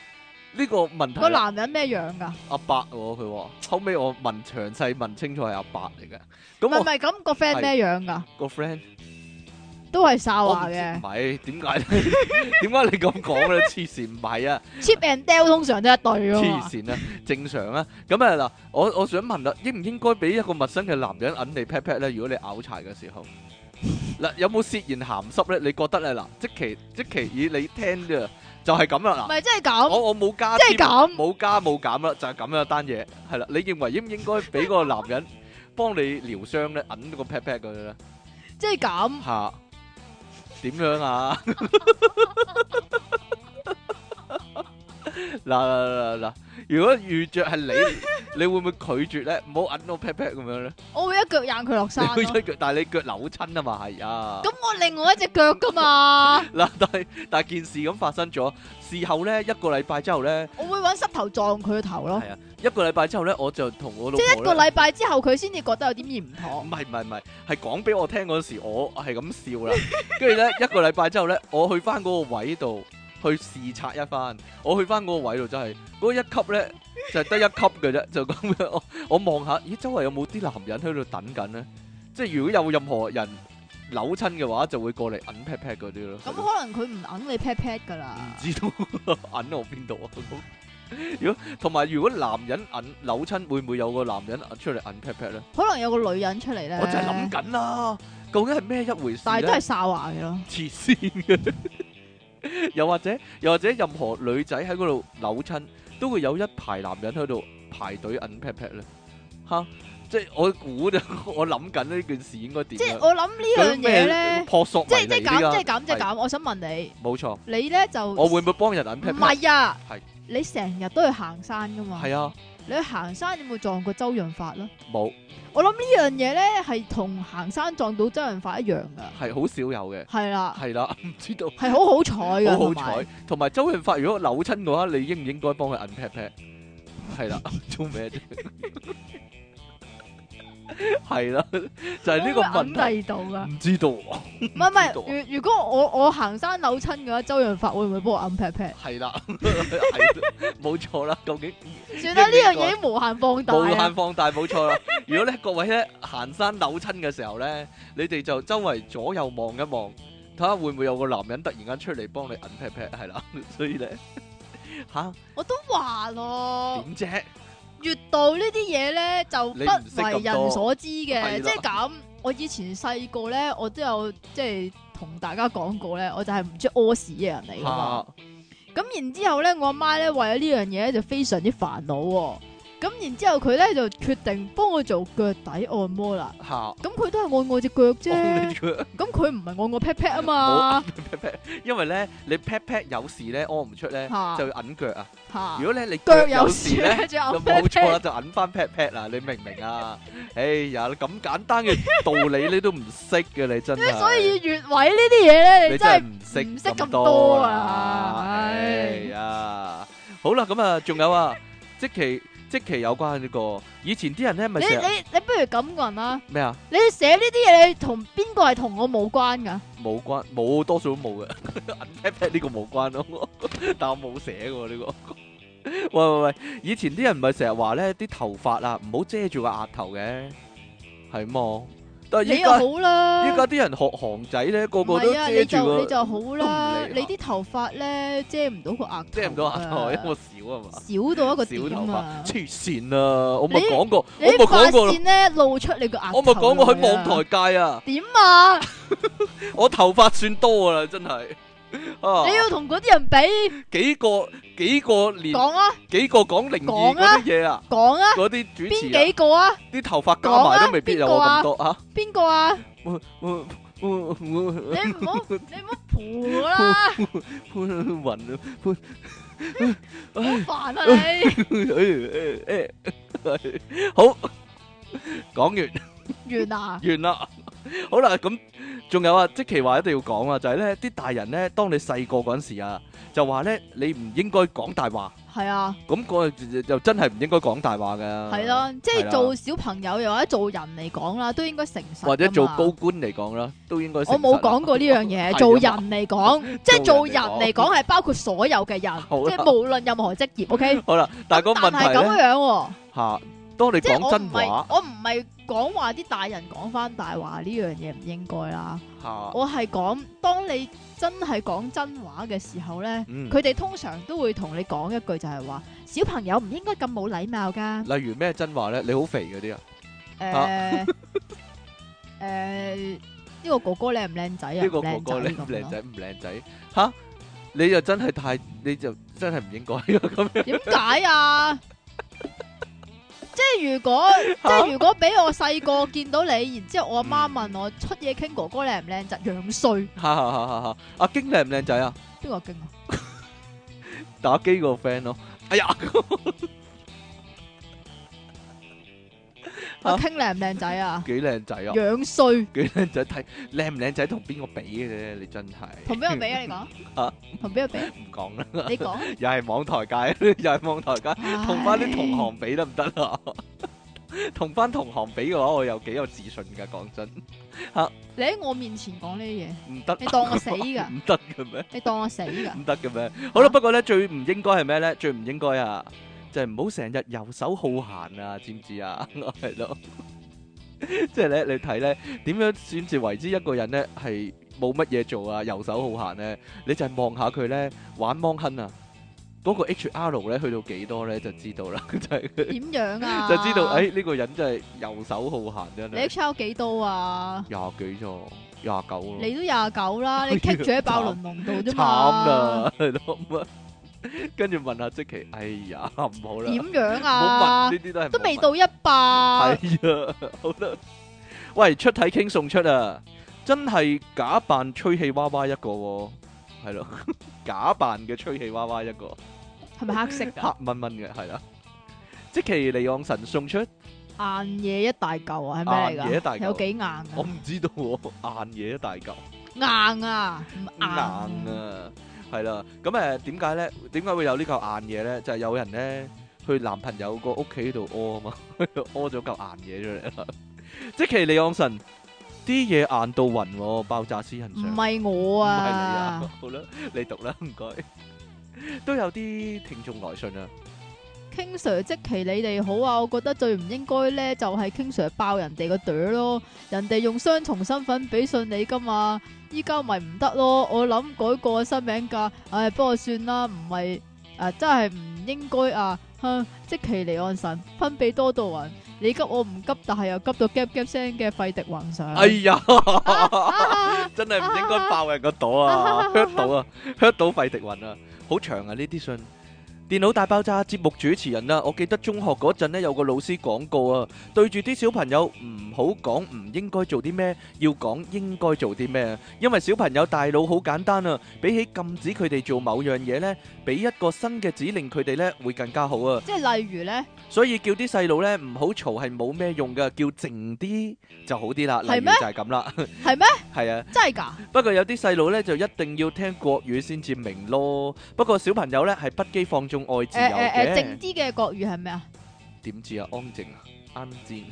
Speaker 1: 呢個問題
Speaker 2: 個
Speaker 1: 啦
Speaker 2: 男人咩 樣㗎？
Speaker 1: 阿伯喎佢話，後尾我問詳細問清楚係阿伯嚟嘅，
Speaker 2: 唔係唔
Speaker 1: 咁
Speaker 2: 係咁個 friend 咩樣㗎？
Speaker 1: 我個 friend
Speaker 2: 都係哨
Speaker 1: 我唔
Speaker 2: 話
Speaker 1: 知
Speaker 2: 嘅
Speaker 1: 唔係點解咧？ 點解你咁講咧？黐線唔係啊，
Speaker 2: ，cheap and d e l l 通常都一對㗎
Speaker 1: 黐
Speaker 2: 嘛。
Speaker 1: 線啊，正常啊。咁啊嗱，我我想問啦，應唔應該俾一個陌生嘅男人揞你 pat pat 咧？如果你拗柴嘅時候，嗱有冇涉嫌鹹濕咧？你覺得咧嗱，即其即其以你聽啫，就係咁啦
Speaker 2: 唔
Speaker 1: 嗱。
Speaker 2: 係即係咁，
Speaker 1: 我我冇加
Speaker 2: 即係
Speaker 1: 添
Speaker 2: 咁
Speaker 1: 冇加冇減啦，就係咁樣單嘢，係啦。你認為應唔應該俾個男人幫你療傷咧，揞個 pat pat 佢咧？
Speaker 2: 即係咁，
Speaker 1: 嚇點樣啊？ 嗱嗱嗱嗱！如果遇着係你，你會唔會拒絕咧？唔好揞我 pat pat 咁樣 咧？
Speaker 2: 我會一腳踹佢落山
Speaker 1: 你會
Speaker 2: 咯。
Speaker 1: 一腳，但係你腳扭親啊嘛，係啊。
Speaker 2: 咁我另外一隻腳㗎嘛，
Speaker 1: 嗱，但係但係件事咁發生咗，事後咧一個禮拜之後咧，
Speaker 2: 我會揾膝頭撞佢個頭咯。
Speaker 1: 係啊，一個禮拜之後咧，我就同我老
Speaker 2: 即係
Speaker 1: 婆
Speaker 2: 一
Speaker 1: 咧嗯
Speaker 2: 個。禮拜之後，佢先至覺得有啲嫌妥
Speaker 1: 唔。係唔係唔係，係講俾我聽嗰時，我係咁笑啦。 跟住咧，一個禮拜之後咧，我去翻嗰個位度去視察一番。我去翻嗰個位度真係嗰一級咧，就係得一級嘅啫，就咁樣。 我我望下，咦，周圍有冇啲男人喺度等緊咧？即係如果有任何人扭親嘅話，就會過嚟揞 pat pat 嗰啲咯。
Speaker 2: 咁啊可能佢唔揞你 pat pat 㗎啦
Speaker 1: 唔。知道 揞我邊度啊？咁如果同埋如果男人揞扭親，會唔會有個男人出嚟揞 pat pat 咧？
Speaker 2: 可能有個女人出嚟咧。
Speaker 1: 我就係諗，緊啦，究竟係咩一回事
Speaker 2: 但係都
Speaker 1: 咧
Speaker 2: 係哨牙嘅咯。
Speaker 1: 黐線嘅。 又或者又或者任何女仔喺嗰度扭親，都會有一排男人喺度排隊摁 pat pat 咧。吓，即係我估就 我諗緊呢件事應該點
Speaker 2: 即係
Speaker 1: 樣？
Speaker 2: 我諗呢樣嘢咧，
Speaker 1: 撲朔
Speaker 2: 即
Speaker 1: 迷
Speaker 2: 係即係
Speaker 1: 離
Speaker 2: 咁，即
Speaker 1: 㗎
Speaker 2: 係咁，即係
Speaker 1: 係
Speaker 2: 咁。我想問你，
Speaker 1: 冇錯，
Speaker 2: 你咧就
Speaker 1: 我會唔會幫人摁
Speaker 2: 唔
Speaker 1: pat pat？
Speaker 2: 係啊
Speaker 1: 係？
Speaker 2: 你成日都去行山㗎嘛？
Speaker 1: 係啊，
Speaker 2: 你去行山有冇撞過周潤發啦？啊
Speaker 1: 冇，
Speaker 2: 我諗呢樣嘢咧係同行山撞到周潤發一樣噶，
Speaker 1: 係好少有嘅，
Speaker 2: 係啦，
Speaker 1: 係啦，唔知道。
Speaker 2: 係好好彩噶，
Speaker 1: 好好
Speaker 2: 同埋
Speaker 1: 彩，同埋周潤發如果扭親嘅話，你應唔應該幫佢摁 pat pat？係啦， 做咩啫？係啦，就係呢個問題，
Speaker 2: 第二度噶。
Speaker 1: 唔知道喎
Speaker 2: 唔係唔係，
Speaker 1: 知道啊
Speaker 2: 如如果我我行山扭親嘅話，周潤發會唔會幫我揞 pat pat？
Speaker 1: 係啦，係啦冇錯啦，究竟
Speaker 2: 算啦，呢樣嘢
Speaker 1: 應
Speaker 2: 已經無限放大
Speaker 1: 無限
Speaker 2: 啊！
Speaker 1: 放大冇錯啦。如果咧各位咧行山扭親嘅時候咧，你哋就周圍左右望一望，睇下會唔會有個男人突然間出嚟幫你摁 pat pat 係啦，所以咧吓
Speaker 2: 我都話咯，
Speaker 1: 點啫？
Speaker 2: 閱讀呢啲嘢咧就
Speaker 1: 你唔識
Speaker 2: 不
Speaker 1: 咁
Speaker 2: 為人所知嘅，
Speaker 1: 係啦
Speaker 2: 即係咁。我以前細個咧，我都有即係同大家講過咧，我就係唔中意屙屎嘅人嚟噶嘛。
Speaker 1: 嚇
Speaker 2: 咁然之後咧，我阿媽咧為咗呢樣嘢咧就非常之煩惱喎。咁然之後佢咧就決定幫我做腳底按摩啦。
Speaker 1: 嚇！
Speaker 2: 咁佢都係按我只腳啫，咁佢唔係按我 pat pat 啊嘛
Speaker 1: 冇，因為咧，你 pat pat 有事咧，屙唔出咧，
Speaker 2: 嚇
Speaker 1: 就要揞腳啊。
Speaker 2: 嚇
Speaker 1: 如果咧你
Speaker 2: 腳
Speaker 1: 腳
Speaker 2: 有
Speaker 1: 有事
Speaker 2: 事
Speaker 1: 咧，
Speaker 2: 咧就
Speaker 1: 就
Speaker 2: 有 pat
Speaker 1: 冇錯啦，
Speaker 2: pat，
Speaker 1: 就揞翻 pat pat 啦。你明唔明啊？哎呀，你咁簡單嘅道理你都唔識嘅，你真係。
Speaker 2: 所以穴位呢啲嘢咧，
Speaker 1: 你
Speaker 2: 你
Speaker 1: 真
Speaker 2: 真
Speaker 1: 係
Speaker 2: 係
Speaker 1: 唔識
Speaker 2: 唔識咁
Speaker 1: 多
Speaker 2: 多
Speaker 1: 啊
Speaker 2: 啊！
Speaker 1: 哎呀，好啦，咁啊，仲有啊，即期即期有關呢個，以前啲人咧咪
Speaker 2: 你
Speaker 1: 成日
Speaker 2: 你你不如咁個人啦，
Speaker 1: 咩啊？
Speaker 2: 你寫呢啲嘢，你同邊個係同我冇關㗎？
Speaker 1: 冇關，冇多數都冇嘅。pat pat 呢個冇關咯， 但我冇寫喎呢個。 喂喂喂，以前啲人唔係成日話咧，啲頭髮啊唔好遮住個額頭嘅，係嘛？但係
Speaker 2: 你
Speaker 1: 依
Speaker 2: 又
Speaker 1: 家
Speaker 2: 好啦，
Speaker 1: 依家啲人學韓仔咧，個個都
Speaker 2: 唔係啊，
Speaker 1: 遮
Speaker 2: 你
Speaker 1: 住
Speaker 2: 就你
Speaker 1: 個，
Speaker 2: 就
Speaker 1: 都唔
Speaker 2: 好啦，
Speaker 1: 理啊
Speaker 2: 你啲頭髮咧遮唔到個額頭，
Speaker 1: 遮唔到額頭，因為我少啊嘛。
Speaker 2: 少到一個
Speaker 1: 少
Speaker 2: 點
Speaker 1: 頭
Speaker 2: 啊
Speaker 1: 髮，！黐線啊！我咪
Speaker 2: 你
Speaker 1: 講過，
Speaker 2: 你
Speaker 1: 我咪
Speaker 2: 啲
Speaker 1: 講
Speaker 2: 髮
Speaker 1: 過啦，
Speaker 2: 線咧露出你個額頭，啊
Speaker 1: 我咪講過喺網台界啊，
Speaker 2: 點啊？
Speaker 1: 我頭髮算多噶啦，真係啊！
Speaker 2: 你要同嗰啲人比，
Speaker 1: 幾個幾個連
Speaker 2: 講啊
Speaker 1: 幾個講靈異
Speaker 2: 講
Speaker 1: 嗰
Speaker 2: 啊
Speaker 1: 啲嘢啊，
Speaker 2: 講啊，
Speaker 1: 嗰啲主
Speaker 2: 邊
Speaker 1: 持啊
Speaker 2: 幾個啊？
Speaker 1: 啲頭髮加埋都未必有我咁多啊！
Speaker 2: 邊個啊？
Speaker 1: 潘
Speaker 2: 你唔好你唔好蒲我啦，
Speaker 1: 雲啊，
Speaker 2: 好煩 啊你！
Speaker 1: 好講完。
Speaker 2: 完啊，
Speaker 1: 完啦。好啦，咁仲有啊，即其話一定要講啊，就係咧啲大人咧，當你細個嗰陣時啊，就話咧你唔應該講大話，
Speaker 2: 係啊，
Speaker 1: 咁嗰又真係唔應該講大話噶。
Speaker 2: 係，啦，即
Speaker 1: 係啦
Speaker 2: 係做小朋友又或者做人嚟講啦，都應該誠實。
Speaker 1: 或者做高，官嚟講啦，都應該誠實啊。
Speaker 2: 我冇講過呢樣
Speaker 1: 係啊
Speaker 2: 嘢。做人嚟講，即係
Speaker 1: 做
Speaker 2: 做
Speaker 1: 人
Speaker 2: 人
Speaker 1: 嚟講
Speaker 2: 嚟講係包括所有嘅人，
Speaker 1: 好啦
Speaker 2: 即係無論任何職業。O K，
Speaker 1: 好啦， 但係個問
Speaker 2: 但係
Speaker 1: 題咧
Speaker 2: 咁樣喎。
Speaker 1: 嚇，當你
Speaker 2: 即係
Speaker 1: 講
Speaker 2: 我
Speaker 1: 真
Speaker 2: 唔係
Speaker 1: 話
Speaker 2: 我唔係講話啲大人講翻大話呢樣嘢唔應該啦，
Speaker 1: 嚇，
Speaker 2: 我係講當你真係講真話嘅時候呢，
Speaker 1: 嗯，
Speaker 2: 佢哋通常都會同你講一句就係話小朋友唔應該咁冇禮貌噶，
Speaker 1: 例如咩真話咧？你好肥嗰啲啊，
Speaker 2: 誒誒呢個哥哥靚唔靚仔 啊？
Speaker 1: 呢個
Speaker 2: 唔
Speaker 1: 哥
Speaker 2: 靚
Speaker 1: 哥
Speaker 2: 仔
Speaker 1: 靚唔
Speaker 2: 咁
Speaker 1: 靚
Speaker 2: 咯
Speaker 1: 仔唔靚仔嚇？你就真係太，你就真係唔應該咁樣
Speaker 2: 點解啊？即係如果 即
Speaker 1: 嚇
Speaker 2: 係如果俾我細個見到你，然之後我阿媽
Speaker 1: 嗯
Speaker 2: 問我出嘢傾哥哥靚唔靚仔，樣衰
Speaker 1: 哈哈哈哈哈！阿京靚唔靚仔啊？
Speaker 2: 邊個勁啊？
Speaker 1: 打機個 friend 咯。哎呀，
Speaker 2: 阿傾靚唔靚仔啊？
Speaker 1: 幾靚仔啊！
Speaker 2: 樣衰，
Speaker 1: 幾靚仔睇靚唔靚仔同邊個比嘅啫？你真係
Speaker 2: 同邊個比啊？你
Speaker 1: 啊
Speaker 2: 講，同邊個比？
Speaker 1: 唔講啦，
Speaker 2: 你講，
Speaker 1: 又係網台界，又係網台界，同翻啲同行比得唔得啊？ 同翻同行比嘅話，我有幾有自信㗎。講真，
Speaker 2: 唉。你喺我面前講呢啲嘢，
Speaker 1: 唔得，
Speaker 2: 你當我死㗎
Speaker 1: 唔得嘅咩？
Speaker 2: 你當我死 㗎？
Speaker 1: 唔得嘅咩？好啦，
Speaker 2: 啊
Speaker 1: 不過咧，最唔應該係咩咧？最唔應該啊，就係唔好成日游手好閒啊，知唔知啊？係咯，即係咧，你睇咧，點樣先至為之一個人咧係冇乜嘢做啊，游手好閒咧？你就係望下佢咧玩芒亨啊，嗰、個 HR 咧去到幾多咧就知道啦， 就係、
Speaker 2: 點樣啊？
Speaker 1: 就知道，誒、呢、個人真係游手好閒真
Speaker 2: 你
Speaker 1: 係
Speaker 2: H R 幾多啊？
Speaker 1: 廿幾咋，廿九咯。
Speaker 2: 你都廿九啦，你棘住喺爆輪龍度啫
Speaker 1: 慘
Speaker 2: 嘛
Speaker 1: 啦，？ 係咯，咁啊，跟住問下即奇，哎呀，唔好啦，
Speaker 2: 點樣
Speaker 1: 唔好
Speaker 2: 啊
Speaker 1: 問？呢啲都係
Speaker 2: 都未
Speaker 1: 冇問。
Speaker 2: 到一百，
Speaker 1: 係啊，好啦，喂，出體傾送出啊，真係假扮吹氣娃娃一個喎，係 咯，假扮嘅吹氣娃娃一個，
Speaker 2: 係咪黑色㗎？
Speaker 1: 黑蚊蚊嘅，係啦。即其尼昂神送出，
Speaker 2: 硬嘢一大嚿啊，係咩
Speaker 1: 硬嘢
Speaker 2: 嚟
Speaker 1: 一大
Speaker 2: 㗎？
Speaker 1: 嚿
Speaker 2: 有幾硬啊？
Speaker 1: 我唔知道 喎，硬嘢一大嚿。
Speaker 2: 硬啊，唔
Speaker 1: 硬！啊，係啦。咁誒點解咧？點解會有呢嚿硬嘢咧？就係、有人咧去男朋友個屋企度屙 啊嘛，屙咗嚿硬嘢出嚟啦。即其利昂神啲嘢硬到暈喎，爆炸私人
Speaker 2: 唔
Speaker 1: 上。
Speaker 2: 係
Speaker 1: 唔
Speaker 2: 我
Speaker 1: 係你
Speaker 2: 啊
Speaker 1: 啊，好啦，你讀啦，唔該。都有啲聽眾來信啊，
Speaker 2: ，King Sir 即其你哋好啊！我覺得最唔應該咧，就係 King Sir 爆人哋個朵咯，人哋用雙重身份俾信你噶嘛，依家咪唔得咯。我諗改個新名噶，唉、不過算啦，唔係啊，真係唔應該啊！哼，即其離岸神，分泌多到人，你急我唔急，但係又急到 gap gap 聲嘅費迪雲上。
Speaker 1: 哎呀，
Speaker 2: 啊
Speaker 1: 真係唔應該爆人個朵 啊，hurt 到啊，hurt 到費迪雲啊，好長啊呢啲信。電腦大爆炸節目主持人啊，我記得中學嗰陣咧有個老師講過啊，對住啲小朋友唔好講唔應該做啲咩，要講應該做啲咩，啊因為小朋友大腦好簡單啊，比起禁止佢哋做某樣嘢呢，俾一個新嘅指令佢哋呢會更加好啊。
Speaker 2: 即係例如咧，
Speaker 1: 所以叫啲細路咧唔好嘈係冇咩用噶，叫靜啲就好啲啦。例
Speaker 2: 係
Speaker 1: 如
Speaker 2: 咩
Speaker 1: 就係咁啦，
Speaker 2: 係咩？
Speaker 1: 係啊。
Speaker 2: 真係㗎？
Speaker 1: 不過有啲細路咧就一定要聽國語先至明咯。不過小朋友咧係不羈放縱愛自
Speaker 2: 誒誒誒，
Speaker 1: 由
Speaker 2: 靜
Speaker 1: 嘅。
Speaker 2: 啲嘅國語係咩啊？
Speaker 1: 點知啊？安靜啊， 安靜。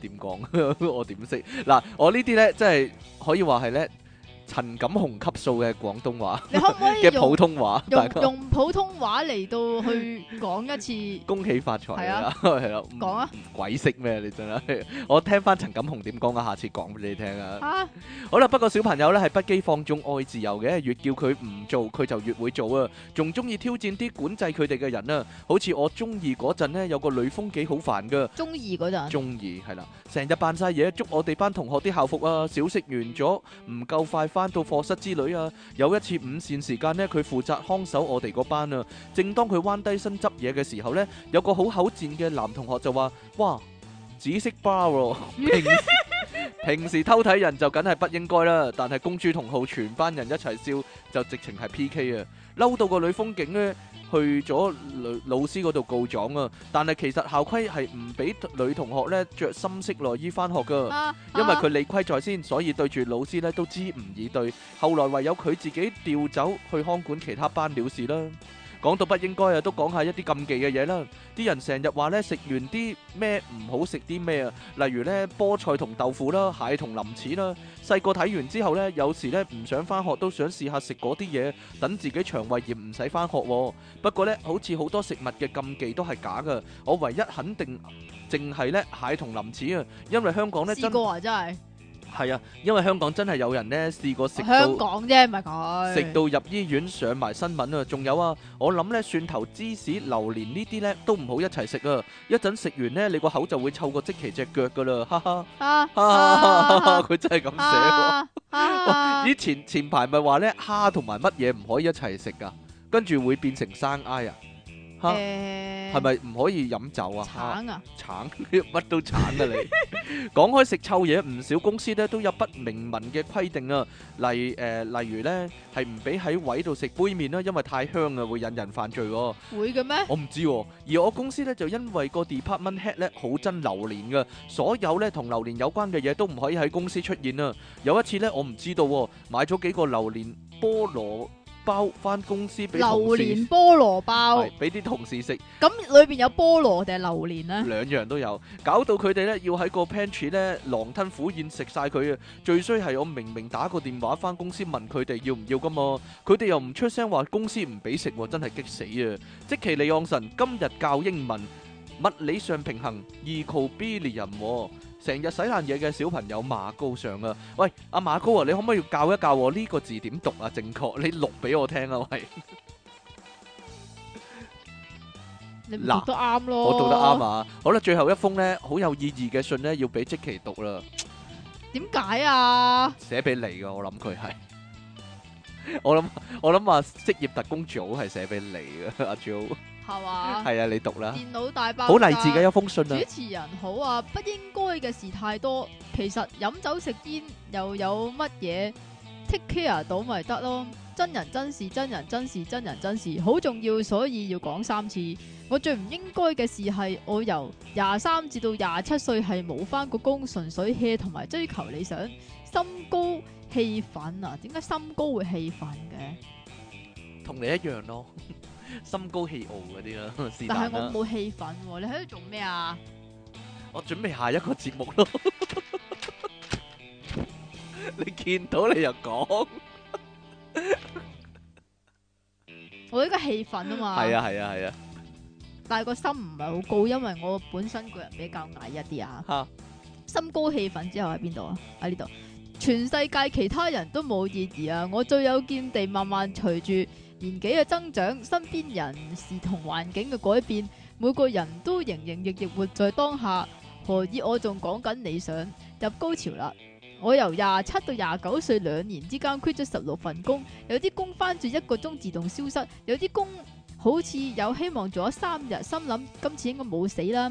Speaker 1: 點講？ 我點識？嗱，我呢啲咧真係可以話係咧陳錦鴻級數嘅廣東話
Speaker 2: 你可唔可以
Speaker 1: 嘅普
Speaker 2: 用
Speaker 1: 通話，大
Speaker 2: 用
Speaker 1: 家
Speaker 2: 用普通話嚟到去講一 次？
Speaker 1: 恭喜發財
Speaker 2: 係啊
Speaker 1: 啦， 係啦，唔
Speaker 2: 講啊，
Speaker 1: 鬼識咩？你真係，我聽翻陳錦鴻點講啊，下次講俾你聽啊。
Speaker 2: 嚇
Speaker 1: 好啦，不過小朋友咧係不羈放縱愛自由嘅，越叫佢唔做，佢就越會做啊，仲中意挑戰啲管制佢哋嘅人啊。好似我中二嗰陣呢，有個女風紀好煩噶，
Speaker 2: 中二嗰陣，
Speaker 1: 中二係啦，成日扮晒嘢，捉我哋班同學啲校服啊，小息完咗唔夠快翻到課室之類啊。有一次午膳時間呢，佢負責看守我哋嗰班啊。正當佢彎低身執嘢嘅時候呢，有個好口賤嘅男同學就話：，哇，紫色巴喎、平時平時偷睇人就梗係不應該啦，但係公主同號全班人一齊笑，就直情係 P K 啊！嬲到個女風景呢，去咗女老師嗰度告狀啊！但係其實校規係唔俾女同學呢着深色內衣翻學噶。
Speaker 2: 啊
Speaker 1: 因為佢
Speaker 2: 啊
Speaker 1: 理虧在先，所以對住老師咧都知唔以對。後來唯有佢自己調走去看管其他班了事啦。講到不應該啊，都講下一啲禁忌嘅嘢啦。啲人成日話咧食完啲咩唔好食啲咩啊，例如咧菠菜同豆腐啦、蟹同林柿啦。細個睇完之後咧，有時咧唔想翻學都想試下食嗰啲嘢，等自己腸胃炎唔使翻學喎。不過咧，好似好多食物嘅禁忌都係假嘅。我唯一肯定，淨係咧蟹同林柿啊，因為香港咧真
Speaker 2: 試。過啊，真係
Speaker 1: 係啊，因為香港真係有人呢試過食
Speaker 2: 香
Speaker 1: 到
Speaker 2: 港啫，唔係佢
Speaker 1: 食到入醫院上埋新聞啊！仲有啊，我諗呢蒜頭、芝士、榴蓮呢啲呢都唔好一齊食啊！一陣食完呢，你個口就會臭過即奇隻腳噶啦，哈哈！
Speaker 2: 啊
Speaker 1: 哈哈
Speaker 2: 啊
Speaker 1: 佢真係咁寫喎。
Speaker 2: 啊啊
Speaker 1: 以前前排咪話呢蝦同埋乜嘢唔可以一齊食噶，跟住會變成生埃啊！嚇
Speaker 2: 誒
Speaker 1: 係咪唔可以飲酒啊？蝦
Speaker 2: 橙啊？
Speaker 1: 橙，乜都橙啊你。講開食臭嘢，唔少公司咧都有不明文嘅規定啊，例誒、呃例如咧係唔俾喺位度食杯麵啦，因為太香啊會引人犯罪喎、
Speaker 2: 會嘅咩？
Speaker 1: 我唔知喎、而我公司咧就因為個 department head 咧好憎榴蓮嘅，所有咧同榴蓮有關嘅嘢都唔可以喺公司出現啊。有一次咧我唔知道、喎，買咗幾個榴蓮菠蘿包翻公司俾
Speaker 2: 榴
Speaker 1: 同事，
Speaker 2: 蓮菠蘿包，
Speaker 1: 係俾啲同事食。
Speaker 2: 咁裏邊有菠蘿定係榴蓮
Speaker 1: 兩
Speaker 2: 咧？
Speaker 1: 樣都有，搞到佢哋咧要喺個 pantry 咧狼吞虎咽食晒佢啊！最衰係我明明打個電話翻公司問佢哋要唔要噶嘛，佢哋又唔出聲話公司唔俾食喎，真係激死啊！即其利昂神今日教英文，物理上平衡 equilibrium 喎。成日洗爛嘢嘅小朋友馬高上啊！喂，阿馬高啊，你可唔可以教一教我呢個字點讀啊？正確，你錄俾我聽啊！喂，
Speaker 2: 你咪
Speaker 1: 嗱
Speaker 2: 讀得啱咯，
Speaker 1: 我讀得啱！啊！好啦，最後一封呢，好有意義嘅信呢，要俾即其讀啦。
Speaker 2: 點解啊？
Speaker 1: 寫俾你噶，我諗佢係， 我諗我諗話職業特工組係寫俾你嘅，阿 Jo，
Speaker 2: 係嘛？
Speaker 1: 係啊，你讀啦，
Speaker 2: 電腦大爆炸
Speaker 1: 好勵志嘅一封信啊
Speaker 2: 主，持人好啊，不應該嘅事太多。其實飲酒食煙又有乜嘢 take care 啊到咪得咯。真人真事，真人真事，真人真事，好重要，所以要講三次。我最唔應該嘅事係，我由廿三至到廿七歲係冇翻個工，純粹 hea 同埋追求理想，心高氣憤啊！點解心高會氣憤嘅？
Speaker 1: 同你一樣咯， 心高氣傲嗰啲啦，是
Speaker 2: 但
Speaker 1: 但
Speaker 2: 係我
Speaker 1: 啦。
Speaker 2: 冇氣憤喎，你喺度做咩啊？
Speaker 1: 我準備下一個節目咯。 你見到你又講，
Speaker 2: 我依家氣憤啊嘛，
Speaker 1: 係啊係啊係啊，
Speaker 2: 但係個心唔係好高，因為我本身個人比較矮一啲啊。
Speaker 1: 嚇
Speaker 2: 心高氣憤之後喺邊度啊？喺呢度，全世界其他人都冇意義啊！我最有見地，慢慢隨住年紀嘅增長，身邊人事同環境嘅改變，每個人都營營役役活在當下，何以我仲講緊理想入高潮啦？我由廿七到廿九歲兩年之間 quit 咗十六份工，有啲工翻住一個鐘自動消失，有啲工好似有希望做咗三日，心諗今次應該冇死啦。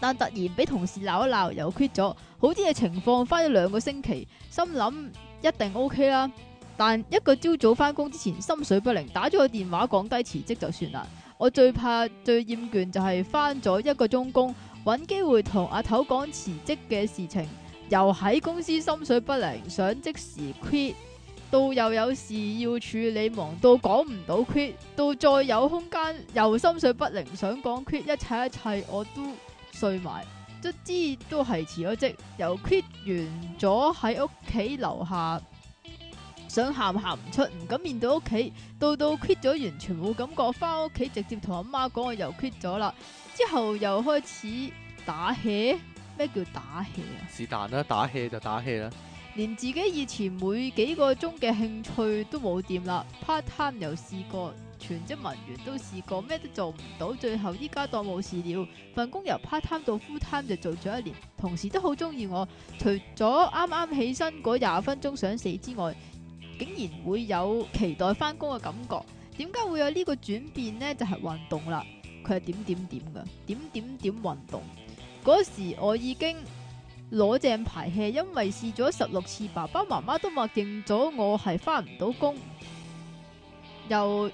Speaker 2: 但突然俾同事鬧一鬧，又 quit 咗。好啲嘅情況，翻咗兩個星期，心諗一定 OK 啦。但一個朝早翻工之前，心水不寧，打咗個電話講低辭職就算啦。我最怕最厭倦就係翻咗一個鐘工，揾機會同阿頭講辭職嘅事情，又喺公司心水不寧，想即時 quit。到又有事要處理，忙到講唔到 quit，到再有空間又心水不寧，想講 quit，一切一切我都睡埋，卒之都係辭咗職，由 quit 完咗喺屋企樓下，想喊喊唔出，唔敢面對屋企，到到 quit 咗完全冇感覺，翻屋企直接同阿媽講我又 quit 咗啦，之後又開始打 hea，咩叫打 hea 啊？
Speaker 1: 是但啦，打 hea 就打 hea 啦。
Speaker 2: 連自己以前每幾個鐘嘅興趣都冇掂啦，part time 又試過，全職文員都試過，咩都做唔到，最後依家當冇事了。份工由 part time 到 full time 就做咗一年，同事都好中意我。除咗啱啱起身嗰廿分鐘想死之外，竟然會有期待翻工嘅感覺。點解會有呢個轉變呢？就係、運動啦，佢係點點點噶，點點點運動。嗰時我已經攞正牌 hea，因為試咗十六次，爸爸媽媽都默認咗我係翻唔到工，又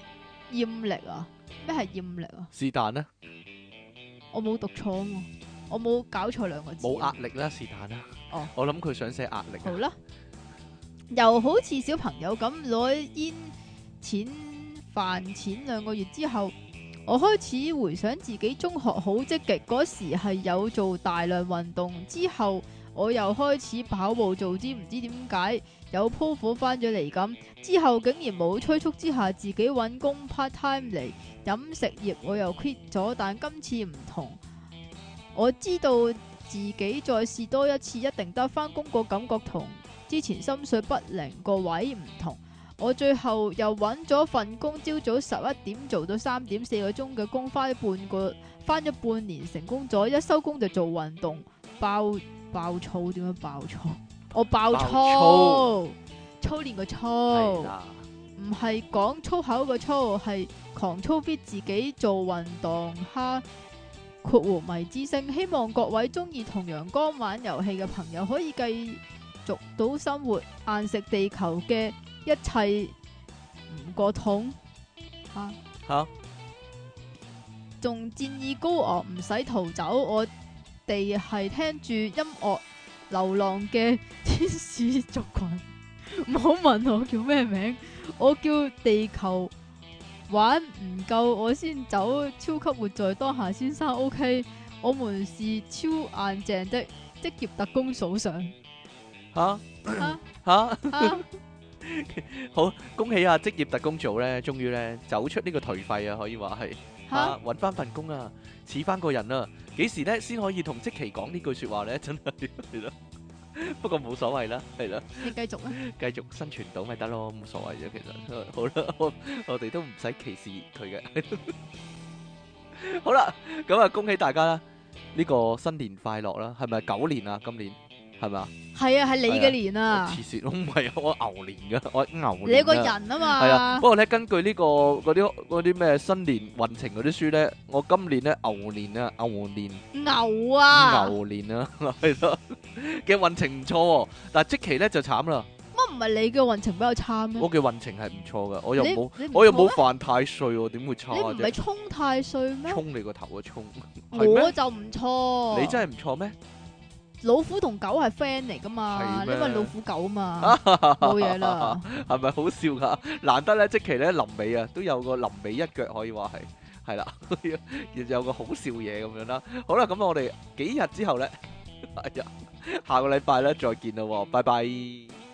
Speaker 2: 厭力啊！咩係厭力啊？
Speaker 1: 是但啦，
Speaker 2: 我冇讀錯喎，我冇搞錯兩個字。啊
Speaker 1: 冇壓力啦，是但啦。
Speaker 2: 哦，
Speaker 1: 我諗佢想寫壓力
Speaker 2: 好
Speaker 1: 啊。
Speaker 2: 啦，又好似小朋友咁攞煙錢飯錢兩個月之後，我開始回想自己中學好積極嗰時係有做大量運動，之後我又開始跑步做啲唔知點解有鋪火翻咗嚟咁，之後竟然冇催促之下自己揾工 part time 嚟，飲食業我又 quit 咗，但今次唔同，我知道自己再試多一次，一定得翻工個感覺同之前心水不寧個位唔同。我最後又揾咗份工，朝早十一點做到三點四個鐘嘅工，翻咗半個翻咗半年，成功咗。一收工就做運動，爆爆粗點樣爆粗？我爆
Speaker 1: 爆
Speaker 2: 粗
Speaker 1: 粗，
Speaker 2: 操練個
Speaker 1: 係
Speaker 2: 粗。
Speaker 1: 啦，
Speaker 2: 唔係講粗口個粗，係狂操 fit 自己做運動哈。括弧迷之星，希望各位中意同陽光玩遊戲嘅朋友可以繼續到生活，硬食地球嘅一切唔過桶吓
Speaker 1: 嚇
Speaker 2: 仲戰意高昂，唔使逃走，我哋係聽住音樂流浪嘅天使族群。唔好問我叫咩名，我叫地球玩唔夠，我先走。超級活在當下先生，OK，我們是超硬淨的職業特工數上。
Speaker 1: 嚇
Speaker 2: 啊
Speaker 1: 嚇，
Speaker 2: 啊
Speaker 1: 恭喜啊！職業特工組咧，終於咧走出呢個頹廢啊，可以話係。
Speaker 2: 啊
Speaker 1: 啊！揾翻份工啊，似翻個人啊，幾時咧先可以同即期講呢句 説話咧？真係係咯，不過冇所謂啦，係啦，
Speaker 2: 你繼續啦，
Speaker 1: 繼續生存到咪得咯，冇所謂啫。其實好啦，我我哋都唔使歧視佢嘅。好啦，咁啊，恭喜大家啦！呢個新年快樂啦，係咪九年啊？今年係咪啊？
Speaker 2: 係啊，係你嘅年啊，
Speaker 1: 黐線，我唔係啊我牛年噶，我牛年。
Speaker 2: 你個人啊
Speaker 1: 係啊，
Speaker 2: 嘛
Speaker 1: 不，過咧，根據呢個嗰啲嗰啲咩新年運程嗰啲書咧，我今年咧牛年啊，牛年
Speaker 2: 牛 啊，
Speaker 1: 牛年啊，係咯嘅運程唔錯喎，但係即期咧就慘啦，
Speaker 2: 乜唔唔係你嘅運程比較差咩？
Speaker 1: 我嘅運程係唔錯㗎，我又
Speaker 2: 嗯你
Speaker 1: 冇，
Speaker 2: 你唔
Speaker 1: 我又冇
Speaker 2: 錯
Speaker 1: 犯太歲喎，點會差
Speaker 2: 咩，你唔係
Speaker 1: 啫？
Speaker 2: 衝太歲咩？
Speaker 1: 衝你個頭啊！衝係
Speaker 2: 我
Speaker 1: 咩？
Speaker 2: 就唔錯。
Speaker 1: 你真係唔錯咩？
Speaker 2: 老虎同狗係 friend 嚟噶嘛？
Speaker 1: 係
Speaker 2: 因
Speaker 1: 咩
Speaker 2: 為老虎 狗嘛，冇嘢啦。
Speaker 1: 係咪好笑噶？難得咧，即期咧臨尾啊，都有個臨尾一腳可以話係係啦， 有個好笑嘢咁樣啦。好啦，咁 我哋幾日之後咧，哎呀，下個禮拜咧再見啦喎，拜拜。